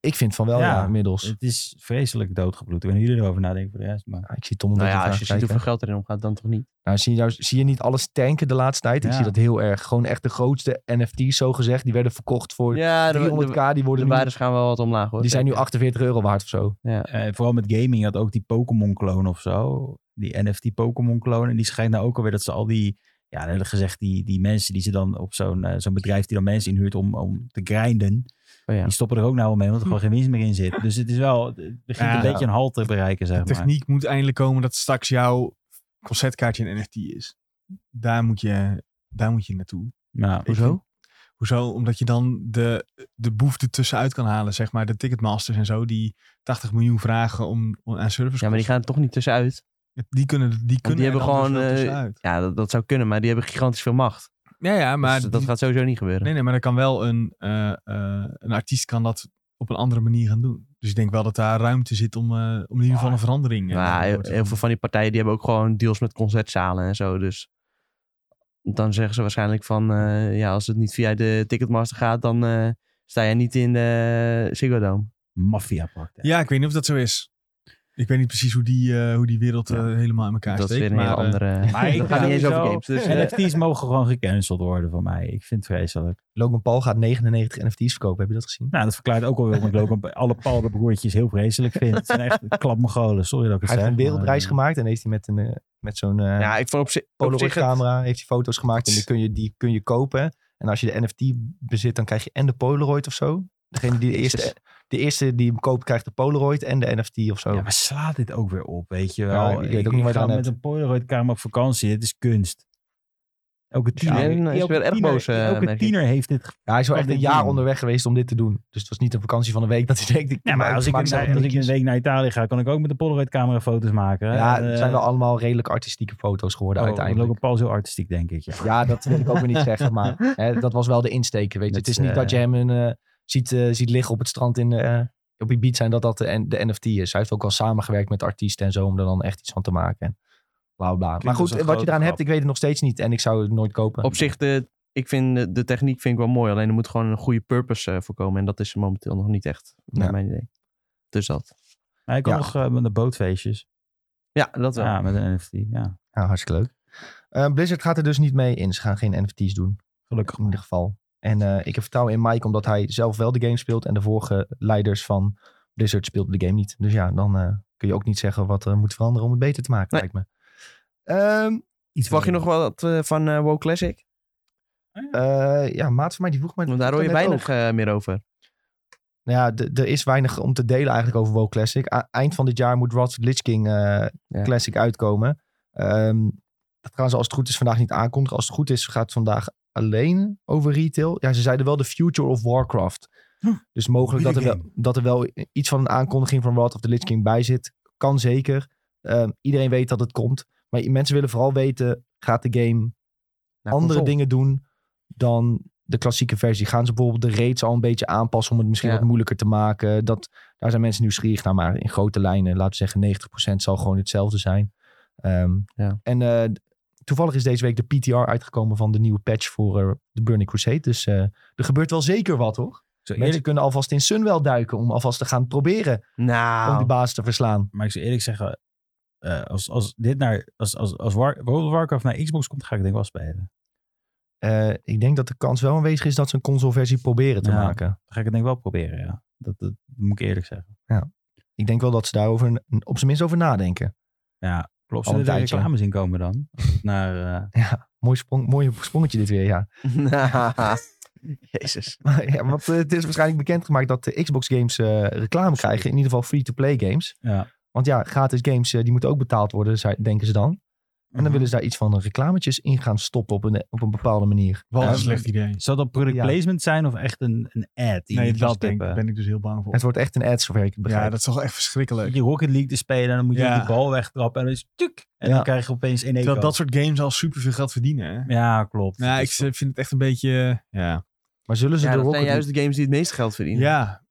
Ik vind van wel, ja,
Ja.
inmiddels.
Het is vreselijk doodgebloed. Ik weet niet hoe jullie erover nadenken voor de rest. Maar...
Ja, ik zie Tom een
Nou
beetje
ja, als je
vragen
ziet hoeveel
kijken.
geld erin omgaat, dan toch niet.
Nou, zie, je, nou- zie je niet alles tanken de laatste tijd? Ik
Ja.
zie dat heel erg. Gewoon echt de grootste NFT's, zo gezegd. Die werden verkocht voor
Ja, de, de,
300k. Die,
de
worden nu,
waardes gaan wel wat omlaag hoor.
die zijn nu 48 euro waard of zo.
Eh, vooral met gaming had ook die Pokémon-kloon of zo. Die NFT-Pokémon-kloon. En die schijnt nou ook alweer dat ze al die... Ja, dan hebben gezegd, die, die mensen die ze dan op zo'n eh, zo'n bedrijf die dan mensen inhuurt om, om te grinden.
Oh ja.
Die stoppen er ook nou al mee, omdat er gewoon geen winst meer in zit. Dus het is wel, het begint
Ja.
een beetje een halt te bereiken, zeg
De
maar.
techniek moet eindelijk komen dat straks jouw concertkaartje een NFT is. Daar moet je, daar moet je naartoe.
Ja.
Ik vind- hoezo? Omdat je dan de, de boef ertussenuit kan halen, zeg maar. De Ticketmasters en zo, die 80 miljoen vragen om, om aan service
Ja, maar die
kosten.
gaan er toch niet tussenuit.
Die kunnen, die kunnen
die
er anders
hebben gewoon,
wel
eh,
tussenuit.
Ja, dat, dat zou kunnen, maar die hebben gigantisch veel macht.
Ja, ja, maar
Maar dus dat
die-
gaat sowieso niet gebeuren.
Nee, nee, maar dat kan wel een, eh, eh, een artiest kan dat op een andere manier gaan doen. Dus ik denk wel dat daar ruimte zit om, eh, om in ieder geval een verandering. eh,
maar
door
heel,
te
heel
voeren.
veel van die partijen die hebben ook gewoon deals met concertzalen en zo. Dus dan zeggen ze waarschijnlijk van, eh, ja, als het niet via de Ticketmaster gaat, dan eh, sta jij niet in de Ziggo Dome.
Maffia-praktijk.
Ja, ik weet niet of dat zo is. Ik weet niet precies hoe die, eh, hoe die wereld eh, helemaal in elkaar
dat is
steekt.
weer een
maar,
hele
eh,
andere...
Maar ik
dat gaat niet eens over
sowieso-
games. Dus, eh,
NFT's mogen gewoon gecanceld worden van mij. Ik vind het vreselijk.
Logan Paul gaat 99 NFT's verkopen. Heb je dat gezien?
Nou, dat verklaart ook wel waarom ik Logan bij alle Paul de broertjes heel vreselijk vind. Het zijn echt klapmogolen. Sorry dat ik het
Hij heeft
zeg,
een
maar,
wereldreis
eh,
gemaakt. En heeft hij met, een, eh, met zo'n... eh,
ja, ik vond op zich... op zich
Polaroid
het-
camera heeft hij foto's gemaakt en die kun, je, die kun je kopen. En als je de NFT bezit, dan krijg je en de Polaroid of zo. Degene die de eerste, de eerste die hem koopt, krijgt de Polaroid en de NFT of zo.
Ja, maar slaat dit ook weer op, weet je wel.
Ja, Oh. Nou, ik weet ook niet waar je
ga
het aan
met
hebt.
een Polaroid-camera op vakantie. Dit is kunst. Elke tiener,
en hij is
elke
weer erg
tiener-
boos, eh,
elke
merk ik.
tiener heeft dit
Ja, hij is wel
Kan
echt een
dit
jaar
doen?
onderweg geweest om dit te doen. Dus het was niet een vakantie van een week dat hij denkt... Ik,
Ja, maar als ik,
maak
een,
zelf
als ik een
dingetjes.
week naar Italië ga, kan ik ook met de Polaroid-camera foto's maken.
Ja,
Eh,
het zijn wel allemaal redelijk artistieke foto's geworden
oh,
uiteindelijk.
Logan Paul is heel artistiek, denk ik. Ja.
Ja, dat wil ik ook weer niet zeggen, maar hè, dat was wel de insteken. Weet je.
Dat
Het is
is,
niet
eh,
dat je hem een, eh, ziet, eh, ziet liggen op het strand in, eh op Ibiza en dat dat de, N- de NFT is. Hij heeft ook al samengewerkt met artiesten en zo om er dan echt iets van te maken. En bla bla, bla. Maar
als
goed,
een
eh, wat je
grote
eraan hebt,
grap.
ik weet het nog steeds niet. En ik zou het nooit kopen.
Op zich, de, ik vind de, de techniek vind ik wel mooi. Alleen er moet gewoon een goede purpose eh, voor komen. En dat is er momenteel nog niet echt, naar
Ja.
mijn idee. Dus dat.
Hij kan
Ja.
nog eh, met de bootfeestjes.
Ja, dat wel.
Ja, met een NFT. Ja,
Ja, hartstikke leuk. Eh, Blizzard gaat er dus niet mee in. Ze gaan geen NFT's doen.
gelukkig.
in ieder geval. En eh, ik heb vertrouwen in Mike, omdat hij zelf wel de game speelt. En de vorige leiders van Blizzard speelden de game niet. Dus ja, dan eh, kun je ook niet zeggen wat er moet veranderen om het beter te maken,
Nee.
lijkt me. Ehm,
Iets
Verwacht je nog wat eh, van eh WoW Classic?
eh, ja, maat van mij die vroeg mij.
Want daar hoor je weinig eh, meer over.
Nou ja, d- er is weinig om te delen eigenlijk over WoW Classic. A- eind van dit jaar moet Wrath of the Lich King eh, Classic uitkomen. Ehm, dat gaan ze als het goed is vandaag niet aankondigen. Als het goed is gaat het vandaag alleen over retail. Ja, ze zeiden wel de Future of Warcraft. Dus mogelijk dat er, wel,
videogame.
dat er wel iets van een aankondiging van Wrath of the Lich King bij zit. Kan zeker. Ehm, iedereen weet dat het komt. Maar mensen willen vooral weten, gaat de game
Nou,
Nou,
andere dingen doen dan de klassieke versie? Gaan ze bijvoorbeeld de raids al een beetje aanpassen om het misschien
Ja.
wat moeilijker te maken? Dat, daar zijn mensen nieuwsgierig naar, maar in grote lijnen, laten we zeggen 90% zal gewoon hetzelfde zijn. Ehm,
Ja.
En eh, toevallig is deze week de PTR uitgekomen van de nieuwe patch voor eh, de Burning Crusade. Dus eh, er gebeurt wel zeker wat hoor.
Zo
Mensen
eerlijk,
kunnen alvast in Sunwell duiken om alvast te gaan proberen om
Nou,
die baas te verslaan.
maar ik zou eerlijk zeggen, eh, als, als dit naar, als, als, als War, World of Warcraft naar Xbox komt, ga ik denk wel spelen.
Eh, ik denk dat de kans wel aanwezig is dat ze een consoleversie proberen te
Ja.
maken.
Dan ga ik het denk ik wel proberen, ja. Dat, dat moet ik eerlijk zeggen.
Ik denk wel dat ze daarover n- op zijn minst over nadenken.
Ja, klopt.
Al een
Zullen er weer
tijdje.
reclames in komen dan? naar, eh,
Mooi sprong, mooie sprongetje dit weer, ja.
nou. Jezus.
Maar ja, want eh, het is waarschijnlijk bekendgemaakt dat de Xbox games eh, reclame krijgen. In ieder geval free-to-play games.
ja.
Want ja, gratis games eh, die moeten ook betaald worden, zei- denken ze dan. En
Mhm.
dan willen ze daar iets van eh, reclametjes in gaan stoppen op een, op een bepaalde manier.
Wat
Ja,
een slecht idee.
Zou dat product
Ja.
placement zijn of echt een, een ad? Die
Nee,
je kan
dat denk,
stippen?
ben ik dus heel bang voor.
Het wordt echt een ad, zover ik het begrijp.
Ja, dat is toch echt verschrikkelijk.
Zit je Rocket League te spelen en dan moet je
Ja.
die bal wegtrappen en dan is het tuk. En
Ja.
dan krijg je opeens één eco.
Terwijl dat soort games al superveel geld verdienen. Hè?
Ja, klopt.
Nou, ik
Dus
vind het echt een beetje... eh, Ja.
Maar zullen ze,
Ja,
de
dat
Rocket League-
zijn juist de games die het meeste geld verdienen.
ja.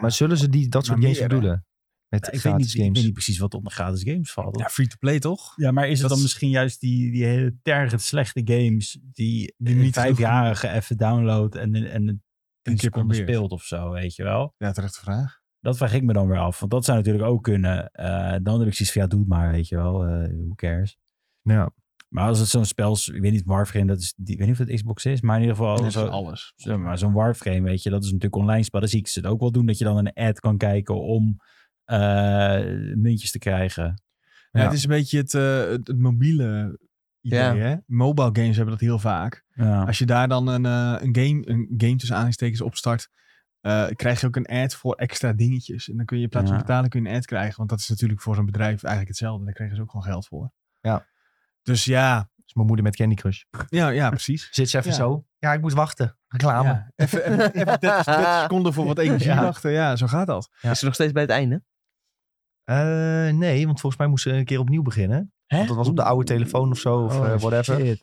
maar zullen ze die, dat soort
Maar
games
meer, hè?
bedoelen? Met
dat- ik, weet
gratis
niet, ik
games.
weet niet precies wat onder gratis games valt.
Ja,
Ja,
free-to-play toch?
maar is het
Dat
dan
is-
misschien juist die, die hele tergend slechte games die,
Die
die
niet
niet vijfjarige even download en, en een
keer
seconden
probeert.
speelt of zo, weet je wel?
Ja, terechte vraag.
Dat vraag ik me dan weer af, want dat zou natuurlijk ook kunnen. Eh, dan heb ik zoiets van, ja, doe het maar, weet je wel. eh who cares?
Nou Ja.
Maar als het zo'n spel is, ik weet niet, Warframe, dat is, die, ik weet niet of het Xbox is, maar in ieder geval...
Net
Oh, zo-
als alles.
Zo, maar zo'n Warframe, weet je, dat is natuurlijk online spel. Daar zie ik ze het ook wel doen, dat je dan een ad kan kijken om eh, muntjes te krijgen.
Ja,
Ja.
Het is een beetje het, eh, het, het mobiele idee,
Ja.
hè? Mobile games hebben dat heel vaak.
Ja.
Als je daar dan een, eh, een, game, een game tussen aanhalingstekens opstart, eh, krijg je ook een ad voor extra dingetjes. En dan kun je in plaats van
Ja.
betalen, kun je een ad krijgen. Want dat is natuurlijk voor zo'n bedrijf eigenlijk hetzelfde. Daar krijgen ze ook gewoon geld voor.
Ja.
Dus ja,
Dat is mijn moeder met Candy Crush.
ja, ja precies.
Zit ze even
Ja.
zo? Ja, ik moet wachten. Reclame.
Ja, even, even, even 30, 30 seconden voor wat energie
Ja.
wachten. Ja, zo gaat dat.
Ja.
Is er nog steeds bij het einde?
Eh, nee, want volgens mij moesten ze een keer opnieuw beginnen. Want dat was op de oude telefoon of zo, of
Oh,
eh, whatever.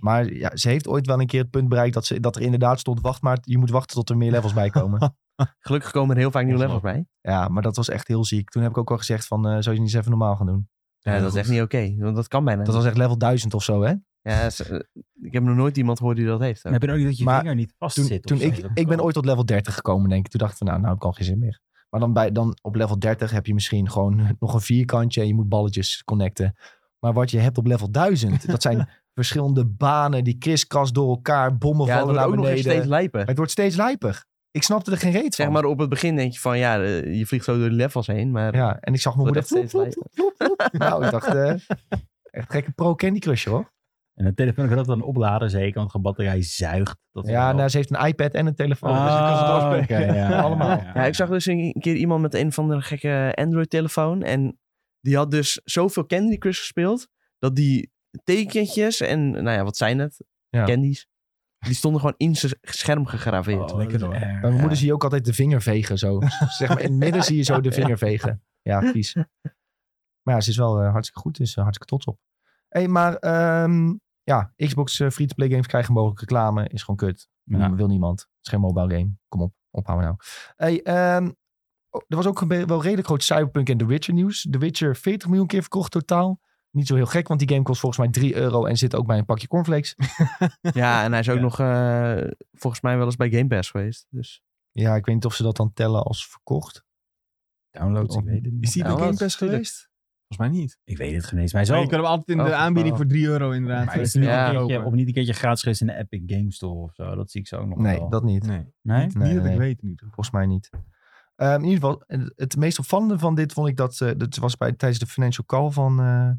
Maar ja, ze heeft ooit wel een keer het punt bereikt dat, ze, dat er inderdaad stond... wacht maar, je moet wachten tot er meer levels bij komen.
Gelukkig komen er heel vaak nieuwe levels bij.
ja, maar dat was echt heel ziek. Toen heb ik ook wel gezegd van, eh, zou je niet eens even normaal gaan doen?
Ja, dat is echt niet oké. want dat kan bijna.
Dat was echt level 1000 of zo, hè?
Ja, ze- eh, ik heb nog nooit iemand gehoord die dat heeft.
Dan heb je dan ook niet dat je
Maar
vinger niet vast
Toen,
zit.
toen ik, ik ben ooit tot level 30 gekomen, denk ik. Toen dacht ik van, nou, nou heb ik al geen zin meer. Maar dan, bij, dan op level 30 heb je misschien gewoon nog een vierkantje en je moet balletjes connecten. Maar wat je hebt op level 1000, dat zijn verschillende banen die kriskast door elkaar, bommen
ja, het
vallen naar
wordt ook nog eens
beneden.
steeds lijper.
Het wordt steeds lijper. Ik snapte er geen reet van.
Zeg maar op het begin denk je van ja, eh, je vliegt zo door de levels heen, maar
ja, en ik zag mijn
Wordt
moeder
echt steeds
vloep, vloep, vloep, vloep, vloep. Nou, ik dacht, eh, echt gekke pro Candy Crush hoor.
En een telefoon kan dat dan opladen, zeker, want de batterij zuigt. Dat
Ja,
wel.
nou, ze heeft een iPad en een telefoon.
Ah,
dus ik kan ze doorspelen.
oké, ja, ja,
Allemaal.
Oh, Ja, ik zag dus een keer iemand met een van de gekke Android-telefoon. En die had dus zoveel Candy Crush gespeeld. Dat die tekentjes en, nou ja, wat zijn het?
Ja.
Candies. Die stonden gewoon in zijn scherm gegraveerd.
Oh, lekker hoor.
Bij mijn moeder zie je ook altijd de vinger vegen zo. zeg maar, in het midden zie je zo de vinger vegen. Ja, vies. Maar ja, ze is wel eh, hartstikke goed. Dus eh, hartstikke trots op. Hé, hey, maar ehm, ja, Xbox eh, free-to-play games krijgen mogelijk reclame. Is gewoon kut.
Ja.
Wil niemand. Het is geen mobile game. Kom op, ophouden nou. Hey, ehm, oh, er was ook een be- wel redelijk groot Cyberpunk en The Witcher nieuws. The Witcher 40 miljoen keer verkocht totaal. Niet zo heel gek, want die game kost volgens mij 3 euro en zit ook bij een pakje cornflakes.
Ja, en hij is ook
Ja.
nog eh, volgens mij wel eens bij Game Pass geweest. Dus
Ja, ik weet niet of ze dat dan tellen als verkocht.
Downloads, ik weet het niet.
Is die bij
Ja,
Game
dat
Pass
is
geweest? Volgens mij niet.
Ik weet het geen eens. Maar hij is
Maar
wel-
je kan hem altijd in
Oh,
de aanbieding
oh.
voor 3 euro inderdaad.
maar hij is
eh,
niet
Ja.
een keertje,
kopen.
of niet een keertje gratis geweest in de Epic Game Store of zo. Dat zie ik zo ook nog
Nee,
wel.
dat niet.
Nee,
Nee?
niet
Nee,
dat
nee.
ik weet niet.
Volgens mij niet. Ehm, in ieder geval, eh, het meest opvallende van dit vond ik dat... eh, dat was bij, tijdens de financial call van, eh,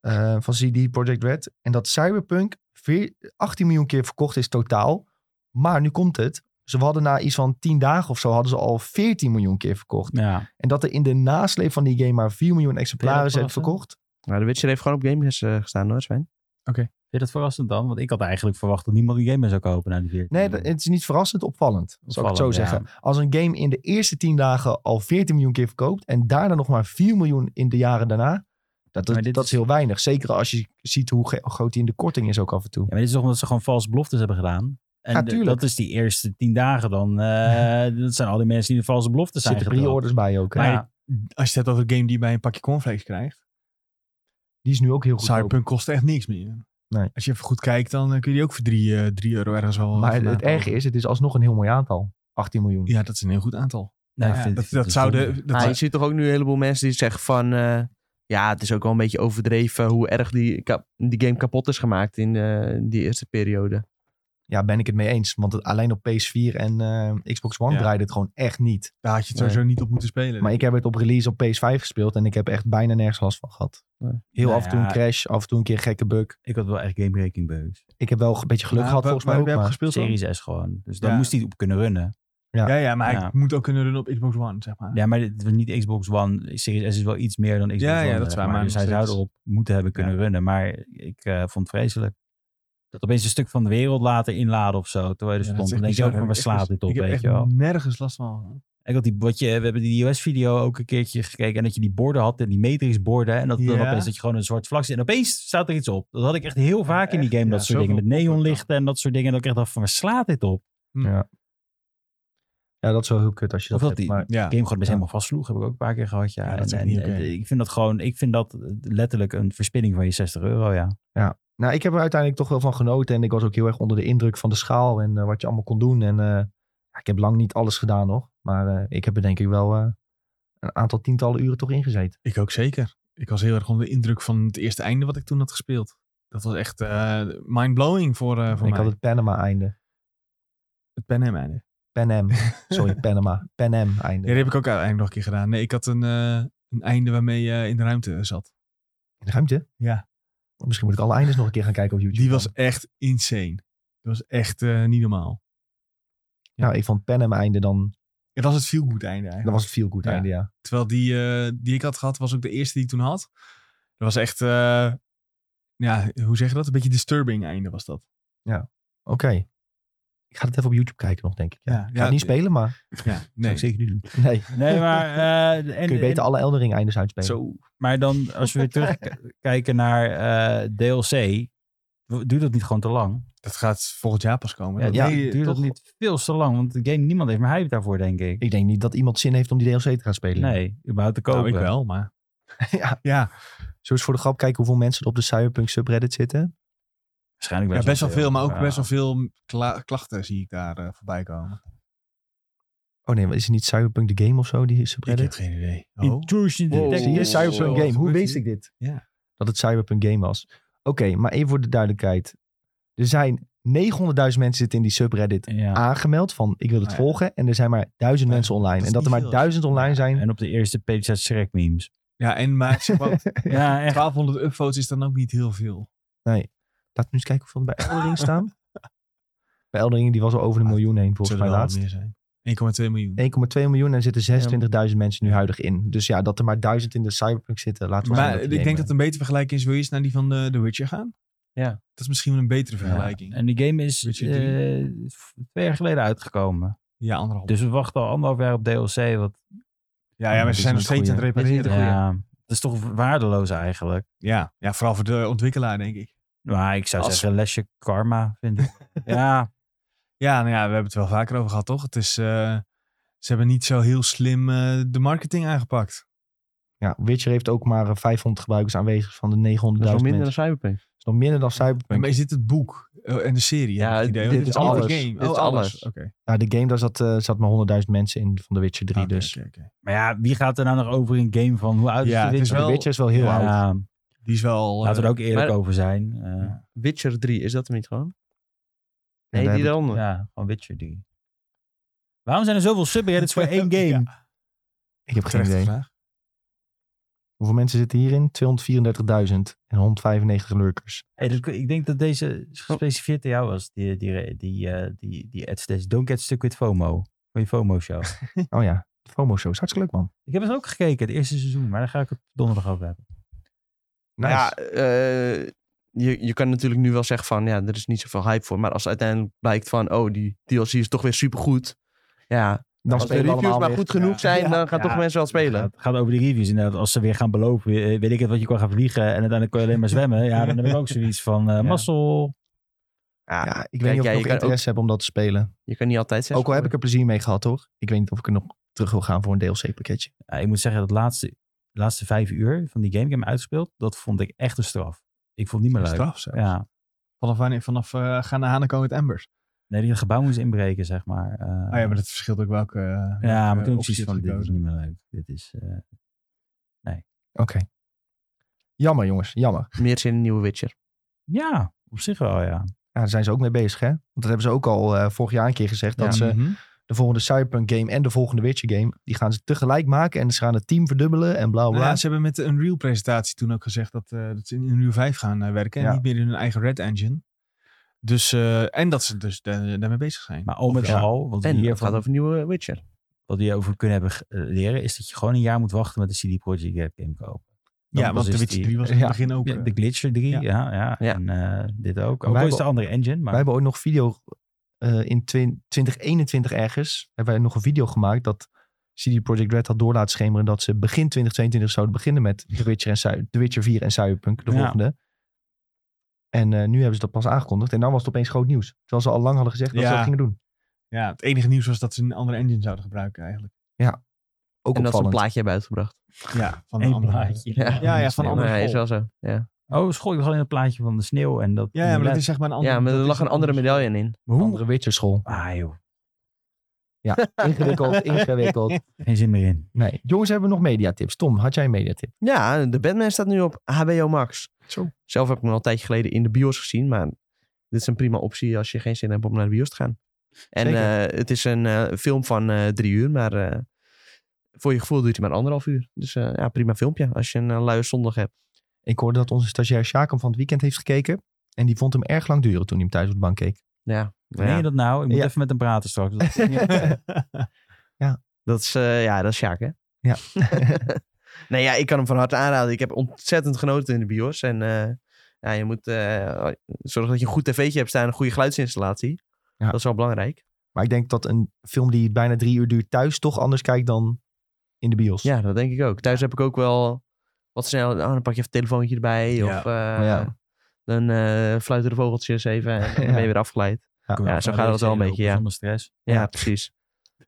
eh, van CD Projekt Red. En dat Cyberpunk veer- 18 miljoen keer verkocht is totaal. Maar nu komt het. Ze hadden na iets van 10 dagen of zo... hadden ze al 14 miljoen keer verkocht.
Ja.
En dat er in de nasleep van die game maar 4 miljoen exemplaren
Ja,
zijn
verrassend.
verkocht.
nou, de Witcher heeft gewoon op Game Pass eh, gestaan hoor, Sven.
Vind je dat verrassend dan? Want ik had eigenlijk verwacht dat niemand die game meer zou kopen na die 14.
Nee, dat- het is niet verrassend opvallend, zou ik het zo
Hmm. Opvallend, ja.
zeggen. Als een game in de eerste 10 dagen al 14 miljoen keer verkoopt en daarna nog maar 4 miljoen in de jaren daarna, dat,
Maar
dat,
dit
dat
is-
is heel weinig. Zeker als je ziet hoe ge- groot die in de korting is ook af en toe.
Ja, maar dit is toch omdat ze gewoon valse beloftes hebben gedaan. En
Ja,
d-
tuurlijk.
dat is die eerste tien dagen dan. eh, dat zijn al die mensen die de valse beloftes
Er
zijn
zitten
getrapt.
pre-orders bij ook. hè.
Maar
Ja.
ja,
Als je het hebt over een game die je bij een pakje cornflakes krijgt.
Die is nu ook heel goed.
Cyberpunk kost echt niks meer.
Nee.
Als je even goed kijkt, dan eh, kun je die ook voor 3 euro ergens wel. eh,
Maar het,
vandaan
het erge
kopen.
is, het is alsnog een heel mooi aantal. 18 miljoen.
Ja, dat is een heel goed aantal.
nou, ik
Ja,
vind-
dat,
ik vind
dat
het
zou
zonde.
de, dat
Maar je
zou-
ziet toch ook nu een heleboel mensen die zeggen van... eh, ja, het is ook wel een beetje overdreven hoe erg die, kap- die game kapot is gemaakt in eh, die eerste periode.
Ja, ben ik het mee eens. Want het, alleen op PS4 en eh, Xbox One
Ja.
draaide het gewoon echt niet.
daar had je het sowieso niet op moeten spelen.
Maar ik heb het op release op PS5 gespeeld en ik heb echt bijna nergens last van gehad.
Nee.
Heel
Nou
af en toe een
ja.
crash, af en toe een keer een gekke bug.
Ik had wel echt game-breaking bugs.
Ik heb wel een beetje geluk
Maar
gehad
waar-
volgens mij
waar
ook.
heb je
maar-
gespeeld dan?
Series S gewoon. Dus daar
Ja.
moest hij op kunnen runnen.
Ja, ja, maar
Ja.
ik moet ook kunnen runnen op Xbox One, zeg maar.
Ja, dus maar dit was niet Xbox One. Series S is wel iets meer dan Xbox
Ja,
One.
ja, dat
zeg
is waar, maar
dus
nog
hij zou
steeds.
erop moeten hebben kunnen
Ja.
runnen. Maar ik eh, vond het vreselijk. Dat opeens een stuk van de wereld laten inladen of zo. Terwijl je dus er
Ja, dat is
stond. Dan
echt
denk je
bizar.
ook van, waar
Ik-
slaat dit op,
Ik heb
weet
echt
je wel.
nergens last van.
Ik had die, wat je, we hebben die US-video ook een keertje gekeken. En dat je die borden had, en die matrixborden. En dat dan
Ja.
opeens dat je gewoon een zwart vlak ziet. En opeens staat er iets op. Dat had ik echt heel vaak in die
echt?
game.
Ja,
dat soort dingen.
zoveel
Met neonlichten en dat soort dingen. En dat ik echt dacht van, waar slaat dit op?
Ja, dat is wel heel kut als je dat,
Of dat
hebt.
die-
Maar
Ja.
game gewoon best helemaal vastvloeg. Heb ik ook een paar keer gehad. Ja,
Ja, dat is
En-
echt niet
en-
oké.
Ik vind dat gewoon, ik vind dat letterlijk een verspilling van je 60 euro. Ja.
nou, ik heb er uiteindelijk toch wel van genoten. En ik was ook heel erg onder de indruk van de schaal en eh, wat je allemaal kon doen. En eh, ja, ik heb lang niet alles gedaan nog. Maar eh, ik heb er denk ik wel eh, een aantal tientallen uren toch ingezeten.
Ik ook zeker. Ik was heel erg onder de indruk van het eerste einde wat ik toen had gespeeld. Dat was echt eh mind-blowing voor, eh voor
ik
mij.
had het Panama-einde.
het pen en einde.
Pan Am. Sorry, Panama. Pan Am einde
Ja, die heb ik ook uiteindelijk nog een keer gedaan. Nee, ik had een, eh, een einde waarmee je in de ruimte zat.
In de ruimte? Oh,
Ja.
Misschien moet ik alle eindes nog een keer gaan kijken op YouTube.
Die was echt insane. Dat was echt eh, niet normaal.
Nou, ik vond Pan Am einde dan...
Ja, dat was het feel-good einde eigenlijk.
Dat was het feel good
Ja.
einde, ja.
Terwijl die, eh, die ik had gehad, was ook de eerste die ik toen had. Dat was echt, eh, ja, hoe zeg je dat? Een beetje disturbing einde was dat.
Oké. Ik ga het even op YouTube kijken nog, denk ik. Ja.
Ja,
ik ga
ja,
het niet
d-
spelen, maar...
Ja, nee.
zeker niet doen.
Nee.
Nee, maar... eh, en,
Kun je beter
en-
alle Eldering eindes uitspelen.
Zo.
maar dan als we weer terugkijken naar eh, DLC. Duurt dat niet gewoon te lang?
Dat gaat volgend jaar pas komen.
Ja,
Dat-
ja,
nee,
Duurt dat
toch-
niet veel te lang? Want de game, niemand heeft meer hype daarvoor, denk ik.
Ik denk niet dat iemand zin heeft om die DLC te gaan spelen.
Nee, überhaupt te kopen.
Nou, ik wel, maar...
ja.
Ja,
Zullen we eens voor de grap kijken hoeveel mensen er op de Cyberpunk subreddit zitten?
Waarschijnlijk
Ja,
best,
best wel veel, maar ook
Ja.
best wel veel kla- klachten zie ik daar eh, voorbij komen.
Oh nee, maar is het niet Cyberpunk de game of zo, die
Ik heb
subreddit?
geen idee. Oh.
Intrusion
Wow.
Zie
detected.
je,
Oh,
Cyberpunk
zo.
game. Hoe
Gebeurt
wist
hier?
ik dit?
Ja.
Dat het Cyberpunk game was. Oké, maar even voor de duidelijkheid. Er zijn 900.000 mensen zitten in die subreddit
Ja.
aangemeld van ik wil het
Ah, ja.
volgen. En er zijn maar duizend
Ja,
mensen online.
is
En dat er
niet
maar
veel.
duizend online zijn.
En op de eerste page staat Shrek memes.
Ja, en maar zeg maar,
Ja, echt.
1200 upvotes is dan ook niet heel veel.
Laten we eens kijken hoeveel er bij Eldering staan. Bij Eldering, die was al over een miljoen heen volgens mij
Ah, Zullen er wel
laatst. 1,2
meer zijn. 1,2 miljoen.
miljoen en er zitten 26.000 mensen nu huidig in. Dus ja, dat er maar duizend in de Cyberpunk zitten, laten we
Maar ik denk dat een betere vergelijking is, wil je eens naar die van eh The Witcher gaan?
Ja.
Dat is misschien wel een betere vergelijking. Ja,
En die game is
Witcher
eh, f- twee jaar geleden uitgekomen.
anderhalf.
Dus we wachten al anderhalf jaar op DLC. Wat,
ja, ja, maar
dit
ze
is een
zijn nog steeds aan het
goeie.
repareren. Ja.
ja, dat is toch waardeloos eigenlijk.
Ja. ja, vooral voor de ontwikkelaar, denk ik.
Maar ik zou
Als-
zeggen, lesje karma, vind ik. ja,
Ja, nou ja, we hebben het wel vaker over gehad, toch? Het is, eh, ze hebben niet zo heel slim eh, de marketing aangepakt.
Ja, Witcher heeft ook maar eh, 500 gebruikers aanwezig van de 900.000
Dat is wel
mensen.
minder dan Cyberpunk.
Dat is nog minder dan
Ja,
Cyberpunk.
maar is dit het boek eh, en de serie?
Ja,
heb ik het
dit
Of
is
allemaal de
alles.
Game?
Dit is
Oh,
alles.
Oké. Ah,
Nou, de game, daar zat, eh, zat maar 100.000 mensen in van de Witcher 3
Ah,
Oké,
dus.
oké, oké.
maar ja, wie gaat er nou nog over in game van hoe oud
Ja,
is de
het is
Witcher?
Maar
wel-
de Witcher is wel heel
Ja.
oud.
Ja,
Die is wel... eh,
laten we er ook eerlijk
maar-
over zijn. Eh,
Witcher 3, is dat hem niet gewoon?
daar
Nee,
heb
die
ik-
daaronder.
ja, gewoon Witcher 3. Waarom zijn er zoveel subreddits voor één game?
Ja.
Ik heb geen
terechte
idee.
vraag.
Hoeveel mensen zitten hierin? 234.000 en 195 lurkers.
Hey, dat- ik denk dat deze gespecificeerd aan jou was. Die, die, die, eh, die, die ads, deze Don't Get Stuck with FOMO. Van je FOMO-show.
Oh ja, FOMO-show is hartstikke leuk, man.
ik heb het ook gekeken, het eerste seizoen. Maar daar ga ik het donderdag over hebben.
Nice.
Ja, eh, je, je kan natuurlijk nu wel zeggen van, ja, er is niet zoveel hype voor. Maar als uiteindelijk blijkt van, oh, die DLC is toch weer supergoed. Ja,
Dan
als
spelen
de
we
reviews
allemaal
maar
weer.
goed genoeg
Ja.
zijn, dan gaan
Ja.
toch mensen wel spelen.
Het gaat over de reviews. Inderdaad, als ze weer gaan belopen, eh, weet ik het, wat je kan gaan vliegen. En uiteindelijk kan je alleen maar zwemmen. Ja, dan heb ik ook zoiets van eh mazzel.
Ja,
Ja,
ik
Kijk,
weet niet of
ja,
ik
je
nog
kan ook-
interesse heb om dat te spelen.
je kan niet altijd zeggen.
Ook al heb ik er plezier mee gehad, hoor. Ik weet niet of ik er nog terug wil gaan voor een DLC-pakketje.
Ja, ik moet zeggen, dat laatste, laatste vijf uur van die game, ik heb hem uitgespeeld. Dat vond ik echt een straf. Ik vond het niet meer leuk.
Straf zelfs.
Ja.
Vanaf wanneer? Vanaf eh, gaan de hanen komen het embers.
Nee, die het gebouw moest inbreken, zeg maar. Eh,
Oh ja, maar dat verschilt ook welke... eh, welke
ja, maar toen heb ik
optie
zoiets van,
wordt
dit is
gekozen.
niet meer leuk. Dit is... eh,
Oké. Jammer, jongens. Jammer.
Meer zin in een nieuwe Witcher.
ja, op zich wel, ja.
Ja, daar zijn ze ook mee bezig, hè? Want dat hebben ze ook al eh, vorig jaar een keer gezegd. Dat ze
Mhm.
de volgende Cyberpunk game en de volgende Witcher game... die gaan ze tegelijk maken en ze gaan het team verdubbelen en bla bla.
Nou
bla.
ja, ze hebben met de Unreal presentatie toen ook gezegd dat, eh, dat ze in Unreal 5 gaan eh, werken.
Ja.
En niet meer in hun eigen Red Engine. Dus, eh, en dat ze dus da- daarmee bezig zijn.
Maar al met
Ja.
al, wat we,
En het
hiervan,
gaat over een nieuwe Witcher.
wat we hierover kunnen hebben ge- eh, leren, is dat je gewoon een jaar moet wachten met de CD Projekt Red game kopen. Dan
ja,
pas
want de
is
Witcher
die-
3 was in het
Ja.
begin ook.
Ja,
eh,
de Glitcher 3, ja.
Ja.
Ja,
Ja.
En eh, dit ook.
Wij
Ook al is
hebben-
het een andere engine, maar...
Wij hebben ooit nog video eh, in twin- 2021 ergens. Hebben wij nog een video gemaakt dat CD Projekt Red had door laten schemeren dat ze begin 2022 zouden beginnen met The Witcher, en Cy- The Witcher 4 en Cyberpunk, de
Ja.
volgende. En eh, nu hebben ze dat pas aangekondigd. En dan was het opeens groot nieuws. Terwijl ze al lang hadden gezegd dat ze
Ja.
dat gingen doen.
ja, het enige nieuws was dat ze een andere engine zouden gebruiken eigenlijk.
Ook
en dat ze een
opvallend.
plaatje hebben uitgebracht.
Ja, van een
Eén
andere.
plaatje.
Ja.
Ja, ja, van een
Nee,
andere.
is
school.
wel zo. Ja,
Oh, school ik alleen een plaatje van de sneeuw en dat...
Ja, ja, maar dat is zeg maar een andere.
ja maar er
dat
lag
is
een andere
andere-
medaille in.
Een andere Witcher school.
Ah joh,
Ingewikkeld, ingewikkeld.
geen zin meer in.
Nee. Jongens, hebben we nog mediatips? Tom, had jij een mediatip?
Ja, de Batman staat nu op HBO Max.
Zo.
Zelf heb ik hem al een tijdje geleden in de bios gezien, maar dit is een prima optie als je geen zin hebt om naar de bios te gaan. En
Zeker.
eh, het is een eh, film van eh, drie uur, maar eh, voor je gevoel duurt hij maar anderhalf uur. Dus eh, ja, prima filmpje als je een eh, luie zondag hebt.
Ik hoorde dat onze stagiair Sjaak hem van het weekend heeft gekeken. En die vond hem erg lang duren toen hij hem thuis op de bank keek.
Ja, ja.
Meen je dat nou? Ik moet
Ja.
even met hem praten straks. Dat-
Dat is, eh, ja, dat is Sjaak, hè?
Ja.
nee, ja, ik kan hem van harte aanraden. Ik heb ontzettend genoten in de bios. En eh, ja, je moet eh, zorgen dat je een goed tv'tje hebt staan en een goede geluidsinstallatie.
Ja.
Dat is wel belangrijk.
Maar ik denk dat een film die bijna drie uur duurt thuis toch anders kijkt dan in de bios.
Ja, dat denk ik ook. Thuis heb ik ook wel wat snel. Oh, dan pak je even een telefoontje erbij.
Ja.
Of eh,
Ja.
dan eh, fluiten de vogeltjes even. En dan
Ja.
ben je weer afgeleid. Ja, zo gaat dat wel een beetje, ja.
Zonder stress.
Ja, precies.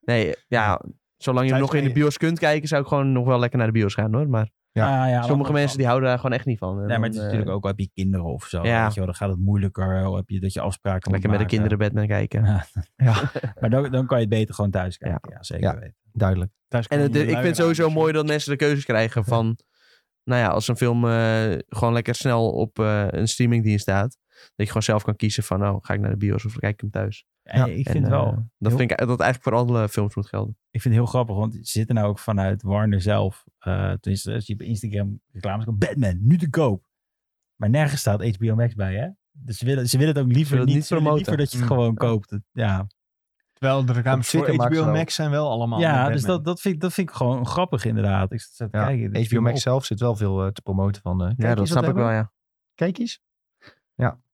Nee, ja. Zolang je hem
Thuis
nog in
kan
de bios kunt kijken, zou ik gewoon nog wel lekker naar de bios gaan hoor. Maar
Ja.
Ah, ja,
sommige
maar-
mensen die houden daar gewoon echt niet van. En
Nee, maar
dan,
het is
eh,
natuurlijk ook, heb je kinderen of zo,
Ja.
weet je wel, dan gaat het moeilijker, of heb je dat je afspraken
Lekker
moet
met de
maken.
kinderen Batman kijken.
Ja.
Ja,
Maar dan, dan kan je het beter gewoon thuis kijken, ja, zeker
Ja.
weten.
duidelijk.
Thuis
En
komen
het-
de
ik vind
luieraars
het sowieso
of zo.
mooi dat mensen de keuzes krijgen van... Nou ja, als een film eh, gewoon lekker snel op eh, een streamingdienst staat... dat je gewoon zelf kan kiezen van... nou, ga ik naar de bios of kijk ik hem thuis?
En
Ja.
ik
En,
vind
eh,
wel,
Dat
heel-
vind ik dat eigenlijk voor alle films moet gelden.
ik vind het heel grappig, want ze zitten nou ook vanuit Warner zelf, eh tenminste, als je op Instagram reclames komt, Batman, nu te koop. Maar nergens staat HBO Max bij, hè? Dus ze willen, ze willen het ook liever
willen het
niet,
niet
ze willen
promoten.
liever dat je het
Mm.
gewoon koopt. Het- Ja,
Terwijl de
Op
reclames voor
Twitter maken ze
HBO
wel.
Max zijn wel allemaal.
ja
met
dus
Oh, Batman.
dat, dat, vind, ik- dat vind ik gewoon grappig inderdaad. Ik zat te
Ja,
kijken. dit viel
HBO
me
Max
op.
zelf zit wel veel eh, te promoten van. eh, kijk
ja,
eens wat
dat snap
we
ik wel,
hebben.
ja.
Kijk eens.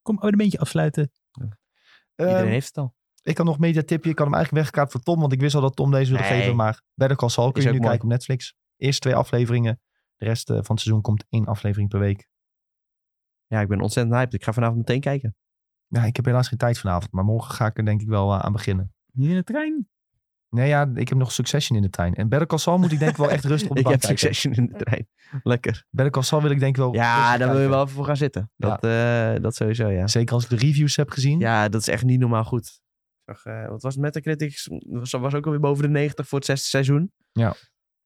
Kom, abonnementje afsluiten.
Ehm,
Iedereen heeft het al.
ik had nog een mediatipje. Ik had hem eigenlijk weggekaapt voor Tom, want ik wist al dat Tom deze wilde
Nee.
geven. Maar Better Call Saul kun
Is
je nu
ook mooi.
kijken op Netflix. Eerst twee afleveringen. De rest eh, van het seizoen komt één aflevering per week.
Ja, ik ben ontzettend hyped. Ik ga vanavond meteen kijken.
Ja, ik heb helaas geen tijd vanavond, maar morgen ga ik er denk ik wel eh, aan beginnen.
Niet in de trein.
Nee, ja, ik heb nog Succession in de tuin. En Better Call Saul moet ik denk ik wel echt rustig op de
ik
bank
heb
kijken.
Succession in de trein. Lekker.
Better Call Saul wil ik denk ik wel
Ja,
rustig
daar wil je
kijken.
wel even voor gaan zitten.
Ja.
Dat, eh, dat sowieso, ja.
Zeker als ik de reviews heb gezien.
Ja, dat is echt niet normaal goed. Hm? Ik zag, eh, wat was het? Metacritics was, was ook alweer boven de 90 voor het zesde seizoen.
Ja.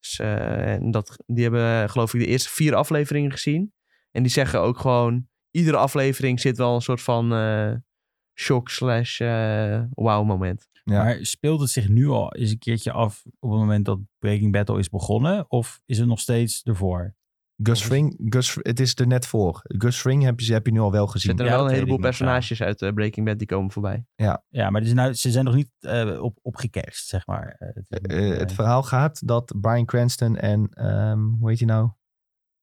Dus, eh, en dat, die hebben eh, geloof ik de eerste vier afleveringen gezien. En die zeggen ook gewoon, iedere aflevering zit wel een soort van eh, shock slash eh, wow moment.
Ja.
Maar speelt het zich nu al eens een keertje af op het moment dat Breaking Battle is begonnen? Of is het nog steeds ervoor?
Gus Fring, Gus, het is er net voor. Gus Fring heb je, heb je nu al wel
Er
gezien.
zitten
Ja,
wel
dat
een
weet
heleboel
ik nog, ja.
personages uit eh, Breaking Bad die komen voorbij.
Ja, maar het is nou, ze zijn nog niet eh, op, opgekerst, zeg maar. Eh, het is nog niet,
Eh,
eh,
het verhaal gaat dat Brian Cranston en, ehm, hoe heet hij nou?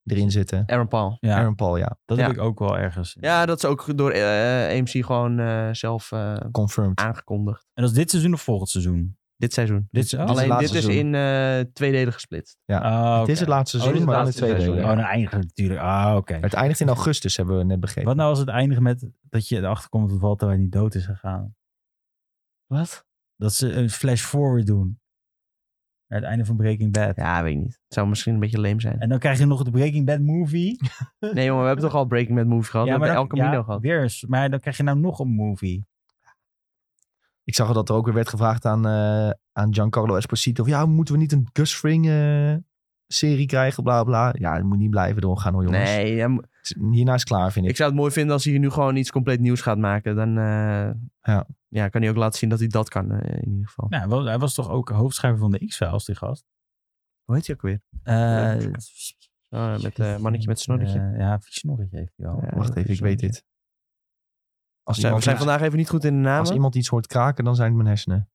erin zitten.
Aaron Paul.
Ja,
Aaron Paul, ja.
dat
Ja.
heb ik ook wel ergens.
Ja, dat is ook door eh, AMC gewoon eh, zelf eh,
Confirmed.
aangekondigd.
En dat is dit seizoen of volgend seizoen?
Dit seizoen.
Dit Ah,
is
seizoen?
het
Alleen dit
laatste
is
seizoen.
in eh, twee delen gesplitst.
Het is het laatste
dit is
seizoen,
het
maar
laatste
het,
seizoen,
Oh, dan eindigen we natuurlijk. Ah, oké.
het eindigt in augustus, hebben we net begrepen.
Wat nou als het eindigt met dat je erachter komt dat Walter niet dood is gegaan?
Wat?
Dat ze een flash forward doen. Naar het einde van Breaking Bad.
Ja, weet ik niet. Het zou misschien een beetje leem zijn.
En dan krijg je nog de Breaking Bad movie.
Nee jongen, we hebben toch al Breaking Bad Movie gehad. we hebben
dan-
El Camino
ja,
gehad.
Weer eens. Maar dan krijg je nou nog een movie.
Ik zag al dat er ook weer werd gevraagd aan, eh, aan Giancarlo Esposito. Of ja, moeten we niet een Gus Fring eh, serie krijgen, bla bla. Ja, het moet niet blijven doorgaan hoor jongens.
Nee, ja, m-
Het is- Hierna is het klaar, vind ik.
ik zou het mooi vinden als hij nu gewoon iets compleet nieuws gaat maken. Dan eh,
Ja.
ja, kan hij ook laten zien dat hij dat kan eh, in ieder geval.
Nou, hij was- hij was toch ook hoofdschrijver van de X-Files, die gast?
Hoe heet hij ook weer?
Eh,
Oh, met eh, mannetje met snorretje.
eh, ja, vies snorretje heeft hij al.
Ja,
Wacht even, ik weet dit. Als
We zijn, we
iemand,
zijn vandaag even niet goed in de
als
namen.
iemand iets hoort kraken, dan zijn het mijn hersenen.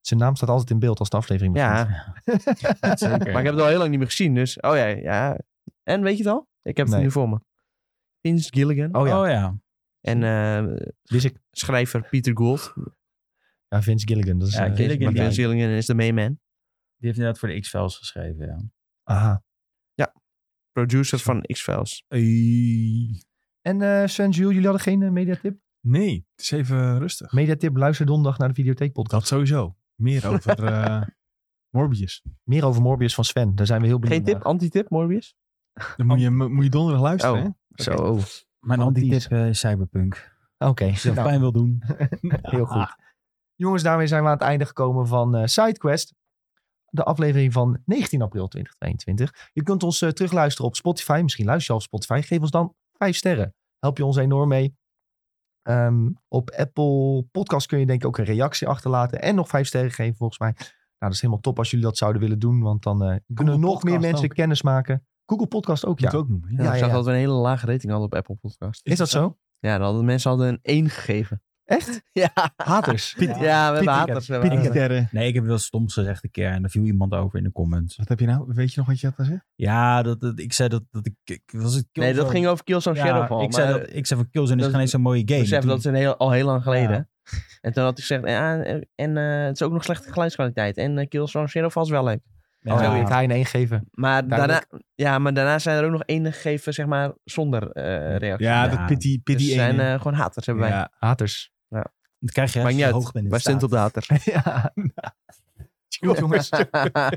Zijn naam staat altijd in beeld als de aflevering begint.
Ja, maar ik heb het al heel lang niet meer gezien. Dus, oh ja, ja. En weet je het al? Ik heb het
Nee.
nu voor me. Vince Gilligan
Oh ja,
Oh ja.
en eh,
wist ik.
schrijver Peter Gould.
Ja, Vince Gilligan. Dat is,
Ja,
eh,
Gilligan,
Maar
ja.
Vince Gilligan is de main man.
Die heeft inderdaad voor de X-Files geschreven, ja.
aha.
Producer van X-Files.
En eh Sanjul, jullie hadden geen eh, mediatip?
Nee, het is even rustig.
Mediatip, luister donderdag naar de Videotheek podcast.
Dat sowieso. Meer over eh, Morbius.
Meer over Morbius van Sven. Daar zijn we heel benieuwd
Geen tip?
naar.
Anti-tip, Morbius?
Dan moet je, moet je donderdag luisteren.
Oh.
hè?
Zo.
Mijn
Oh, die
anti-tip eh, is Cyberpunk.
Oké,
Als je dat
nou,
pijn wil doen.
heel goed. Jongens, daarmee zijn we aan het einde gekomen van eh, SideQuest. De aflevering van 19 april 2022. Je kunt ons eh, terugluisteren op Spotify. Misschien luister je al op Spotify. Geef ons dan 5 sterren. Help je ons enorm mee. Ehm, op Apple Podcast kun je denk ik ook een reactie achterlaten. En nog 5 sterren geven volgens mij. Nou, dat is helemaal top als jullie dat zouden willen doen. Want dan eh, kunnen nog
Podcast
meer mensen
ook.
kennis maken. Google Podcast ook,
Moet
ja.
ik ook noemen.
Ja,
Ja.
Ja,
ik
ja,
zag
ja.
dat we een hele lage rating hadden op Apple Podcast.
Is dat zo?
Ja, dan hadden mensen hadden een 1 gegeven.
Echt?
Ja,
Haters.
ja, we hebben haters. We hebben haters.
Sterren.
Nee, ik heb wel stoms gezegd een keer en daar viel iemand over in de comments.
Wat heb je nou? Weet je nog wat je had gezegd?
Ja, dat, dat, ik zei dat, dat ik, ik- Was het
Nee, dat
Killzone?
ging over Killzone
Ja,
Shadowfall.
ik, zei
maar-
dat, ik zei van Killzone is
dat-
geen eens zo'n mooie game.
besef,
En toen-
dat is een heel, al heel lang geleden.
Ja.
En toen had ik gezegd, ja, en, en eh, het is ook nog slechte geluidskwaliteit. En uh, Killzone Shadowfall is wel leuk.
Ja.
Oh, ik ga je een één geven.
Maar daarna,
Duidelijk.
ja, maar daarna zijn er ook nog enige gegeven, zeg maar, zonder eh reactie.
Ja,
Ja.
dat pity, pity
Dus het zijn
ene.
eh, gewoon haters, hebben wij.
ja.
Haters.
Dat krijg je
Maakt
als
niet
je
uit.
hoog bent in
wij
de
staan
staat.
op de hater.
ja.
Goed, jongens.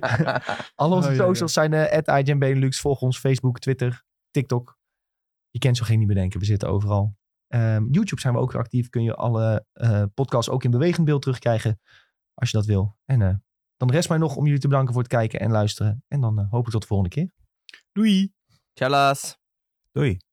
Al onze
Oh, ja, ja.
socials zijn uh, Benelux. Volg ons Facebook, Twitter, TikTok. Je kent zo geen niet bedenken. We zitten overal. Ehm, YouTube zijn we ook weer actief. Kun je alle eh, podcasts ook in bewegend beeld terugkrijgen. Als je dat wil. En eh, dan rest mij nog om jullie te bedanken voor het kijken en luisteren. En dan eh, hopelijk tot de volgende keer.
Doei.
Tjallas.
Doei.